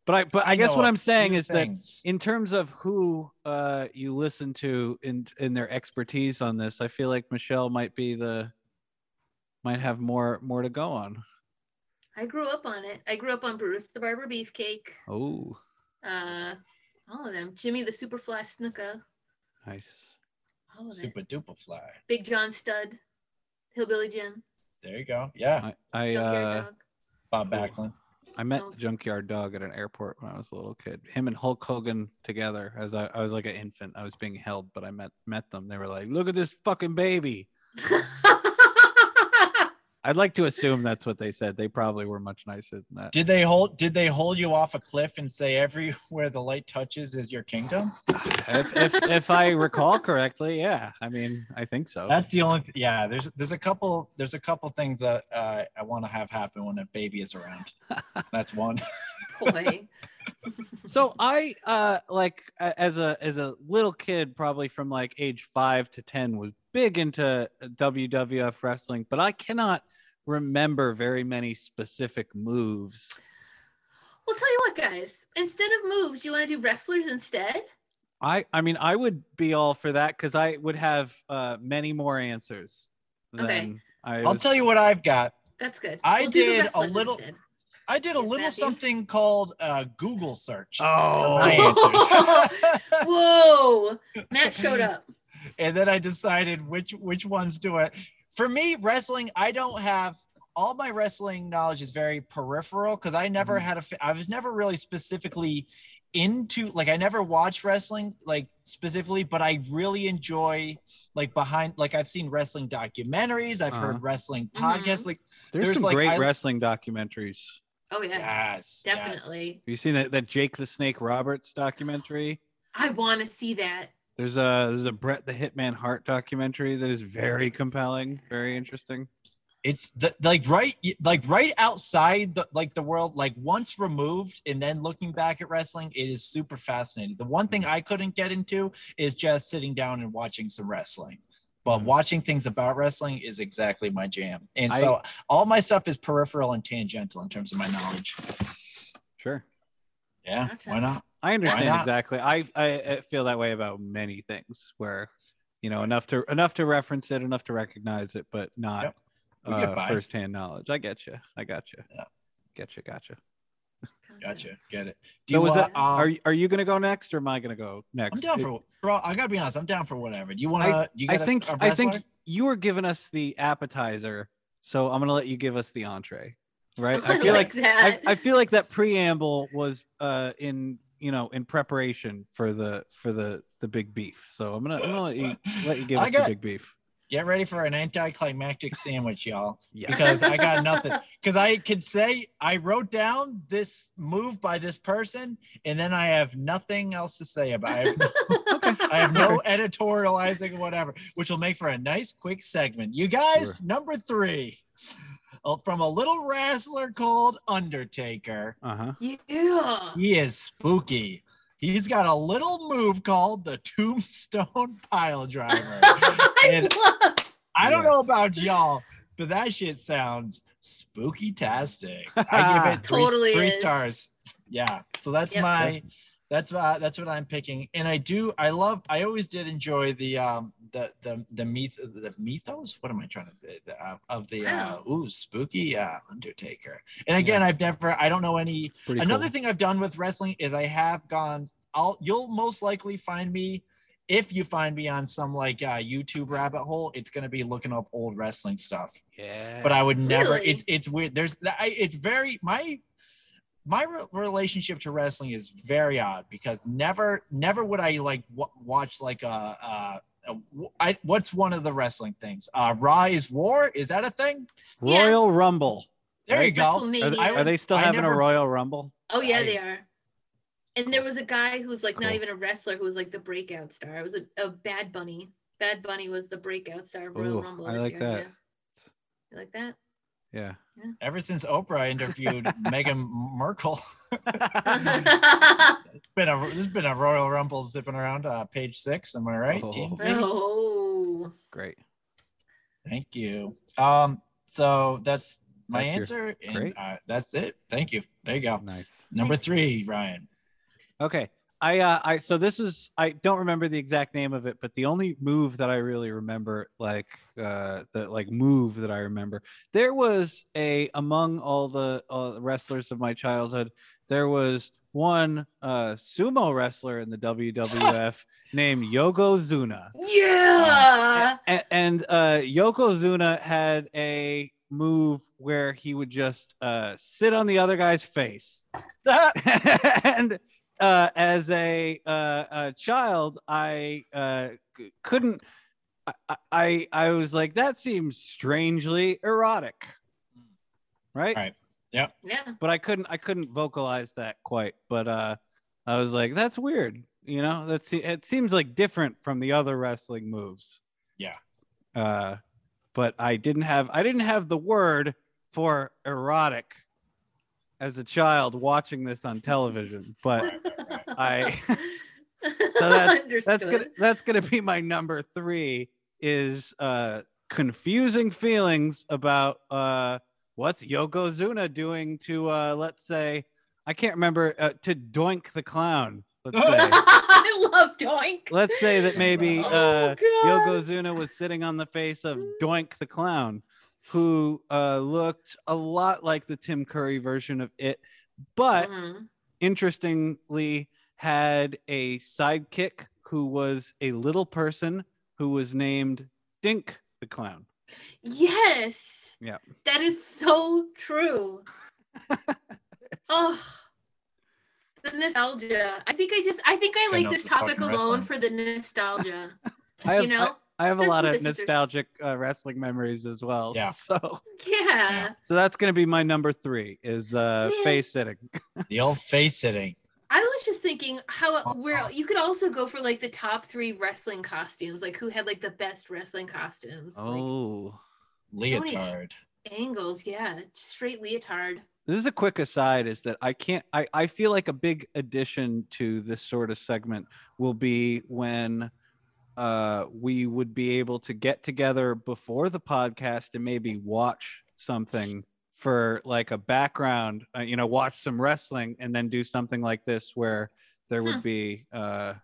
but I but I, guess know what a I'm saying few is that things. in terms of who uh, you listen to in in their expertise on this, I feel like Michelle might be the might have more more to go on. I grew up on it. I grew up on Bruce the Barber Beefcake, Oh, uh, all of them. Jimmy the Superfly Snuka, nice. all of super it. duper fly. Big John Stud, Hillbilly Jim, There you go. Yeah, I I Junkyard uh, Dog. Bob (laughs) Cool. Backlund. I met Oh. the junkyard dog at an airport when I was a little kid. Him and Hulk Hogan together as I, I was like an infant. I was being held, but I met met them. They were like, "Look at this fucking baby." I'd like to assume that's what they said. They probably were much nicer than that. Did they hold? Did they hold you off a cliff and say everywhere the light touches is your kingdom? if, if, if I recall correctly, yeah. I mean, I think so. That's the only. Yeah, there's there's a couple there's a couple things that uh, I want to have happen when a baby is around. (laughs) That's one. Boy. so I uh like a- as a as a little kid probably from like age 5 to 10 was big into uh, WWF wrestling but I cannot remember very many specific moves. Well, tell you what, guys. Instead of moves, you want to do wrestlers instead? I I mean I would be all for that cuz I would have uh many more answers than Okay. I I'll was- (laughs) tell you what I've got. That's good. I We'll do the did a wrestlers little- instead. I did a Yes, little Matthew? something called uh, Google search. Oh. My (laughs) answers. (laughs) Whoa! Matt showed up. and then I decided which which ones do it. For me, wrestling, I don't have all my wrestling knowledge is very peripheral because I never Mhm. had a fa- I was never really specifically into like I never watched wrestling like specifically, but I really enjoy like behind like I've seen wrestling documentaries, I've Uh-huh. heard wrestling Mhm. podcasts, like There's, there's, some like, great I- wrestling documentaries. Oh yeah, (laughs) Yes. yes. definitely. Have you seen that, that Jake the Snake Roberts documentary? I want to see that. There's a there's a Brett the Hitman Hart documentary that is very compelling, very interesting. It's the, like right like right outside the like the world like once removed and then looking back at wrestling it is super fascinating. The one Mm-hmm. thing I couldn't get into is just sitting down and watching some wrestling. But Mhm. watching things about wrestling is exactly my jam. And I- so all my stuff is peripheral and tangential in terms of my knowledge. Sure. Yeah, Gotcha. why not? I understand not? exactly. I, I I feel that way about many things where, you know, enough to enough to reference it, enough to recognize it, but not Yep. We get uh, by. firsthand knowledge. I get you. I got you. Yeah. Gotcha. Gotcha. Gotcha. Get it. Do So you was want, that- um, are you, are you gonna go next, or am I gonna go next? I'm down It- for bro. I gotta be honest. I'm down for whatever. Do you want to? You I got a- think a I think wrestler? you were giving us the appetizer, so I'm gonna let you give us the entree. Right? (laughs) I, I feel like like, that. I, I feel like that preamble was uh in you know in preparation for the for the the big beef. So I'm gonna, I'm gonna let you let you give I us got- the big beef. Get ready for an anticlimactic sandwich, y'all, Yeah. because I got nothing. Because I could say I wrote down this move by this person, and then I have nothing else to say about. it. I have no, I (laughs) have no editorializing, whatever, which will make for a nice, quick segment. You guys, Sure. number three, uh, from a little wrestler called Undertaker. Uh huh. yeah. He is spooky. He's got a little move called the Tombstone (laughs) Pile Driver. I And- love. I don't know Yes. about y'all, but that shit sounds spooky tastic. I give it three, Totally three is. stars. Yeah. So that's Yep. my that's uh, that's what I'm picking. And I do I love I always did enjoy the um the the the myth the mythos. What am I trying to say? The, uh, of the uh, ooh spooky uh, Undertaker. And again, I've never I don't know any Pretty Another cool. thing I've done with wrestling is I have gone. I'll you'll most likely find me if you find me on some like uh, YouTube rabbit hole. It's gonna be looking up old wrestling stuff. Yeah. But I would never. Really? It's it's weird. There's I, it's very my my re- relationship to wrestling is very odd because never never would I like w- watch like a. a a- I, what's one of the wrestling things? Uh, Raw is War. Is that a thing? Yeah. Royal Rumble. There you go. Are, WrestleMania. I are they still I having a never- Royal Rumble? (laughs) oh yeah, I- they are. And there was a guy who was like not Cool. even a wrestler who was like the breakout star. It was a, a Bad Bunny. Bad Bunny was the breakout star of Royal Ooh, Rumble. I this like year, that. Yeah. You (laughs) like that? (laughs) Yeah. Ever since Oprah interviewed Meghan Merkel, Mm-hmm. (laughs) been a there's been a Royal Rumble zipping around uh, page six. Am I right? Oh. TNT? oh. Great. Thank you. Um, so that's my That's your- answer, and great. Uh, that's it. Thank you. There you go. Nice. Number Thanks. three, Ryan. Okay. I uh I so this is I don't remember the exact name of it, but the only move that I really remember, like uh the like move that I remember, there was a among all the uh, wrestlers of my childhood, there was one uh sumo wrestler in the (laughs) WWF named Yokozuna. (laughs) Yeah. A- and uh Yokozuna had a move where he would just uh sit on the other guy's face and uh, as a, uh, a child, I uh, c- couldn't. I- I, I I was like, that seems strangely erotic, right? Right. yeah. But I couldn't I couldn't vocalize that quite. But uh, I was like, that's weird. You know, that's it seems like different from the other wrestling moves. Yeah. Uh, but I didn't have I didn't have the word for erotic as a child watching this on television, but. Right, right, right. (laughs) I- so that- Understood. that's gonna that's gonna be my number three is uh confusing feelings about uh what's yokozuna doing to uh let's say i can't remember uh, to doink the clown let's (laughs) say I love Doink. let's say that maybe Oh, uh God. yokozuna was sitting on the face of doink the clown who uh looked a lot like the tim curry version of it but Mhm. interestingly had a sidekick who was a little person who was named Dink the clown. Yes. Yeah. That is so (laughs) true. oh. The nostalgia. I think I just I think I Who like knows this this topic fucking alone wrestling? (laughs) for the nostalgia. I have, you know? I have a That's lot what of this is- nostalgic uh, wrestling memories as well. (laughs) Yeah. So, Yeah. so that's gonna be my number three is uh, Man. face sitting. The old face sitting. I was just thinking how Oh, where you could also go for like the top three wrestling costumes, like who had like the best wrestling costumes, Oh, Leotard. like angles. Yeah, straight leotard. this is a quick aside. Is that I can't. I I feel like a big addition to this sort of segment will be when uh we would be able to get together before the podcast and maybe watch something for like a background uh, you know watch some wrestling and then do something like this where there Huh. would be uh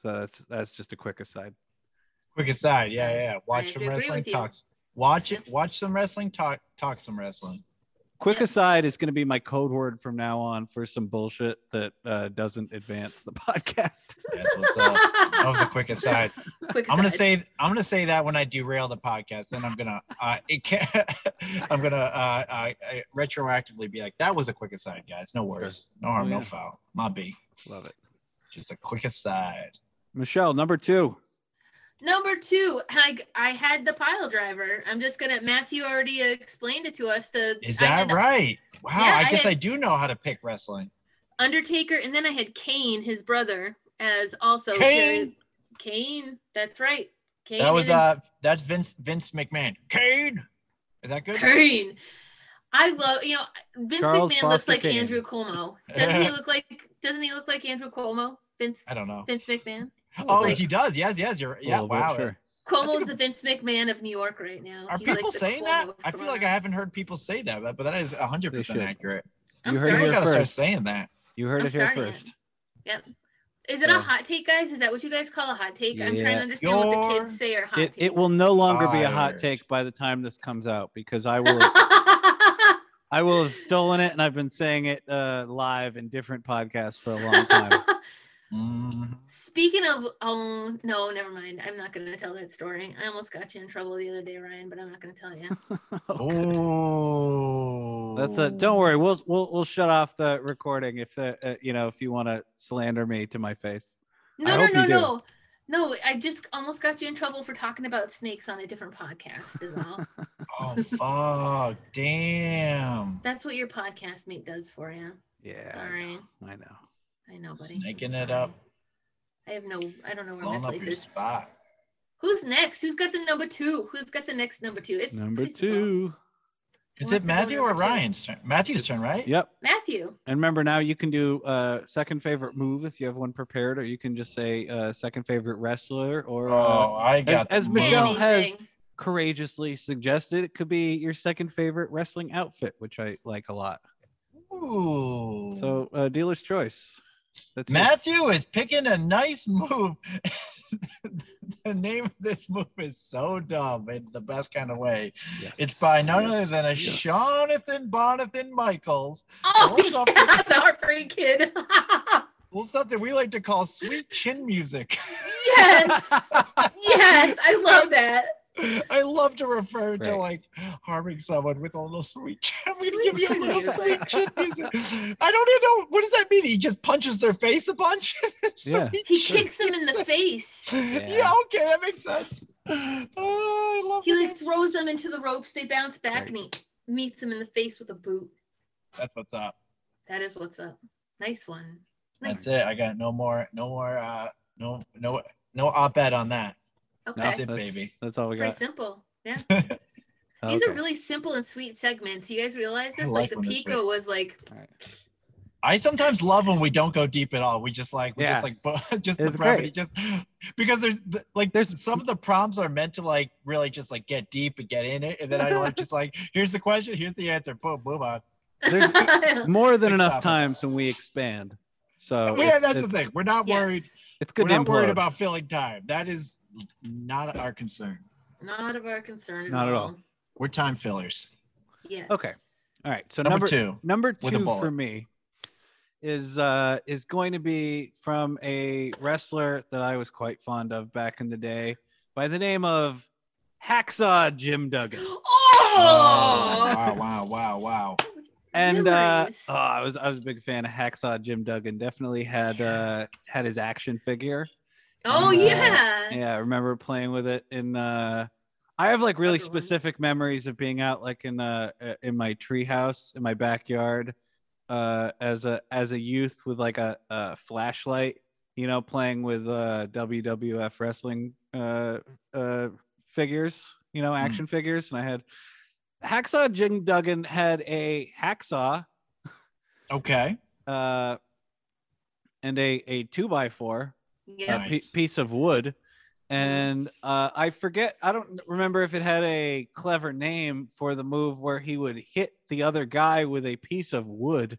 so that's that's just a quick aside Quick aside. Yeah, yeah. yeah. I Watch some agree wrestling with you. talks. Watch it. Watch some wrestling. Talk. Talk some wrestling. Quick Yeah. aside is going to be my code word from now on for some bullshit that uh, doesn't advance the (laughs) podcast. That's what's up. that was a quick aside. (laughs) Quick I'm gonna aside. say I'm gonna say that when I derail the podcast, then I'm gonna (laughs) uh, it can, I'm gonna uh, uh, uh, retroactively be like, that was a quick aside, guys. No worries, no harm, Oh, yeah. no foul. My B, Love it. just a quick aside. Michelle, number two. Number two, I I had the pile driver. I'm just gonna. Matthew already explained it to us. The Is I that had right? Wow, Yeah, I I guess had- I do know how to pick wrestling. Undertaker, and then I had Kane, his brother, as also Kane? the- Kane. That's right. Kane. That was and- uh, that's Vince Vince McMahon. Kane, is that good? Kane. I love you know Vince Charles McMahon looks Foster like Kane. Andrew Cuomo. (laughs) Doesn't he look like Doesn't he look like Andrew Cuomo? Vince. I don't know. Vince McMahon. Oh, Like- he does. Yes, yes. You're yeah. A little bit, Wow. Oh, sure. Cuomo's good- the Vince McMahon of New York right now. Are He's like people the saying Cuomo that? of I feel like I Toronto. haven't heard people say that, but, but that is 100% should. accurate. I'm You heard it People here sorry. gotta start first. saying that. You heard I'm it here starting it. first. Is it So- a hot take, guys? Is that what you guys call a hot take? I'm trying Yeah. to understand what the You're- kids say are hot It, takes. it will no longer be a hot Fired. take by the time this comes out because I will I will have stolen it and I've been saying it uh, live in different podcasts for a long time. Mhm. (laughs) Speaking of, oh no, never mind. I'm not gonna tell that story. I almost got you in trouble the other day, Ryan, but I'm not gonna tell (laughs) you. Oh, That's a. Don't worry, we'll we'll we'll shut off the recording if the uh, you know if you want to slander me to my face. No, I no, hope no, you do. no. No, I just almost got you in trouble for talking about snakes on a different podcast, is (laughs) all. Oh fuck! Damn. That's what your podcast mate does for you. Yeah, I know, Sorry. I know. I know, buddy. I'm Snaking it sorry. up, I have no, I don't know where blowing my up place your is. spot. Who's next? Who's got the number two? Who's got the next number two? It's Number pretty simple. two. Is Who it wants to go Matthew or number two? Ryan's turn? Matthew's turn, right? Yep. Matthew. And remember now you can do uh second favorite move if you have one prepared, or you can just say uh second favorite wrestler or uh, Oh, I got as the Michelle money. has- Anything. courageously suggested it could be your second favorite wrestling outfit, which I like a lot. Ooh. So uh dealer's choice. That's yours. Matthew is picking a nice move. (laughs) the name of this move is so dumb in the best kind of way. Yes. It's by none other Yes, than a yes. (laughs) Jonathan Bonathan Michaels, Oh, What's up yeah, with- the Hartford kid. (laughs) well, something we like to call sweet chin music. (laughs) yes, yes, I love That's- that. I love to refer to Right. like harming someone with a little sweet chin. We Sweet give you a chin little music. sweet chin music. I don't even know what does that mean. He just punches their face a bunch. (laughs) Yeah. Sweet He chin kicks him in the face. Yeah. Yeah. okay, that makes sense. Oh, I love He like that. throws them into the ropes. They bounce back, Right. and he meets him in the face with a boot. That's what's up. That is what's up. Nice one. Nice. That's it. I got no more, no more, uh, no, no, no op-ed on that. Okay. That's No, it, baby. That's all we Very got. simple. Yeah. These are Okay. really simple and sweet segments. You guys realize I this? like Like, the when it's Pico was like, I sometimes love when we don't go deep at all. We just like we Yeah. just like bu- (laughs) just the It's brevity, just because there's th- like There's- there's some of the prompts are meant to like really just like get deep and get in it, and then I like just (laughs) like here's the question, here's the answer, boom, move on. (laughs) There's- more than Big enough stopper. times when we expand. So yeah, Oh, it's- that's the it's- thing. We're not worried. Yes. It's We're good to not worried implode. about filling time. That is not our concern. Not of our concern. At Not at all. all. We're time fillers. Yes. Okay. All right. So Number, number two. number with a two bullet. for me is uh is going to be from a wrestler that I was quite fond of back in the day by the name of Hacksaw Jim Duggan. Oh! wow! Wow! Wow! Wow! And uh, Memories. oh, I was I was a big fan of Hacksaw Jim Duggan. Definitely had uh had his action figure. Oh Uh, yeah. Yeah, I remember playing with it in uh I have like really That's the one. specific memories of being out like in uh uh, in my treehouse in my backyard uh as a as a youth with like a, a flashlight, you know, playing with uh WWF wrestling uh uh figures, you know, action figures and I had Hacksaw Jim Duggan had a hacksaw Okay. uh and a a 2 by 4 Yeah. Nice. a pi- piece of wood. And uh, I forget, I don't remember if it had a clever name for the move where he would hit the other guy with a piece of wood.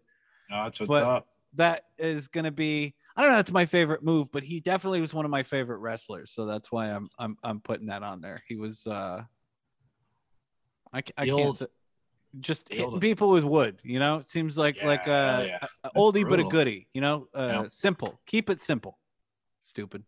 No, Oh, that's what's But- up. That is going to be, I don't know, that's my favorite move, but he definitely was one of my favorite wrestlers. So that's why I'm I'm, I'm putting that on there. He was, uh, I, ca- I The can't old- say, just the hitting old- people with wood, you know? It seems like, like Yeah, hell uh, yeah. a a oldie, but a brutal. goodie, you know? Uh, Yeah. Simple. Keep it simple. Stupid,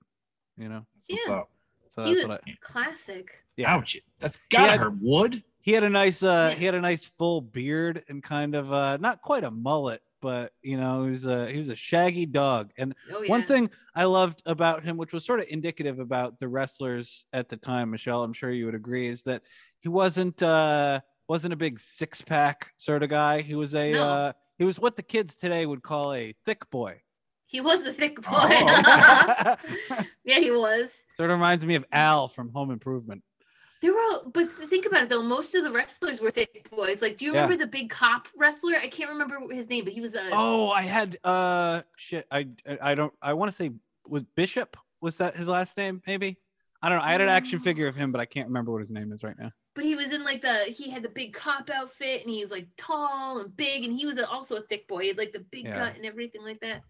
you know? What's Yeah. up? So He that's was what I, classic. Yeah. Ouch. That's gotta Yeah. hurt wood. he had a nice uh Yeah. he had a nice full beard and kind of uh not quite a mullet, but you know, he was a he was a shaggy dog. And Oh yeah. one thing I loved about him, which was sort of indicative about the wrestlers at the time, Michelle, I'm sure you would agree, is that he wasn't uh wasn't a big six pack sort of guy. He was a No. uh he was what the kids today would call a thick (laughs) boy. (laughs) He was the thick (laughs) boy. Oh. (laughs) yeah, he was. sort of reminds me of Al from Home Improvement. They were all, but think about it though. Most of the wrestlers were thick boys. Like, do you Yeah. remember the big cop wrestler? I can't remember his name, but he was a. Oh, I had uh shit. I I don't. I want to say was Bishop. Was that his last name? Maybe. I don't know. I had an action Mm. figure of him, but I can't remember what his name is right now. But he was in like the. He had the big cop outfit, and he was like tall and big, and he was a, also a thick boy. He had like the big Yeah. gut and everything like that.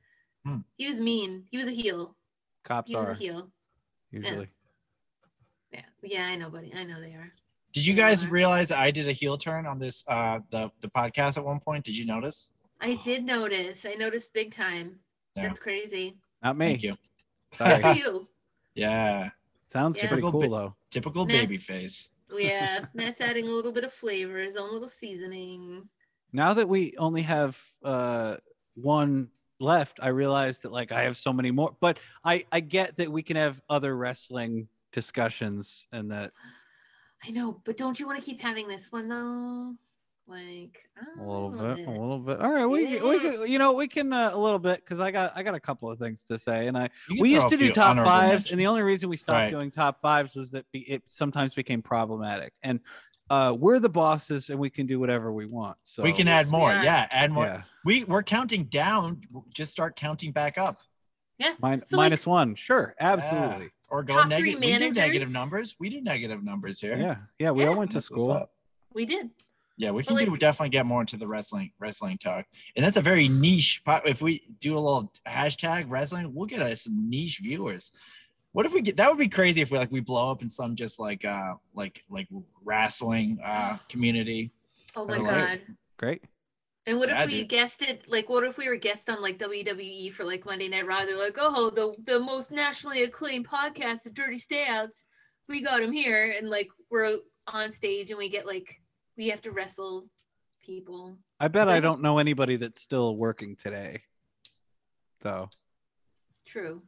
Hmm. He was mean. He was a heel. Cops He was a are heel. usually. Yeah, yeah, I know, buddy. I know they are. Did you guys Yeah. realize I did a heel turn on this uh the, the podcast at one point? Did you notice? I did notice. I noticed big time. Yeah. That's crazy. Not me. Thank you. Sorry. (laughs) For you. Yeah. Sounds Yeah. pretty cool Little bit. though. Typical Nah. baby face. Yeah, Matt's adding a little bit of flavor, his own little seasoning. Now that we only have uh one left, I realize that like I have so many more. But I I get that we can have other wrestling discussions and that I know, but don't you want to keep having this one though? Like I a don't little know bit a little this. bit all right we, we Oh, Yeah. can- you know we can uh, a little bit because i got i got a couple of things to say and i You can we throw used a to do few top honorable fives mentions. and the only reason we stopped Right. doing top fives was that be, it sometimes became problematic and uh we're the bosses and we can do whatever we want so we can Yes, add we more. are. Yeah, add more. yeah We we're counting down. Just start counting back up, Min- So, like- minus one sure absolutely or go Top three negative. We do negative managers. numbers. We do negative numbers here. yeah yeah, we Yeah. all went to That's what's school up. We did. Yeah, we But can like- do, definitely get more into the wrestling wrestling talk, and that's a very niche. po- If we do a little hashtag wrestling, we'll get us some niche viewers. What if we get? That would be crazy if we like we blow up in some just like uh like like wrestling (gasps) uh community. Oh my I god. like great And what Yeah, if we dude. guessed it? Like, what if we were guests on like WWE for like Monday Night Raw? They're like, oh, the the most nationally acclaimed podcast, The Dirty Stayouts. We got him here, and like we're on stage, and we get like we have to wrestle people. i bet i That is- don't know anybody that's still working today though True.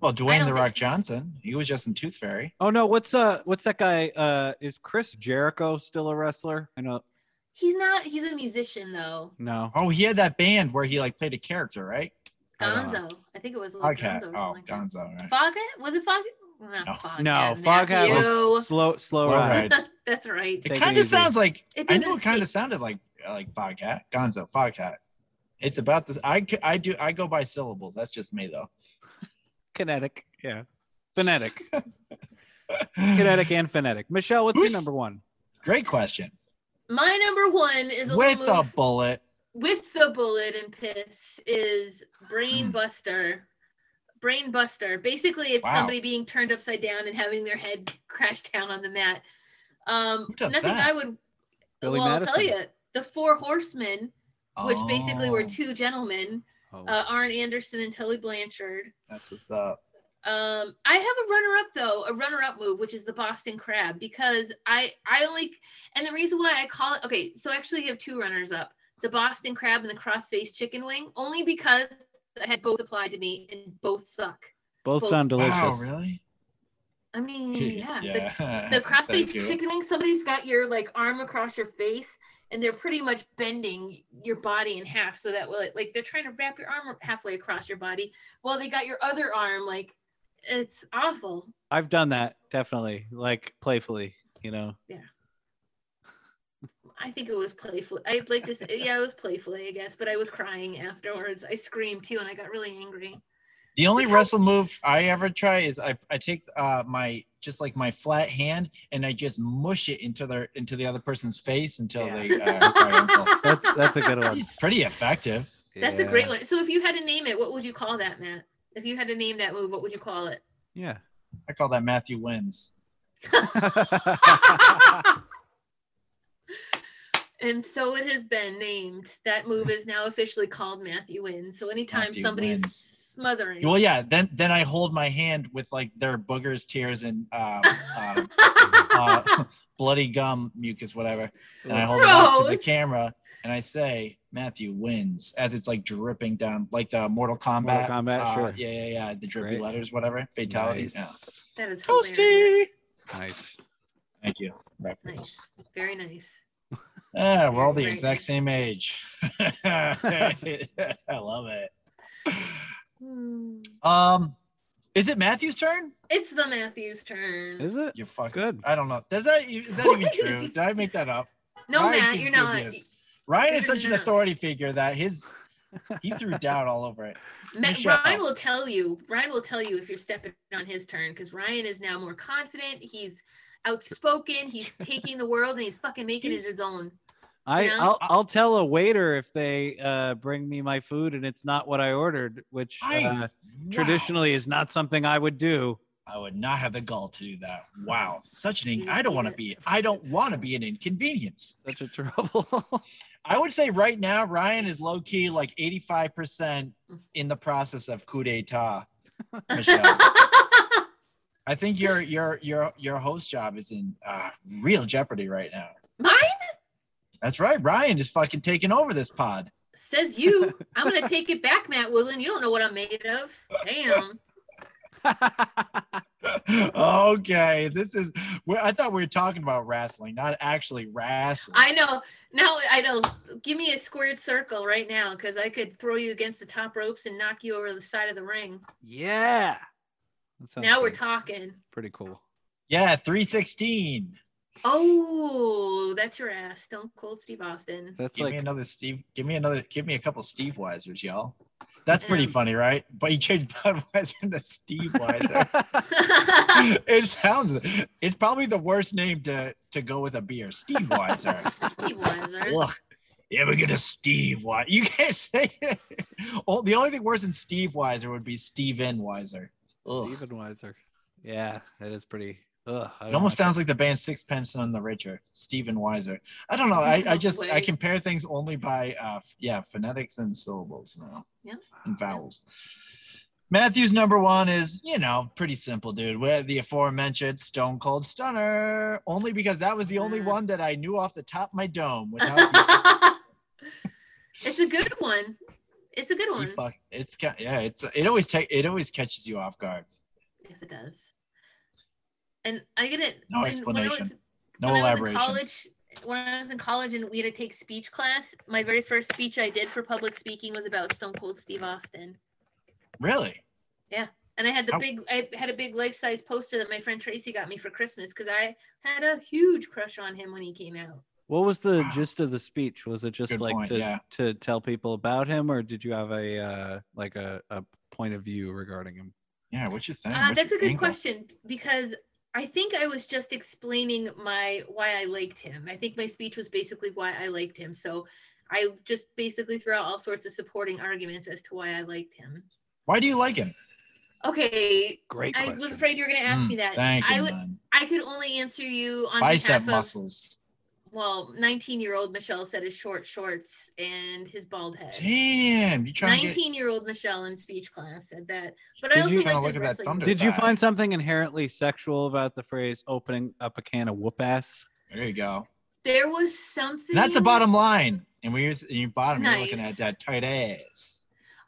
Well, Dwayne don't the think- Rock Johnson, he was just in Tooth Fairy. oh no what's uh what's that guy uh is chris jericho still a wrestler i know He's not. He's a musician though. no Oh, he had that band where he like played a character, right? I don't know. Gonzo. I think it was like Okay. Gonzo or Oh, something like that. Gonzo. Right. Foggett? Was it Foggett? Not No. Foggett, No, Fog Hat was Matthew. slow, slow, Slow ride. ride. (laughs) That's right. Take It it kind of easy. sounds like It I knew doesn't it kind take- of sounded like like Foghat, Gonzo, Foghat. It's about this. I c- I do I go by syllables. That's just me though. Kinetic, yeah, phonetic, kinetic, and phonetic. Michelle, what's Who's- your number one? (laughs) Great question. My number one is a With little a move bullet. with the bullet and piss is Brain Mm. Buster. Brain Buster. Basically, it's Wow. somebody being turned upside down and having their head (laughs) crash down on the mat. Um, Who does nothing that? I would. Billy well, I'll Madison. tell you, the Four Horsemen, which basically were Oh, two gentlemen, Oh, uh, Arn Anderson and Tully Blanchard. That's what's up. Um, I have a runner up though, a runner up move, which is the Boston Crab, because I I only and the reason why I call it okay, so I actually have two runners up, the Boston Crab and the Crossface Chicken Wing, only because I had both applied to me and both suck. Both Both. sound delicious. Wow, really? (laughs) I mean, Mm, yeah. The, yeah. (laughs) the cross Thank face you. chickening, somebody's got your like arm across your face and they're pretty much bending your body in half so that well, like they're trying to wrap your arm halfway across your body while they got your other arm like it's awful. I've done that definitely, like playfully, you know. I think it was playful. I'd like to say, yeah, it was playfully, I guess, but I was crying afterwards. I screamed too, and I got really angry. The only How- wrestle move I ever try is I, I take uh, my just like my flat hand and I just mush it into their into the other person's face until Yeah. they uh, triangle. That's that's a good one. (laughs) (laughs) It's pretty effective. (laughs) That's a great Yeah. one. So if you had to name it, what would you call that, Matt? If you had to name that move, what would you call it? (laughs) Yeah. (laughs) I call that Matthew wins. and so it has been named. That move is now officially called Matthew Win. So anytime Matthew somebody's Wins. smothering, (laughs) Well, yeah. Then then I hold my hand with like their boogers, tears, and uh, (laughs) uh, uh, bloody gum, mucus, whatever. And I hold it up to the Gross. camera and I say, Matthew wins, as it's like dripping down, like the Mortal Kombat. Mortal Kombat, uh, sure. Yeah, yeah, yeah. The drippy Right. letters, whatever. Fatality. Nice. Yeah. that is hilarious. Toasty. Nice. Thank you. Reference. Nice. Very nice. Yeah, we're all the Great. exact same age. (laughs) I love it. Hmm. Um, is it Matthew's turn? It's the Matthews turn. Is it? You're fucking. Good. I don't know. Does that e, is that even What? true? Did I make that up? no, Ryan Matt, seems you're to do not. this. Ryan is No, no, such an no, no. authority figure that his he threw doubt all over it. Ma- Michelle. Ryan will tell you. Ryan will tell you if you're stepping on his turn because Ryan is now more confident. He's outspoken. He's taking the world and he's fucking making He's- it his own. I, You know? I'll, I'll tell a waiter if they uh, bring me my food and it's not what I ordered, which I uh, Wow. traditionally is not something I would do. I would not have the gall to do that. Wow, such an You in- just I don't need want to it. be. I don't want to be an inconvenience. Such a (laughs) trouble. I would say right now Ryan is low key like eighty five percent in the process of coup (laughs) d'état. Michelle, I think your your your your host job is in uh, real jeopardy right now. Mine That's right. Ryan is fucking taking over this pod. (laughs) says you. I'm gonna take it back, Matt Willen. You don't know what I'm made of. Damn. okay, this is. we I thought we were talking about wrestling, not actually wrestling. I know. Now I know. Give me a squared circle right now because I could throw you against the top ropes and knock you over the side of the ring. yeah. That sounds now we're pretty- talking. pretty cool. yeah, three sixteen. Oh, that's your ass. Stone Cold (laughs) Steve Austin. (laughs) That's Give like (laughs) me another Steve. Give me another. Give me a couple Steve Weisers, y'all. That's pretty Um, funny, right? But you changed (laughs) Budweiser into Steve Weiser. it sounds. It's probably the worst name to to go with a beer, Steve Weiser. Steve Weiser. Ugh. Yeah, we get a Steve Weiser. You can't say it. (laughs) Oh, the only thing worse than Steve Weiser would be Steven Weiser. (laughs) Ugh. even wiser. Yeah, that is pretty. Ugh, I It don't almost like sounds like the band Sixpence None the Richer, Steven Weiser. I don't know. I, I just I Wait. compare things only by uh f- yeah phonetics and syllables now. Yeah. And vowels. Matthew's number one is you know pretty simple, dude. Where the aforementioned Stone Cold Stunner, only because that was the only Mm. one that I knew off the top of my (laughs) dome. Without the- it's (laughs) a good one. It's a good you one. E fuck, it's ca- yeah, it's it always take it always catches you off guard. Yes, it does. And I get it. No I was, explanation. No when elaboration. I was in college, when I was in college and we had to take speech class, my very first speech I did for public speaking was about Stone Cold Steve Austin. Really? And I had the How- big, I had a big life-size poster that my friend Tracy got me for Christmas because I had a huge crush on him when he came out. What was the Wow. gist of the speech? Was it just Good like point, to, yeah. to tell people about him, or did you have a uh, like a, a point of view regarding him? Yeah. What you think? Uh, What's that's a your good angle? question because I think I was just explaining my why I liked him. I think my speech was basically why I liked him. So I just basically threw out all sorts of supporting arguments as to why I liked him. Why do you like him? Okay, Great I question. was afraid you were going to ask Mm, me that. Thank you, I would. man. I could only answer you on Bicep behalf of muscles. well, 19-year-old Michelle said his short shorts and his bald head. Damn, you trying to get 19-year-old Michelle in speech class said that, but Did I also you- Trying to liked his look at that wrestling thunder. Did you Bye. find something inherently sexual about the phrase "opening up a can of whoop ass"? there you go. There was something. That's the bottom line. And we use your bottom, you're looking Nice. at that tight ass.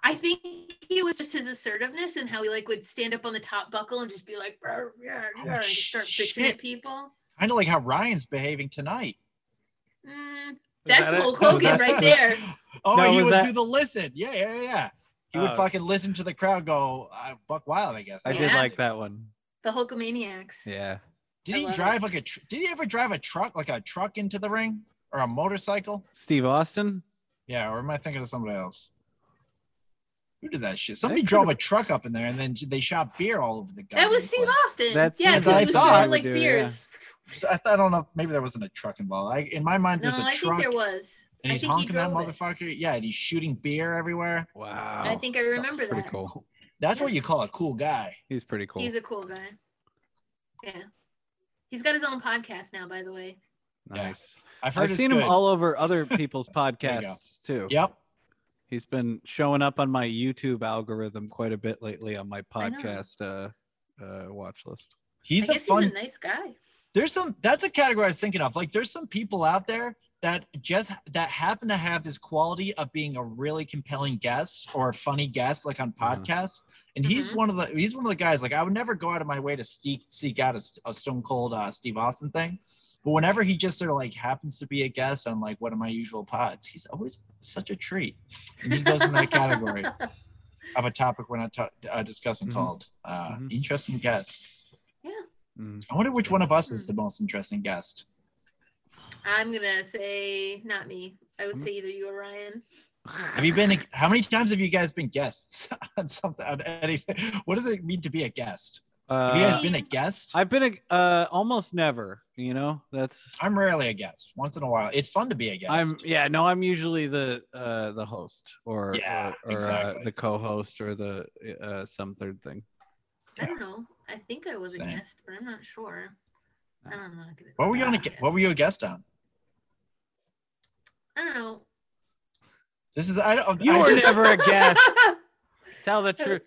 I think it was just his assertiveness and how he like would stand up on the top buckle and just be like, "Brr, yeah, Oh, yeah," and just start bitching shit. at people. Kind of like how Ryan's behaving tonight. Mm, that that's it? Hulk Was Hogan that- (laughs) right there. Oh, No, he was would that- do the listen. Yeah, yeah, yeah, yeah. He would Oh. fucking listen to the crowd go uh, buck wild. I guess. I did Yeah. like that one. The Hulkamaniacs. Yeah. Did I he love drive like a? Tr- did he ever drive a truck like a truck into the ring or a motorcycle? Steve Austin. Yeah, or am I thinking of somebody else? Who did that shit? Somebody could've- drove a truck up in there and then j- they shot beer all over the guy. That was Steve Austin. That's- yeah, that's because what he I was thought. throwing like Dude, beers. I, th- I don't know. Maybe there wasn't a truck involved. I, in my mind, No, there's a I think truck there was. and I he's think he honking that drove it. motherfucker. Yeah, and he's shooting beer everywhere. Wow. I think I remember Oh, pretty that. cool. That's what you call a cool guy. He's pretty cool. He's a cool guy. Yeah. He's got his own podcast now, by the way. nice. I've heard I've it's seen good. him all over (laughs) other people's you go. podcasts too. Yep. He's been showing up on my YouTube algorithm quite a bit lately on my I know. podcast uh, uh, watch list. He's a I guess fun he's a nice guy. there's some that's a category I was thinking of. Like there's some people out there that just that happen to have this quality of being a really compelling guest or a funny guest, like on Uh-huh. podcasts. And he's Mhm. one of the he's one of the guys. Like I would never go out of my way to seek seek out a, st- a Stone Cold uh, Steve Austin thing, but whenever he just sort of like happens to be a guest on like one of my usual pods, he's always such a treat. And he goes in that category of a topic we're not ta- uh, discussing Mhm. called uh, Mhm. interesting guests. Mm. I wonder which one of us Hmm. is the most interesting guest. I'm gonna say not me. I would I'm- say either you or Ryan. Have you been? How many times have you guys been guests (laughs) on something? On anything? What does it mean to be a guest? Have you Uh, guys been a guest? I've been a, uh, almost never. You know, that's I'm rarely a guest. Once in a while, it's fun to be a guest. I'm yeah no I'm usually the uh the host or Yeah, or, or, exactly. uh, the co-host or the uh some third thing. I don't know. I think I was a Same. guest, but I'm not sure. I don't know. I could- what were you on? A, I gu- guess. what were you a guest on? I don't know. This is I don't. You I (laughs) were just- never a guest. Tell the truth.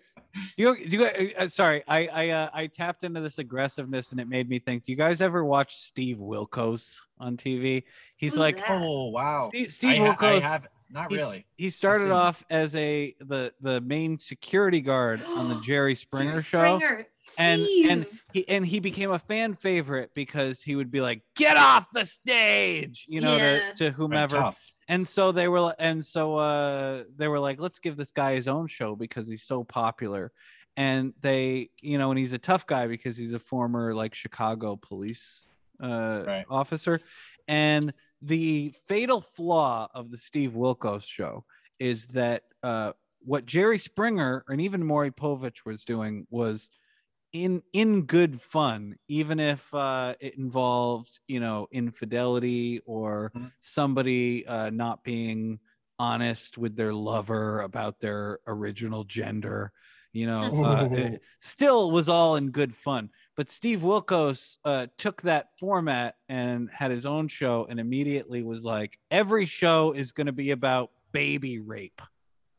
You you uh, sorry I I uh, I tapped into this aggressiveness and it made me think. Do you guys ever watch Steve Wilkos on TV? He's Who's like that? (laughs) oh wow. Steve, Steve I, ha- I Wilkos. have not he's- really. he seen started him. off as a the the main security guard (gasps) on the Jerry Springer show. Springer. and- and- Steve. he and he became a fan favorite because he would be like, "Get off the stage," you know, Yeah. to, to Right, whomever. tough. and so they were, and so uh, they were like, "Let's give this guy his own show because he's so popular." And they, you know, and he's a tough guy because he's a former like Chicago police uh, Right. officer. And the fatal flaw of the Steve Wilkos show is that uh, what Jerry Springer and even Maury Povich was doing was in in good fun, even if uh, it involved you know infidelity or Mhm. somebody uh, not being honest with their lover about their original gender. You know, uh, it still was all in good fun. But Steve Wilkos uh, took that format and had his own show, and immediately was like, every show is going to be about baby rape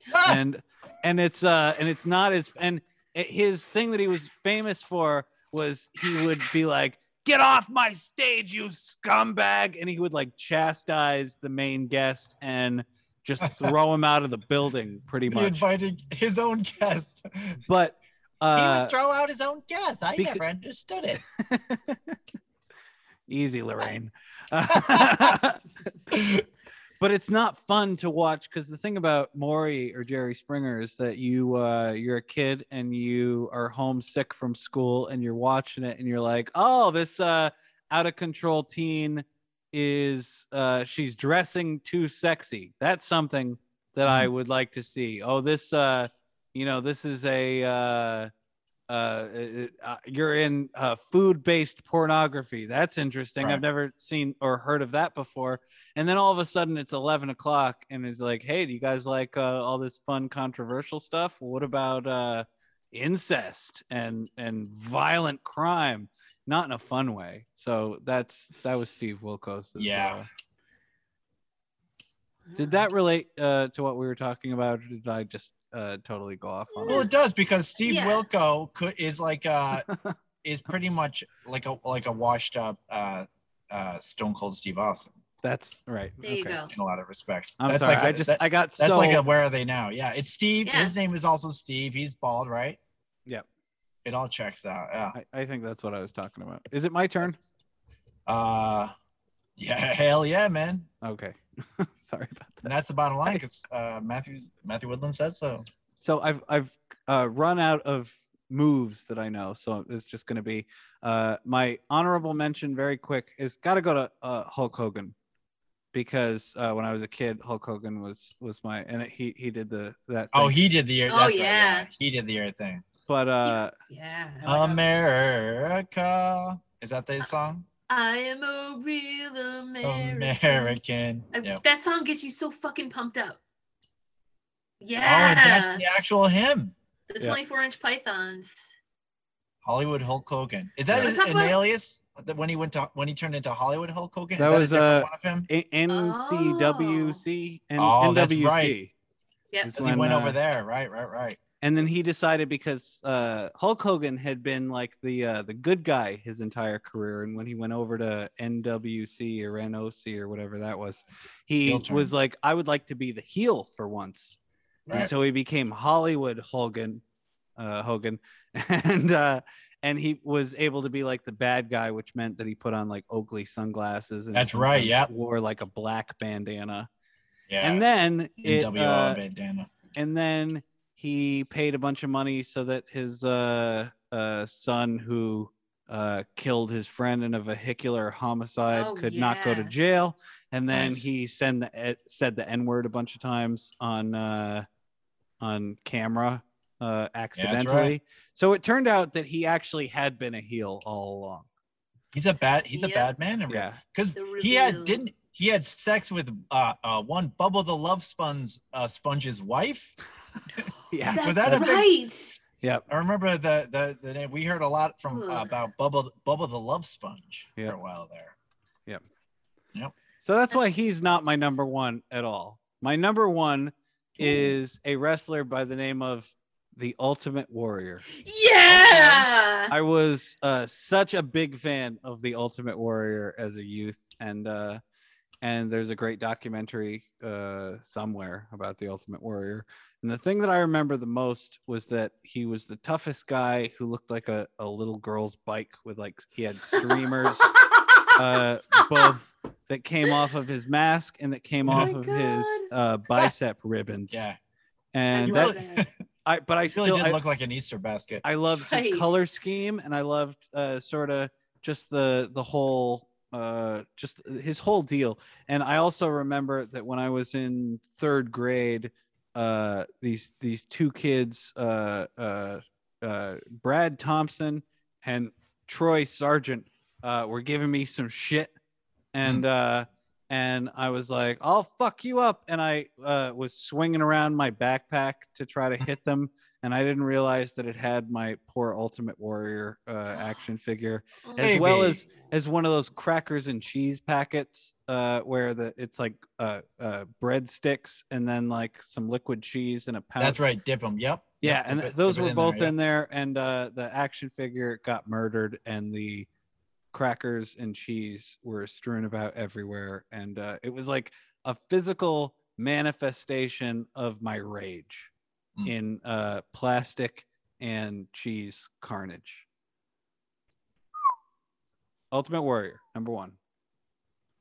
(laughs) Ah, and and it's uh and it's not as and it- his thing that he was famous for was he would be like get off my stage you scumbag and he would like chastise the main guest and just throw him out of the building pretty he much invited his own guest. (laughs) but he uh would throw out his own guest. I becau- never understood it. easy lorraine (laughs) but it's not fun to watch because the thing about Maury or Jerry Springer is that you uh, you're a kid and you are homesick from school and you're watching it and you're like, oh, this uh, out of control teen is uh, she's dressing too sexy. That's something that I would like to see. Oh, this uh, you know this is a uh, uh, it- uh, you're in uh, food-based pornography. That's interesting. Right. I've never seen or heard of that before. And then all of a sudden, it's eleven o'clock, and it's like, hey, do you guys like uh, all this fun, controversial stuff? What about uh, incest and and violent crime? Not in a fun way. So that's that was Steve Wilkos. Yeah. did that relate uh, to what we were talking about? Or did I just uh, totally go off on? Well, it? it does because Steve Yeah. Wilco could, is like (laughs) uh is pretty much like a like a washed up uh, uh, Stone Cold Steve Austin. That's right. There you Okay. go. in a lot of respects. I'm that's sorry. like I just that- I got that's so like a where are they now? Yeah, it's Steve. Yeah. His name is also Steve. He's bald, right? Yep. It all checks out. Yeah. I, I think that's what I was talking about. Is it my turn? Uh, yeah, (laughs) hell yeah, man. Okay. (laughs) Sorry about that. And that's the bottom line because uh, Matthew Matthew Woodland said so. So I've I've uh, run out of moves that I know, so it's just going to be uh, my honorable mention. Very quick is got to go to uh, Hulk Hogan because uh, when I was a kid, Hulk Hogan was was my and he he did the that. Oh, thing. he did the ear. Oh, that's right, yeah. he did the ear thing. but uh, Yeah. America. Is that the song? I am a real American. American. (laughs) I- Yep. That song gets you so fucking pumped up. Oh, and Yeah. that's the actual hymn. the yeah. 24 inch pythons. Hollywood Hulk Hogan. Is that Yeah. his, Let's talk an about- alias that when he went to when he turned into Hollywood Hulk Hogan? That Is that was, a different uh, one of him? A- NCWC and Oh, that's NWC. right. Yep. is Because he when, went uh, over there, right, right, right. and then he decided because uh, Hulk Hogan had been like the uh, the good guy his entire career, and when he went over to NWC or NOC or whatever that was, he Heel turn. was like, "I would like to be the heel for once." And Right. so he became Hollywood Hogan, uh, Hogan, (laughs) and uh, and he was able to be like the bad guy, which meant that he put on like Oakley sunglasses. And That's right, sometimes yep. Wore like a black bandana, Yeah. and then it, NWO uh, bandana. and then he paid a bunch of money so that his uh, uh, son who uh, killed his friend in a vehicular homicide Oh, could not go to yeah. jail and then Nice. he send the eh, said the n-word a bunch of times on uh, on camera uh, right. accidentally so it turned out that he actually had been a heel all along He's a bad. He's a Yep. bad man. in yeah because The he had reveal. didn't he had sex with uh, uh one Bubble the Love Sponge uh, Sponge's wife. yeah That's Was that a big- right. yep I remember the the, the name. We heard a lot from Ugh. about Bubble Bubba the Love Sponge Yeah. for a while there. So that's why he's not my number one at all. My number one is a wrestler by the name of the Ultimate Warrior. Yeah. I was uh, such a big fan of the Ultimate Warrior as a youth, and uh, and there's a great documentary uh, somewhere about the Ultimate Warrior. And the thing that I remember the most was that he was the toughest guy who looked like a, a little girl's bike with like he had (laughs) streamers uh, both that came off of his mask and that came Oh off my of his God. uh, bicep ribbons. Yeah, and You that really- I, but I he really still did I, look like an Easter basket. I loved Right. his color scheme and I loved uh, sort of just the the whole uh just his whole deal and i also remember that when i was in third grade uh these these two kids uh uh, uh brad thompson and troy sargent uh were giving me some shit and uh and i was like i'll fuck you up and i uh was swinging around my backpack to try to hit them and i didn't realize that it had my poor ultimate warrior uh action figure Oh as Maybe. well as as one of those crackers and cheese packets uh where the it's like uh uh breadsticks and then like some liquid cheese and a pouch That's right, dip him. Yep. yeah Yep, and dip th- it- those dip it were both there, yeah. in there and uh the action figure got murdered and the crackers and cheese were strewn about everywhere and uh it was like a physical manifestation of my rage Mm. in uh plastic and cheese carnage ultimate warrior number one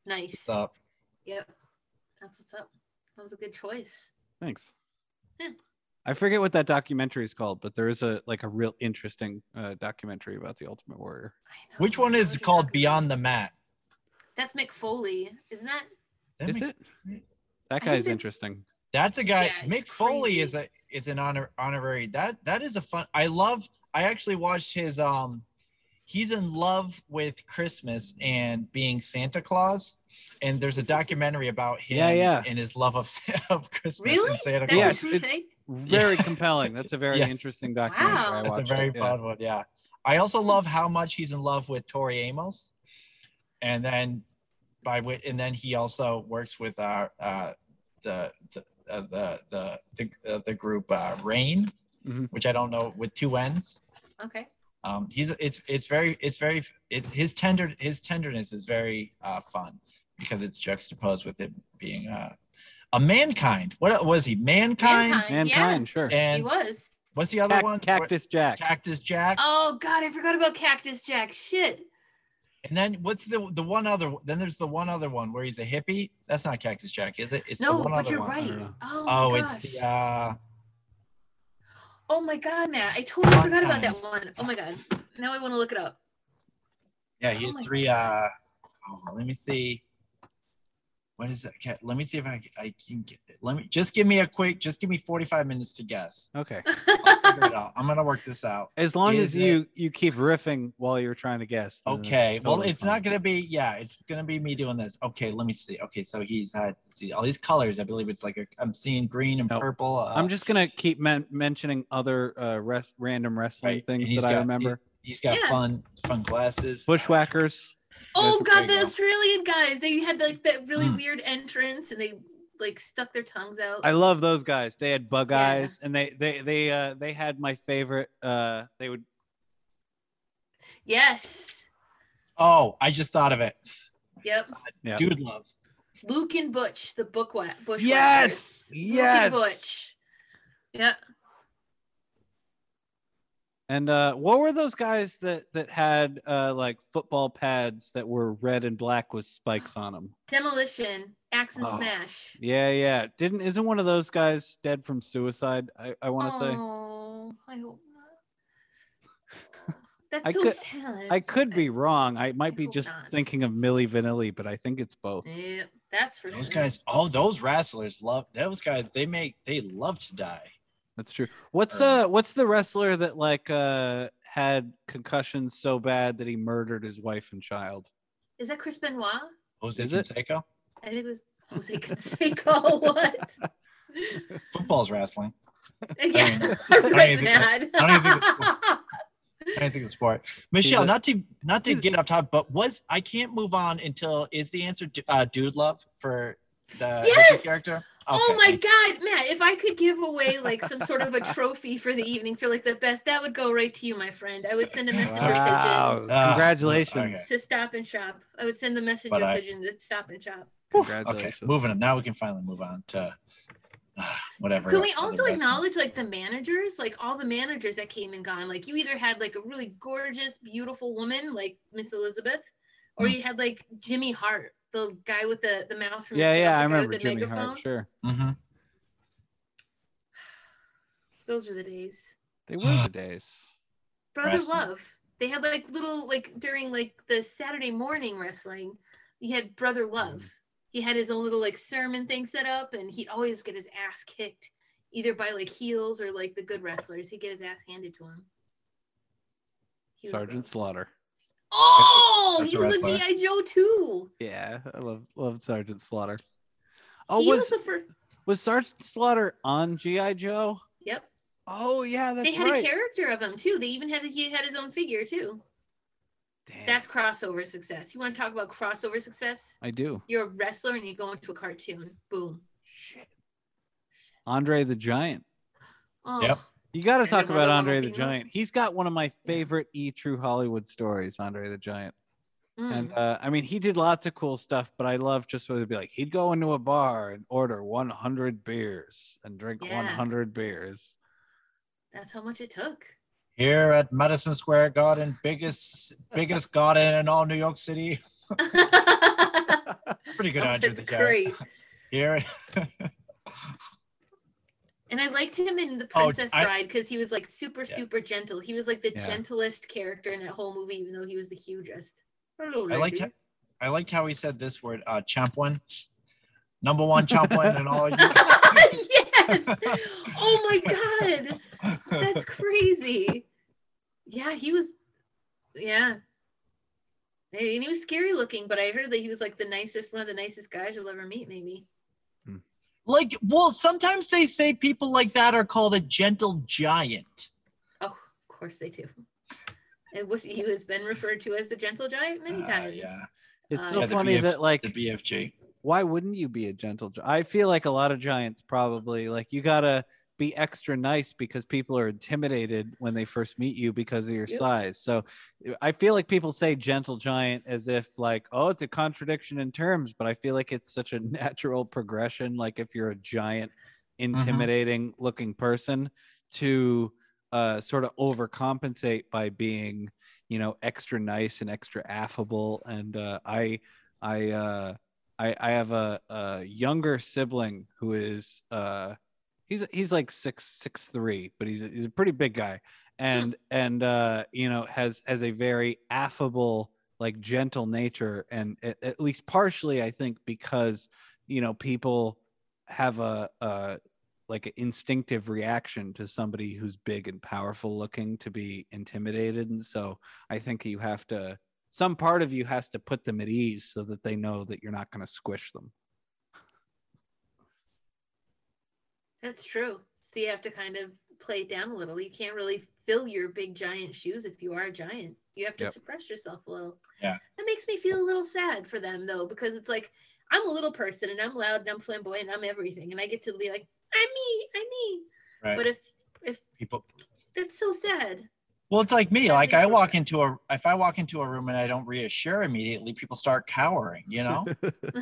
nice. What's up? Yep. That's what's up. That was a good choice. thanks Yeah. i forget what that documentary is called but there is a like a real interesting uh, documentary about the ultimate warrior I know. Which one I know is what you're called talking Beyond about. the Mat? That's Mick Foley, isn't that? That Is make- it? That guy I think is that's- interesting. That's a guy. Yeah, it's Mick Foley is a crazy. is an honor honorary. That that is a fun. I love. I actually watched his. Um, he's in love with Christmas and being Santa Claus, and there's a documentary about him. Yeah, yeah. And his love of (laughs) Sa- of Christmas Really? and Santa That's Claus. a Yes, true it's- thing. Very Yeah. compelling. That's a very (laughs) Yes. interesting documentary. Wow. I That's a That's watched a very it, yeah. fun one. Yeah. I also love how much he's in love with Tori Amos, and then by wi- and then he also works with uh, uh, the the uh, the the the, uh, the group uh, Rain, Mhm. which I don't know with two N's. Okay. Um, he's it's it's very it's very it, his tender his tenderness is very uh, fun. because it's juxtaposed with it being uh, a mankind. What was he? Mankind, Mankind. Yeah. Mankind, sure. he and was. what's the other Cac- one? Cactus Jack. Cactus Jack. Oh God, I forgot about Cactus Jack. Shit. And then what's the the one other? Then there's the one other one where he's a hippie. That's not Cactus Jack, is it? It's the No, one but other you're one. right. know. Oh, Oh, my it's gosh. the uh, Oh my God, Matt. I totally Fun forgot about that times. one. Oh my God. Now I want to look it up. (laughs) yeah. He Oh had my three. Uh, oh, let me see. What is that? Ca- Let me see if I I can get it. Let me just give me a quick. Just give me 45 minutes to guess. Okay. I'll figure (laughs) it out. I'm gonna work this out. As long Is as you you keep riffing while you're trying to guess. then that's Okay. well, Uh, totally it's fine. not gonna be. Yeah, it's gonna be me doing this. Okay. Let me see. Okay. So he's had see all these colors. I believe it's like a, I'm seeing green and No. purple. Uh, I'm just gonna keep men- mentioning other uh, res- random wrestling Right, and things he's that I got- remember. He's got Yeah. fun fun glasses. Bushwhackers. That's- oh there God, you the go. Australian guys. They had like that really Mm. weird entrance and they like stuck their tongues out. I love those guys. They had bug Yeah. eyes, and they they they uh, they had my favorite. Uh, they would yes. Oh, I just thought of it. Yep. Yeah. Dude love. Luke and Butch, the book wa- bush. yes Yes. Luke and yes. Butch. Yep. And uh, what were those guys that that had uh, like football pads that were red and black with spikes on them? Demolition, Axe and Oh. Smash. Yeah, yeah. Didn't isn't one of those guys dead from suicide? I I want to say Oh, I hope not. That's I so could- sad. I could be wrong. I might be hope just not. thinking of Millie Vanilli, but I think it's both. Yeah, that's for Those sure. guys. Oh, those wrestlers love those guys. They make they love to die. That's true. What's Or- uh what's the wrestler that like uh had concussions so bad that he murdered his wife and (laughs) child? Is that Chris Benoit? Jose Is it? Canseco. I think it was Jose Canseco. (laughs) what? Football's wrestling. yeah, don't right, even Matt. I don't even (laughs) I didn't think of sport. Michelle, it- not to not to he's- get off topic, but was I can't move on until is the answer du- uh, dude love for the Hitler Yes! character? Okay, Oh my thank- God, Matt! If I could give away like some sort of a trophy for the evening for like the best, that would go right to you, my friend. I would send a messenger Wow. Ah, Congratulations. okay. pigeon to Stop and Shop. I would send the messenger But I- pigeon to Stop and Shop. Okay, Congratulations. moving on. Now we can finally move on to uh, whatever. Can we other also wrestling. acknowledge like the managers, like all the managers that came and gone? Like you either had like a really gorgeous, beautiful woman like Miss Elizabeth, or Hmm. Mm. you had like Jimmy Hart, the guy with the the mouth from Yeah, the yeah, I guy with remember the Jimmy megaphone. Hart. Sure. Mhm. Those were the days. (sighs) They were the days. Brother Wrestling. Love. They had like little like during like the Saturday morning wrestling, you had Brother Mm-hmm. Love. He had his own little like sermon thing set up, and he'd always get his ass kicked, either by like heels or like the good wrestlers. He'd get his ass handed to him. He was Sergeant gross. Slaughter. Oh, That's a he was a wrestler. GI Joe too. Yeah, I love love Sergeant Slaughter. Oh, he was was the first. was Sergeant Slaughter on GI Joe? Yep, Oh yeah, that's they had right. a character of him too. They even had a, he had his own figure too. Damn, That's crossover success. You want to talk about crossover success? I do. You're a wrestler and you go into a cartoon. Boom. Shit. Andre the Giant. Oh, Yep. You got to I talk remember about when Andre it the came out. Giant. He's got one of my favorite E True Hollywood stories, Andre the Giant. mm. And uh, I mean, he did lots of cool stuff, but I love just what it'd be like. He'd go into a bar and order 100 beers and drink Yeah. 100 beers. that's how much (laughs) it took. Here at Madison Square Garden, biggest biggest garden in all New York City. (laughs) Pretty good Oh, Andre that's the Giant. great. Here, And I liked him in The Oh, Princess I- Bride because he was like super, Yeah. super gentle. He was like the Yeah. gentlest character in that whole movie, even though he was the hugest. Hello, I liked lady. I liked how he said this word, uh, champion. Number one champion in all. (laughs) yes. Oh my god. (laughs) That's crazy. Yeah, he was yeah. And he was scary looking, but I heard that he was like the nicest, one of the nicest guys you'll ever meet, maybe. like, well, sometimes they say people like that are called a gentle giant. Oh, of course they do. I wish he has been referred to as the gentle giant many Uh, times. yeah, It's Uh, so Yeah, the funny BF that, like, the BFG. why wouldn't you be a gentle gi- i feel like a lot of giants probably like you gotta be extra nice because people are intimidated when they first meet you because of your Yep. size. So eh, I feel like people say gentle giant as if like, oh, it's a contradiction in terms, but I feel like it's such a (laughs) natural progression. Like if you're a giant, intimidating looking person to uh, sort of overcompensate by being, you know, extra nice and extra affable. And uh, I, I, uh, I, I have a, a younger sibling who is uh, he's he's like six six three, but he's a- he's a pretty big guy, and and uh, you know has has a very affable like gentle nature, and at, at least partially I think because you know people have a, a like an instinctive reaction to somebody who's big and powerful looking to be intimidated, and so I think you have to some part of you has to put them at ease so that they know that you're not going to squish them. That's true. So you have to kind of play it down a little. You can't really fill your big giant shoes if you are a giant. You have to Yep. suppress yourself a little. Yeah. That makes me feel a little sad for them though, because it's like I'm a little person and I'm loud and I'm flamboyant and I'm everything, and I get to be like I'm me, I'm me. Right. But if if People. that's (laughs) so sad, (laughs) Well, it's like me. That's Like I true. walk into a if I walk into a room and I don't reassure immediately, people start cowering. You (laughs) know. whatever.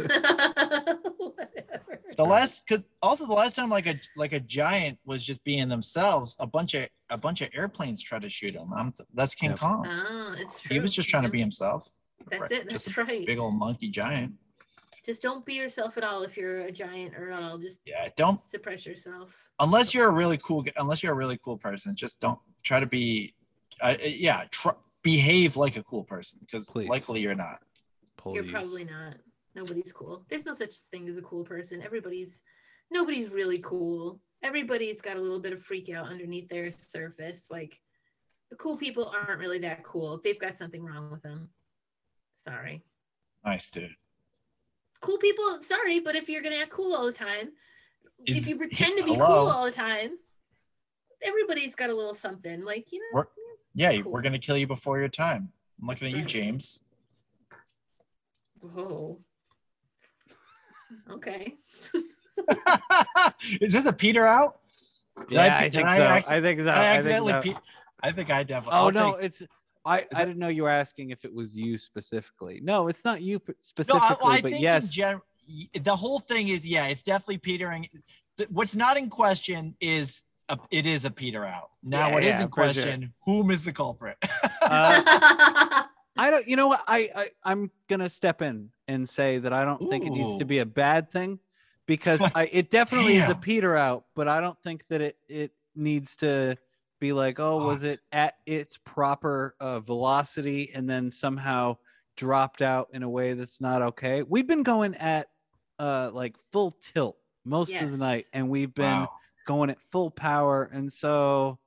the last because also the last time like a like a giant was just being themselves a bunch of a bunch of airplanes tried to shoot him I'm, that's king Yep. kong Ah, it's true. he was just trying to Yeah. be himself That's it. just That's right. big old monkey giant Just don't be yourself at all if you're a giant or at all. Just yeah don't suppress yourself. unless you're a really cool g- unless you're a really cool person just don't try to be uh, uh, yeah tr- behave like a cool person because Please. likely you're not Police. You're probably not. Nobody's cool. There's no such thing as a cool person. Everybody's nobody's really cool. Everybody's got a little bit of freak out underneath their surface. Like the cool people aren't really that cool. They've got something wrong with them. Sorry. nice dude Cool people, sorry, but if you're gonna act cool all the time, if Is- you pretend to be hello? cool all the time, everybody's got a little something. Like, you know, We're- yeah Cool. we're gonna kill you before your time i'm looking at you Right. james (laughs) whoa. Okay. is this a peter out Did I- Yeah, I, did think I so. acc- I think so. I I think accidentally. so. pe- I think I definitely. Oh I'll no, take- it's I. I that- didn't know you were asking if it was you specifically. No, it's not you p- no. specifically, I, well, I but think in yes, gen- y- the whole thing is yeah. It's definitely petering. th- What's not in question is a, it is a peter out. Now Yeah, what is yeah, in for sure. question? Whom is the culprit? Uh, (laughs) I don't. You know what? I, I I'm gonna step in and say that I don't think it needs to Ooh. be a bad thing, (laughs) because I it definitely is a Damn. peter out, but I don't think that it it needs to be like, oh, was it at its proper uh, velocity and then somehow dropped out in a way that's not okay. We've been going at uh like full tilt most of the Yes. night, and we've been wow. going at full power. And so,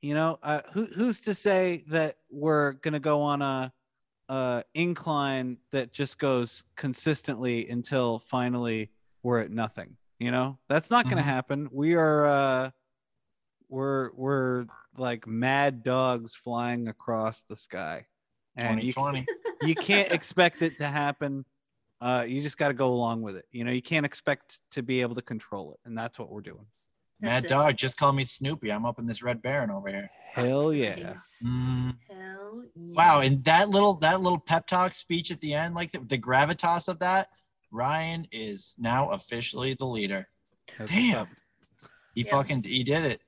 you know, uh, who, who's to say that we're going to go on a, a incline that just goes consistently until finally we're at nothing? You know, that's not going to Mhm. happen. We are, uh, we're, we're like mad dogs flying across the sky. And you, 2020. (laughs) you can't expect it to happen. Uh, you just got to go along with it. You know, you can't expect to be able to control it. And that's what we're doing. Mad That's it. Dog, just call me Snoopy. I'm up in this Red Baron over here. (laughs) Hell yeah. Nice. Mm, Hell yeah. Wow, and that little that little pep talk speech at the end, like the, the gravitas of that, Ryan is now officially the leader. Damn, he Yeah. fucking he did it.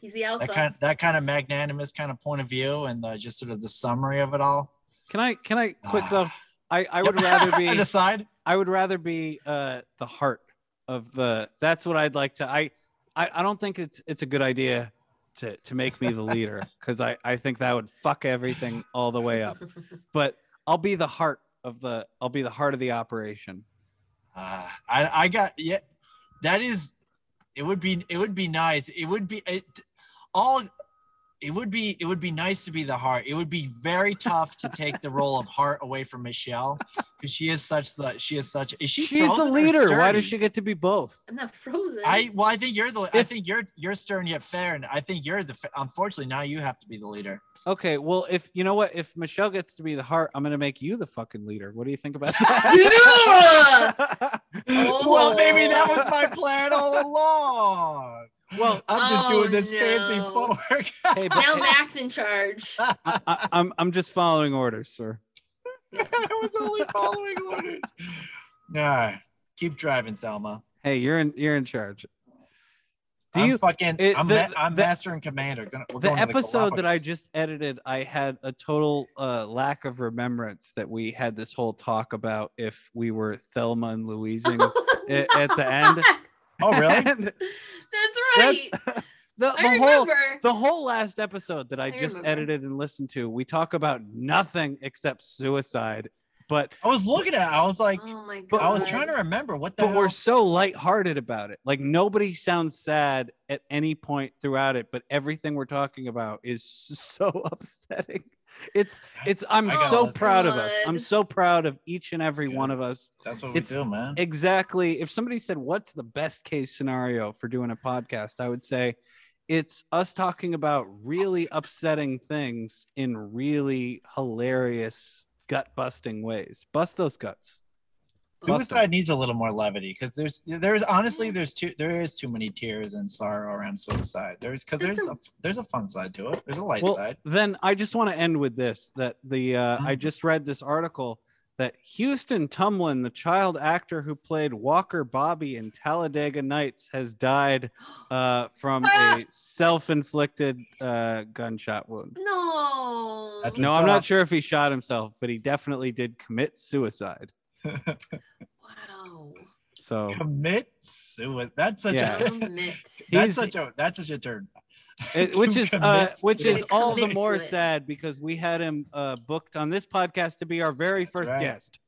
He's the alpha. that kind that kind of magnanimous kind of point of view and the, just sort of the summary of it all. Can I can (sighs) I quick though? Ah. I, I would Yep. (laughs) rather be the side. I would rather be uh the heart of the that's what I'd like to I I, I don't think it's it's a good idea to to make me the (laughs) leader because I, I think that would fuck everything all the way up. But I'll be the heart of the I'll be the heart of the operation. Uh, I I got yeah. That is, it would be it would be nice. It would be it, all. It would be it would be nice to be the heart. It would be very tough to take the role of heart away from Michelle because she is such the she is such is she She's the frozen or leader. Why sturdy? does she get to be both? (laughs) I'm not frozen. (laughs) I well I think you're the I If- think you're you're stern yet fair and I think you're the fa- unfortunately now you have to be the leader. Okay, well if you know what if Michelle gets to be the heart, I'm gonna make you the fucking leader. What do you think (laughs) about that? (laughs) Yeah! (laughs) Well, maybe that was my plan all along. Well, I'm just Oh, doing this fancy no. fork. (laughs) Hey, but Now Mac's (laughs) in charge. I, I, I'm I'm just following orders, sir. (laughs) I was only following orders. Nah, keep driving, Thelma. Hey, you're in you're in charge. Do I'm you fucking. it- I'm, the- ma- I'm the- master and commander. Gonna, we're the going to episode that I Galapagos. just edited, I had a total uh, lack of remembrance that we had this whole talk about if we were Thelma and Louising (laughs) a- at the end. Oh really? (laughs) And That's right. (laughs) the, the I whole remember. the whole last episode that I, I just remember. edited and listened to, we talk about nothing except suicide, but I was looking at. it, I was like, oh my god. I was trying to remember what the. but we're hell- so lighthearted about it. Like nobody sounds sad at any point throughout it, but everything we're talking about is (laughs) so upsetting. It's it's I'm I got so this. proud of us. I'm God. so proud of each and every good. one of us. That's what we it's- do, man. Exactly. If somebody said what's the best case scenario for doing a podcast, I would say it's us talking about really upsetting things in really hilarious gut-busting ways. Bust those guts. Suicide needs a little more levity because there's there's honestly there's too there is too many tears and sorrow around suicide. There's because there's a there's a fun side to it. There's a light well, side. Mm-hmm. then I just want to end with this that the uh, I just read this article that Houston Tumlin, the child actor who played Walker Bobby in Talladega Nights, has died uh, from Ah! a self-inflicted uh, gunshot wound. (gasps) No. That's No, What's I'm up? not sure if he shot himself, but he definitely did commit suicide. Wow. So (laughs) Commit suicide. That's such Yeah. a (laughs) Commit. that's He's- such a that's such a turn. it, which is uh, Commit which is Commit all the suicide. more sad because we had him uh, booked on this podcast to be our very first right. guest.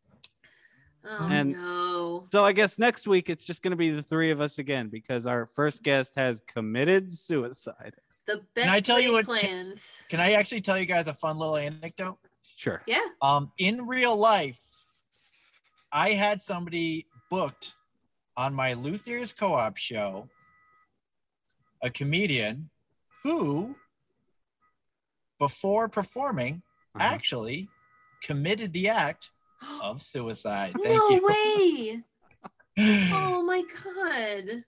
Oh And- no. So I guess next week it's just going to be the three of us again because our first guest has committed suicide. The best I tell you laid what- plans. Can I actually tell you guys a fun little anecdote? Sure. Yeah. (gasps) Um, in real life, I had somebody booked on my Luthier's co-op show, a comedian who, before performing, Uh-huh. actually committed the act of suicide. Thank no you. way. Oh my god.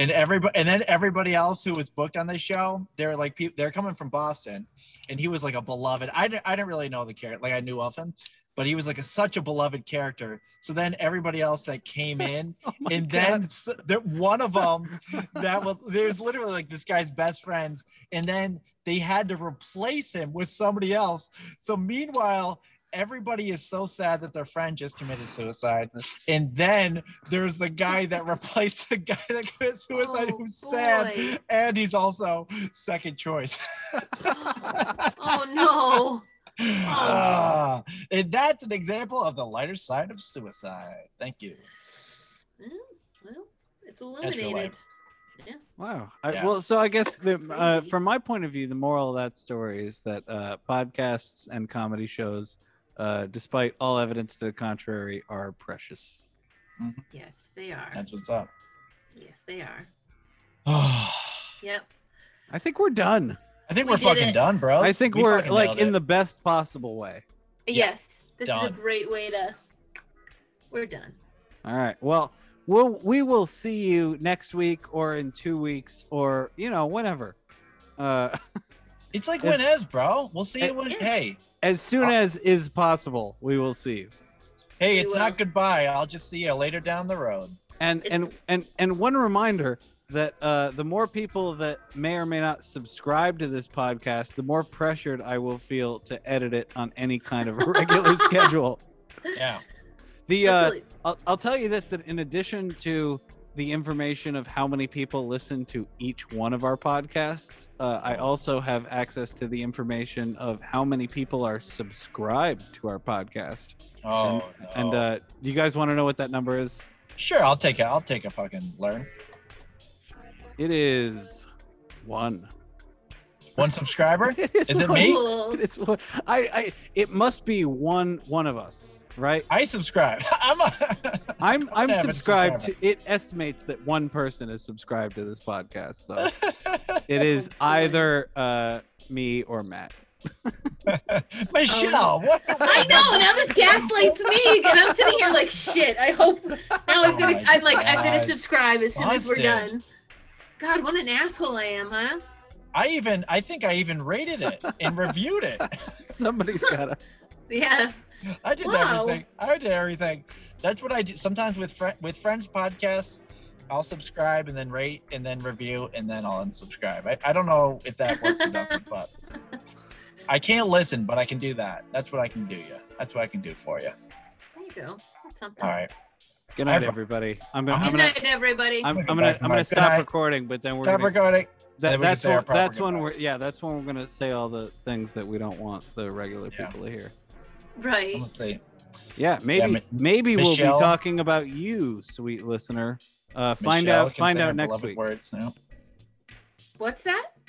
and everybody and then everybody else who was booked on this show they're like people they're coming from boston and he was like a beloved i didn't, I didn't really know the character like i knew of him but he was like a, such a beloved character so then everybody else that came in Oh my and God. then s- there, one of them that was there's literally like this guy's best friends and then they had to replace him with somebody else so meanwhile everybody is so sad that their friend just committed suicide and then there's the guy that replaced the guy that committed suicide Oh, who's sad boy. and he's also second choice (laughs) Oh no. Ah, and that's an example of the lighter side of suicide thank you Well, well, it's That's real eliminated. life. wow. I, Yeah. Well, so I guess the, uh, from my point of view, the moral of that story is that uh, podcasts and comedy shows, uh, despite all evidence to the contrary, are precious. Yes, they are. that's what's up (sighs) Yes, they are. I Yep. I think we're done. think We we are did fucking it. done, bros. I think We we're fucking like nailed in it. the best possible way. Yes. This is Done. a great way to We're done. All right. Well, we'll we will see you next week or in two weeks or you know whenever. Uh, It's like it's- when is, bro. We'll see it- you when. Yeah. Hey, as soon Uh, as is possible, we will see you. hey, We it's will. not goodbye. I'll just see you later down the road. And and It's- and and one reminder that uh, the more people that may or may not subscribe to this podcast, the more pressured I will feel to edit it on any kind of a regular schedule. Yeah. The uh, Absolutely. I'll, I'll tell you this that in addition to the information of how many people listen to each one of our podcasts, uh, I also have access to the information of how many people are subscribed to our podcast. Oh. no. And uh, do you guys want to know what that number is? sure, I'll take a, I'll take a fucking learn. It is one. (laughs) One subscriber. It Is it one. me? Cool. It's one. I, I. It must be one. One of us, right? I subscribe. (laughs) I'm a. (laughs) I'm. I'm average subscribed to. It estimates that one person is subscribed to this podcast. (laughs) So. It is Okay. either uh, me or Matt. (laughs) Michelle, what? (laughs) I know. Now this gaslights me, and I'm sitting here like, shit. I hope now I'm Oh gonna. my I'm like, I'm gonna God. subscribe as soon as we're Busted. done. God, what an asshole I am, huh? I even I think I even rated it and reviewed it. Somebody's gotta. Yeah. (laughs) I did Wow. everything. I did everything. That's what I do. Sometimes with fri with friends podcasts, I'll subscribe and then rate and then review and then I'll unsubscribe. I, I don't know if that works or doesn't, but I can't listen, but I can do that. That's what I can do. Yeah, that's what I can do for you. There you go. That's something. All right. Good night, Everyone. everybody. I'm gonna. I'm Good gonna. night, everybody. I'm, I'm Goodbye gonna. from I'm my- gonna good stop night. recording, but then we're Stop gonna. recording. That, Then we can that's say our when, proper that's when goodbyes. we're yeah that's when we're gonna say all the things that we don't want the regular Yeah. people to hear. I'm Right. gonna say Yeah, maybe Mi- maybe we'll Michelle. be talking about you, sweet listener. Uh, find Michelle out can find say her out next beloved week. Words now. What's that?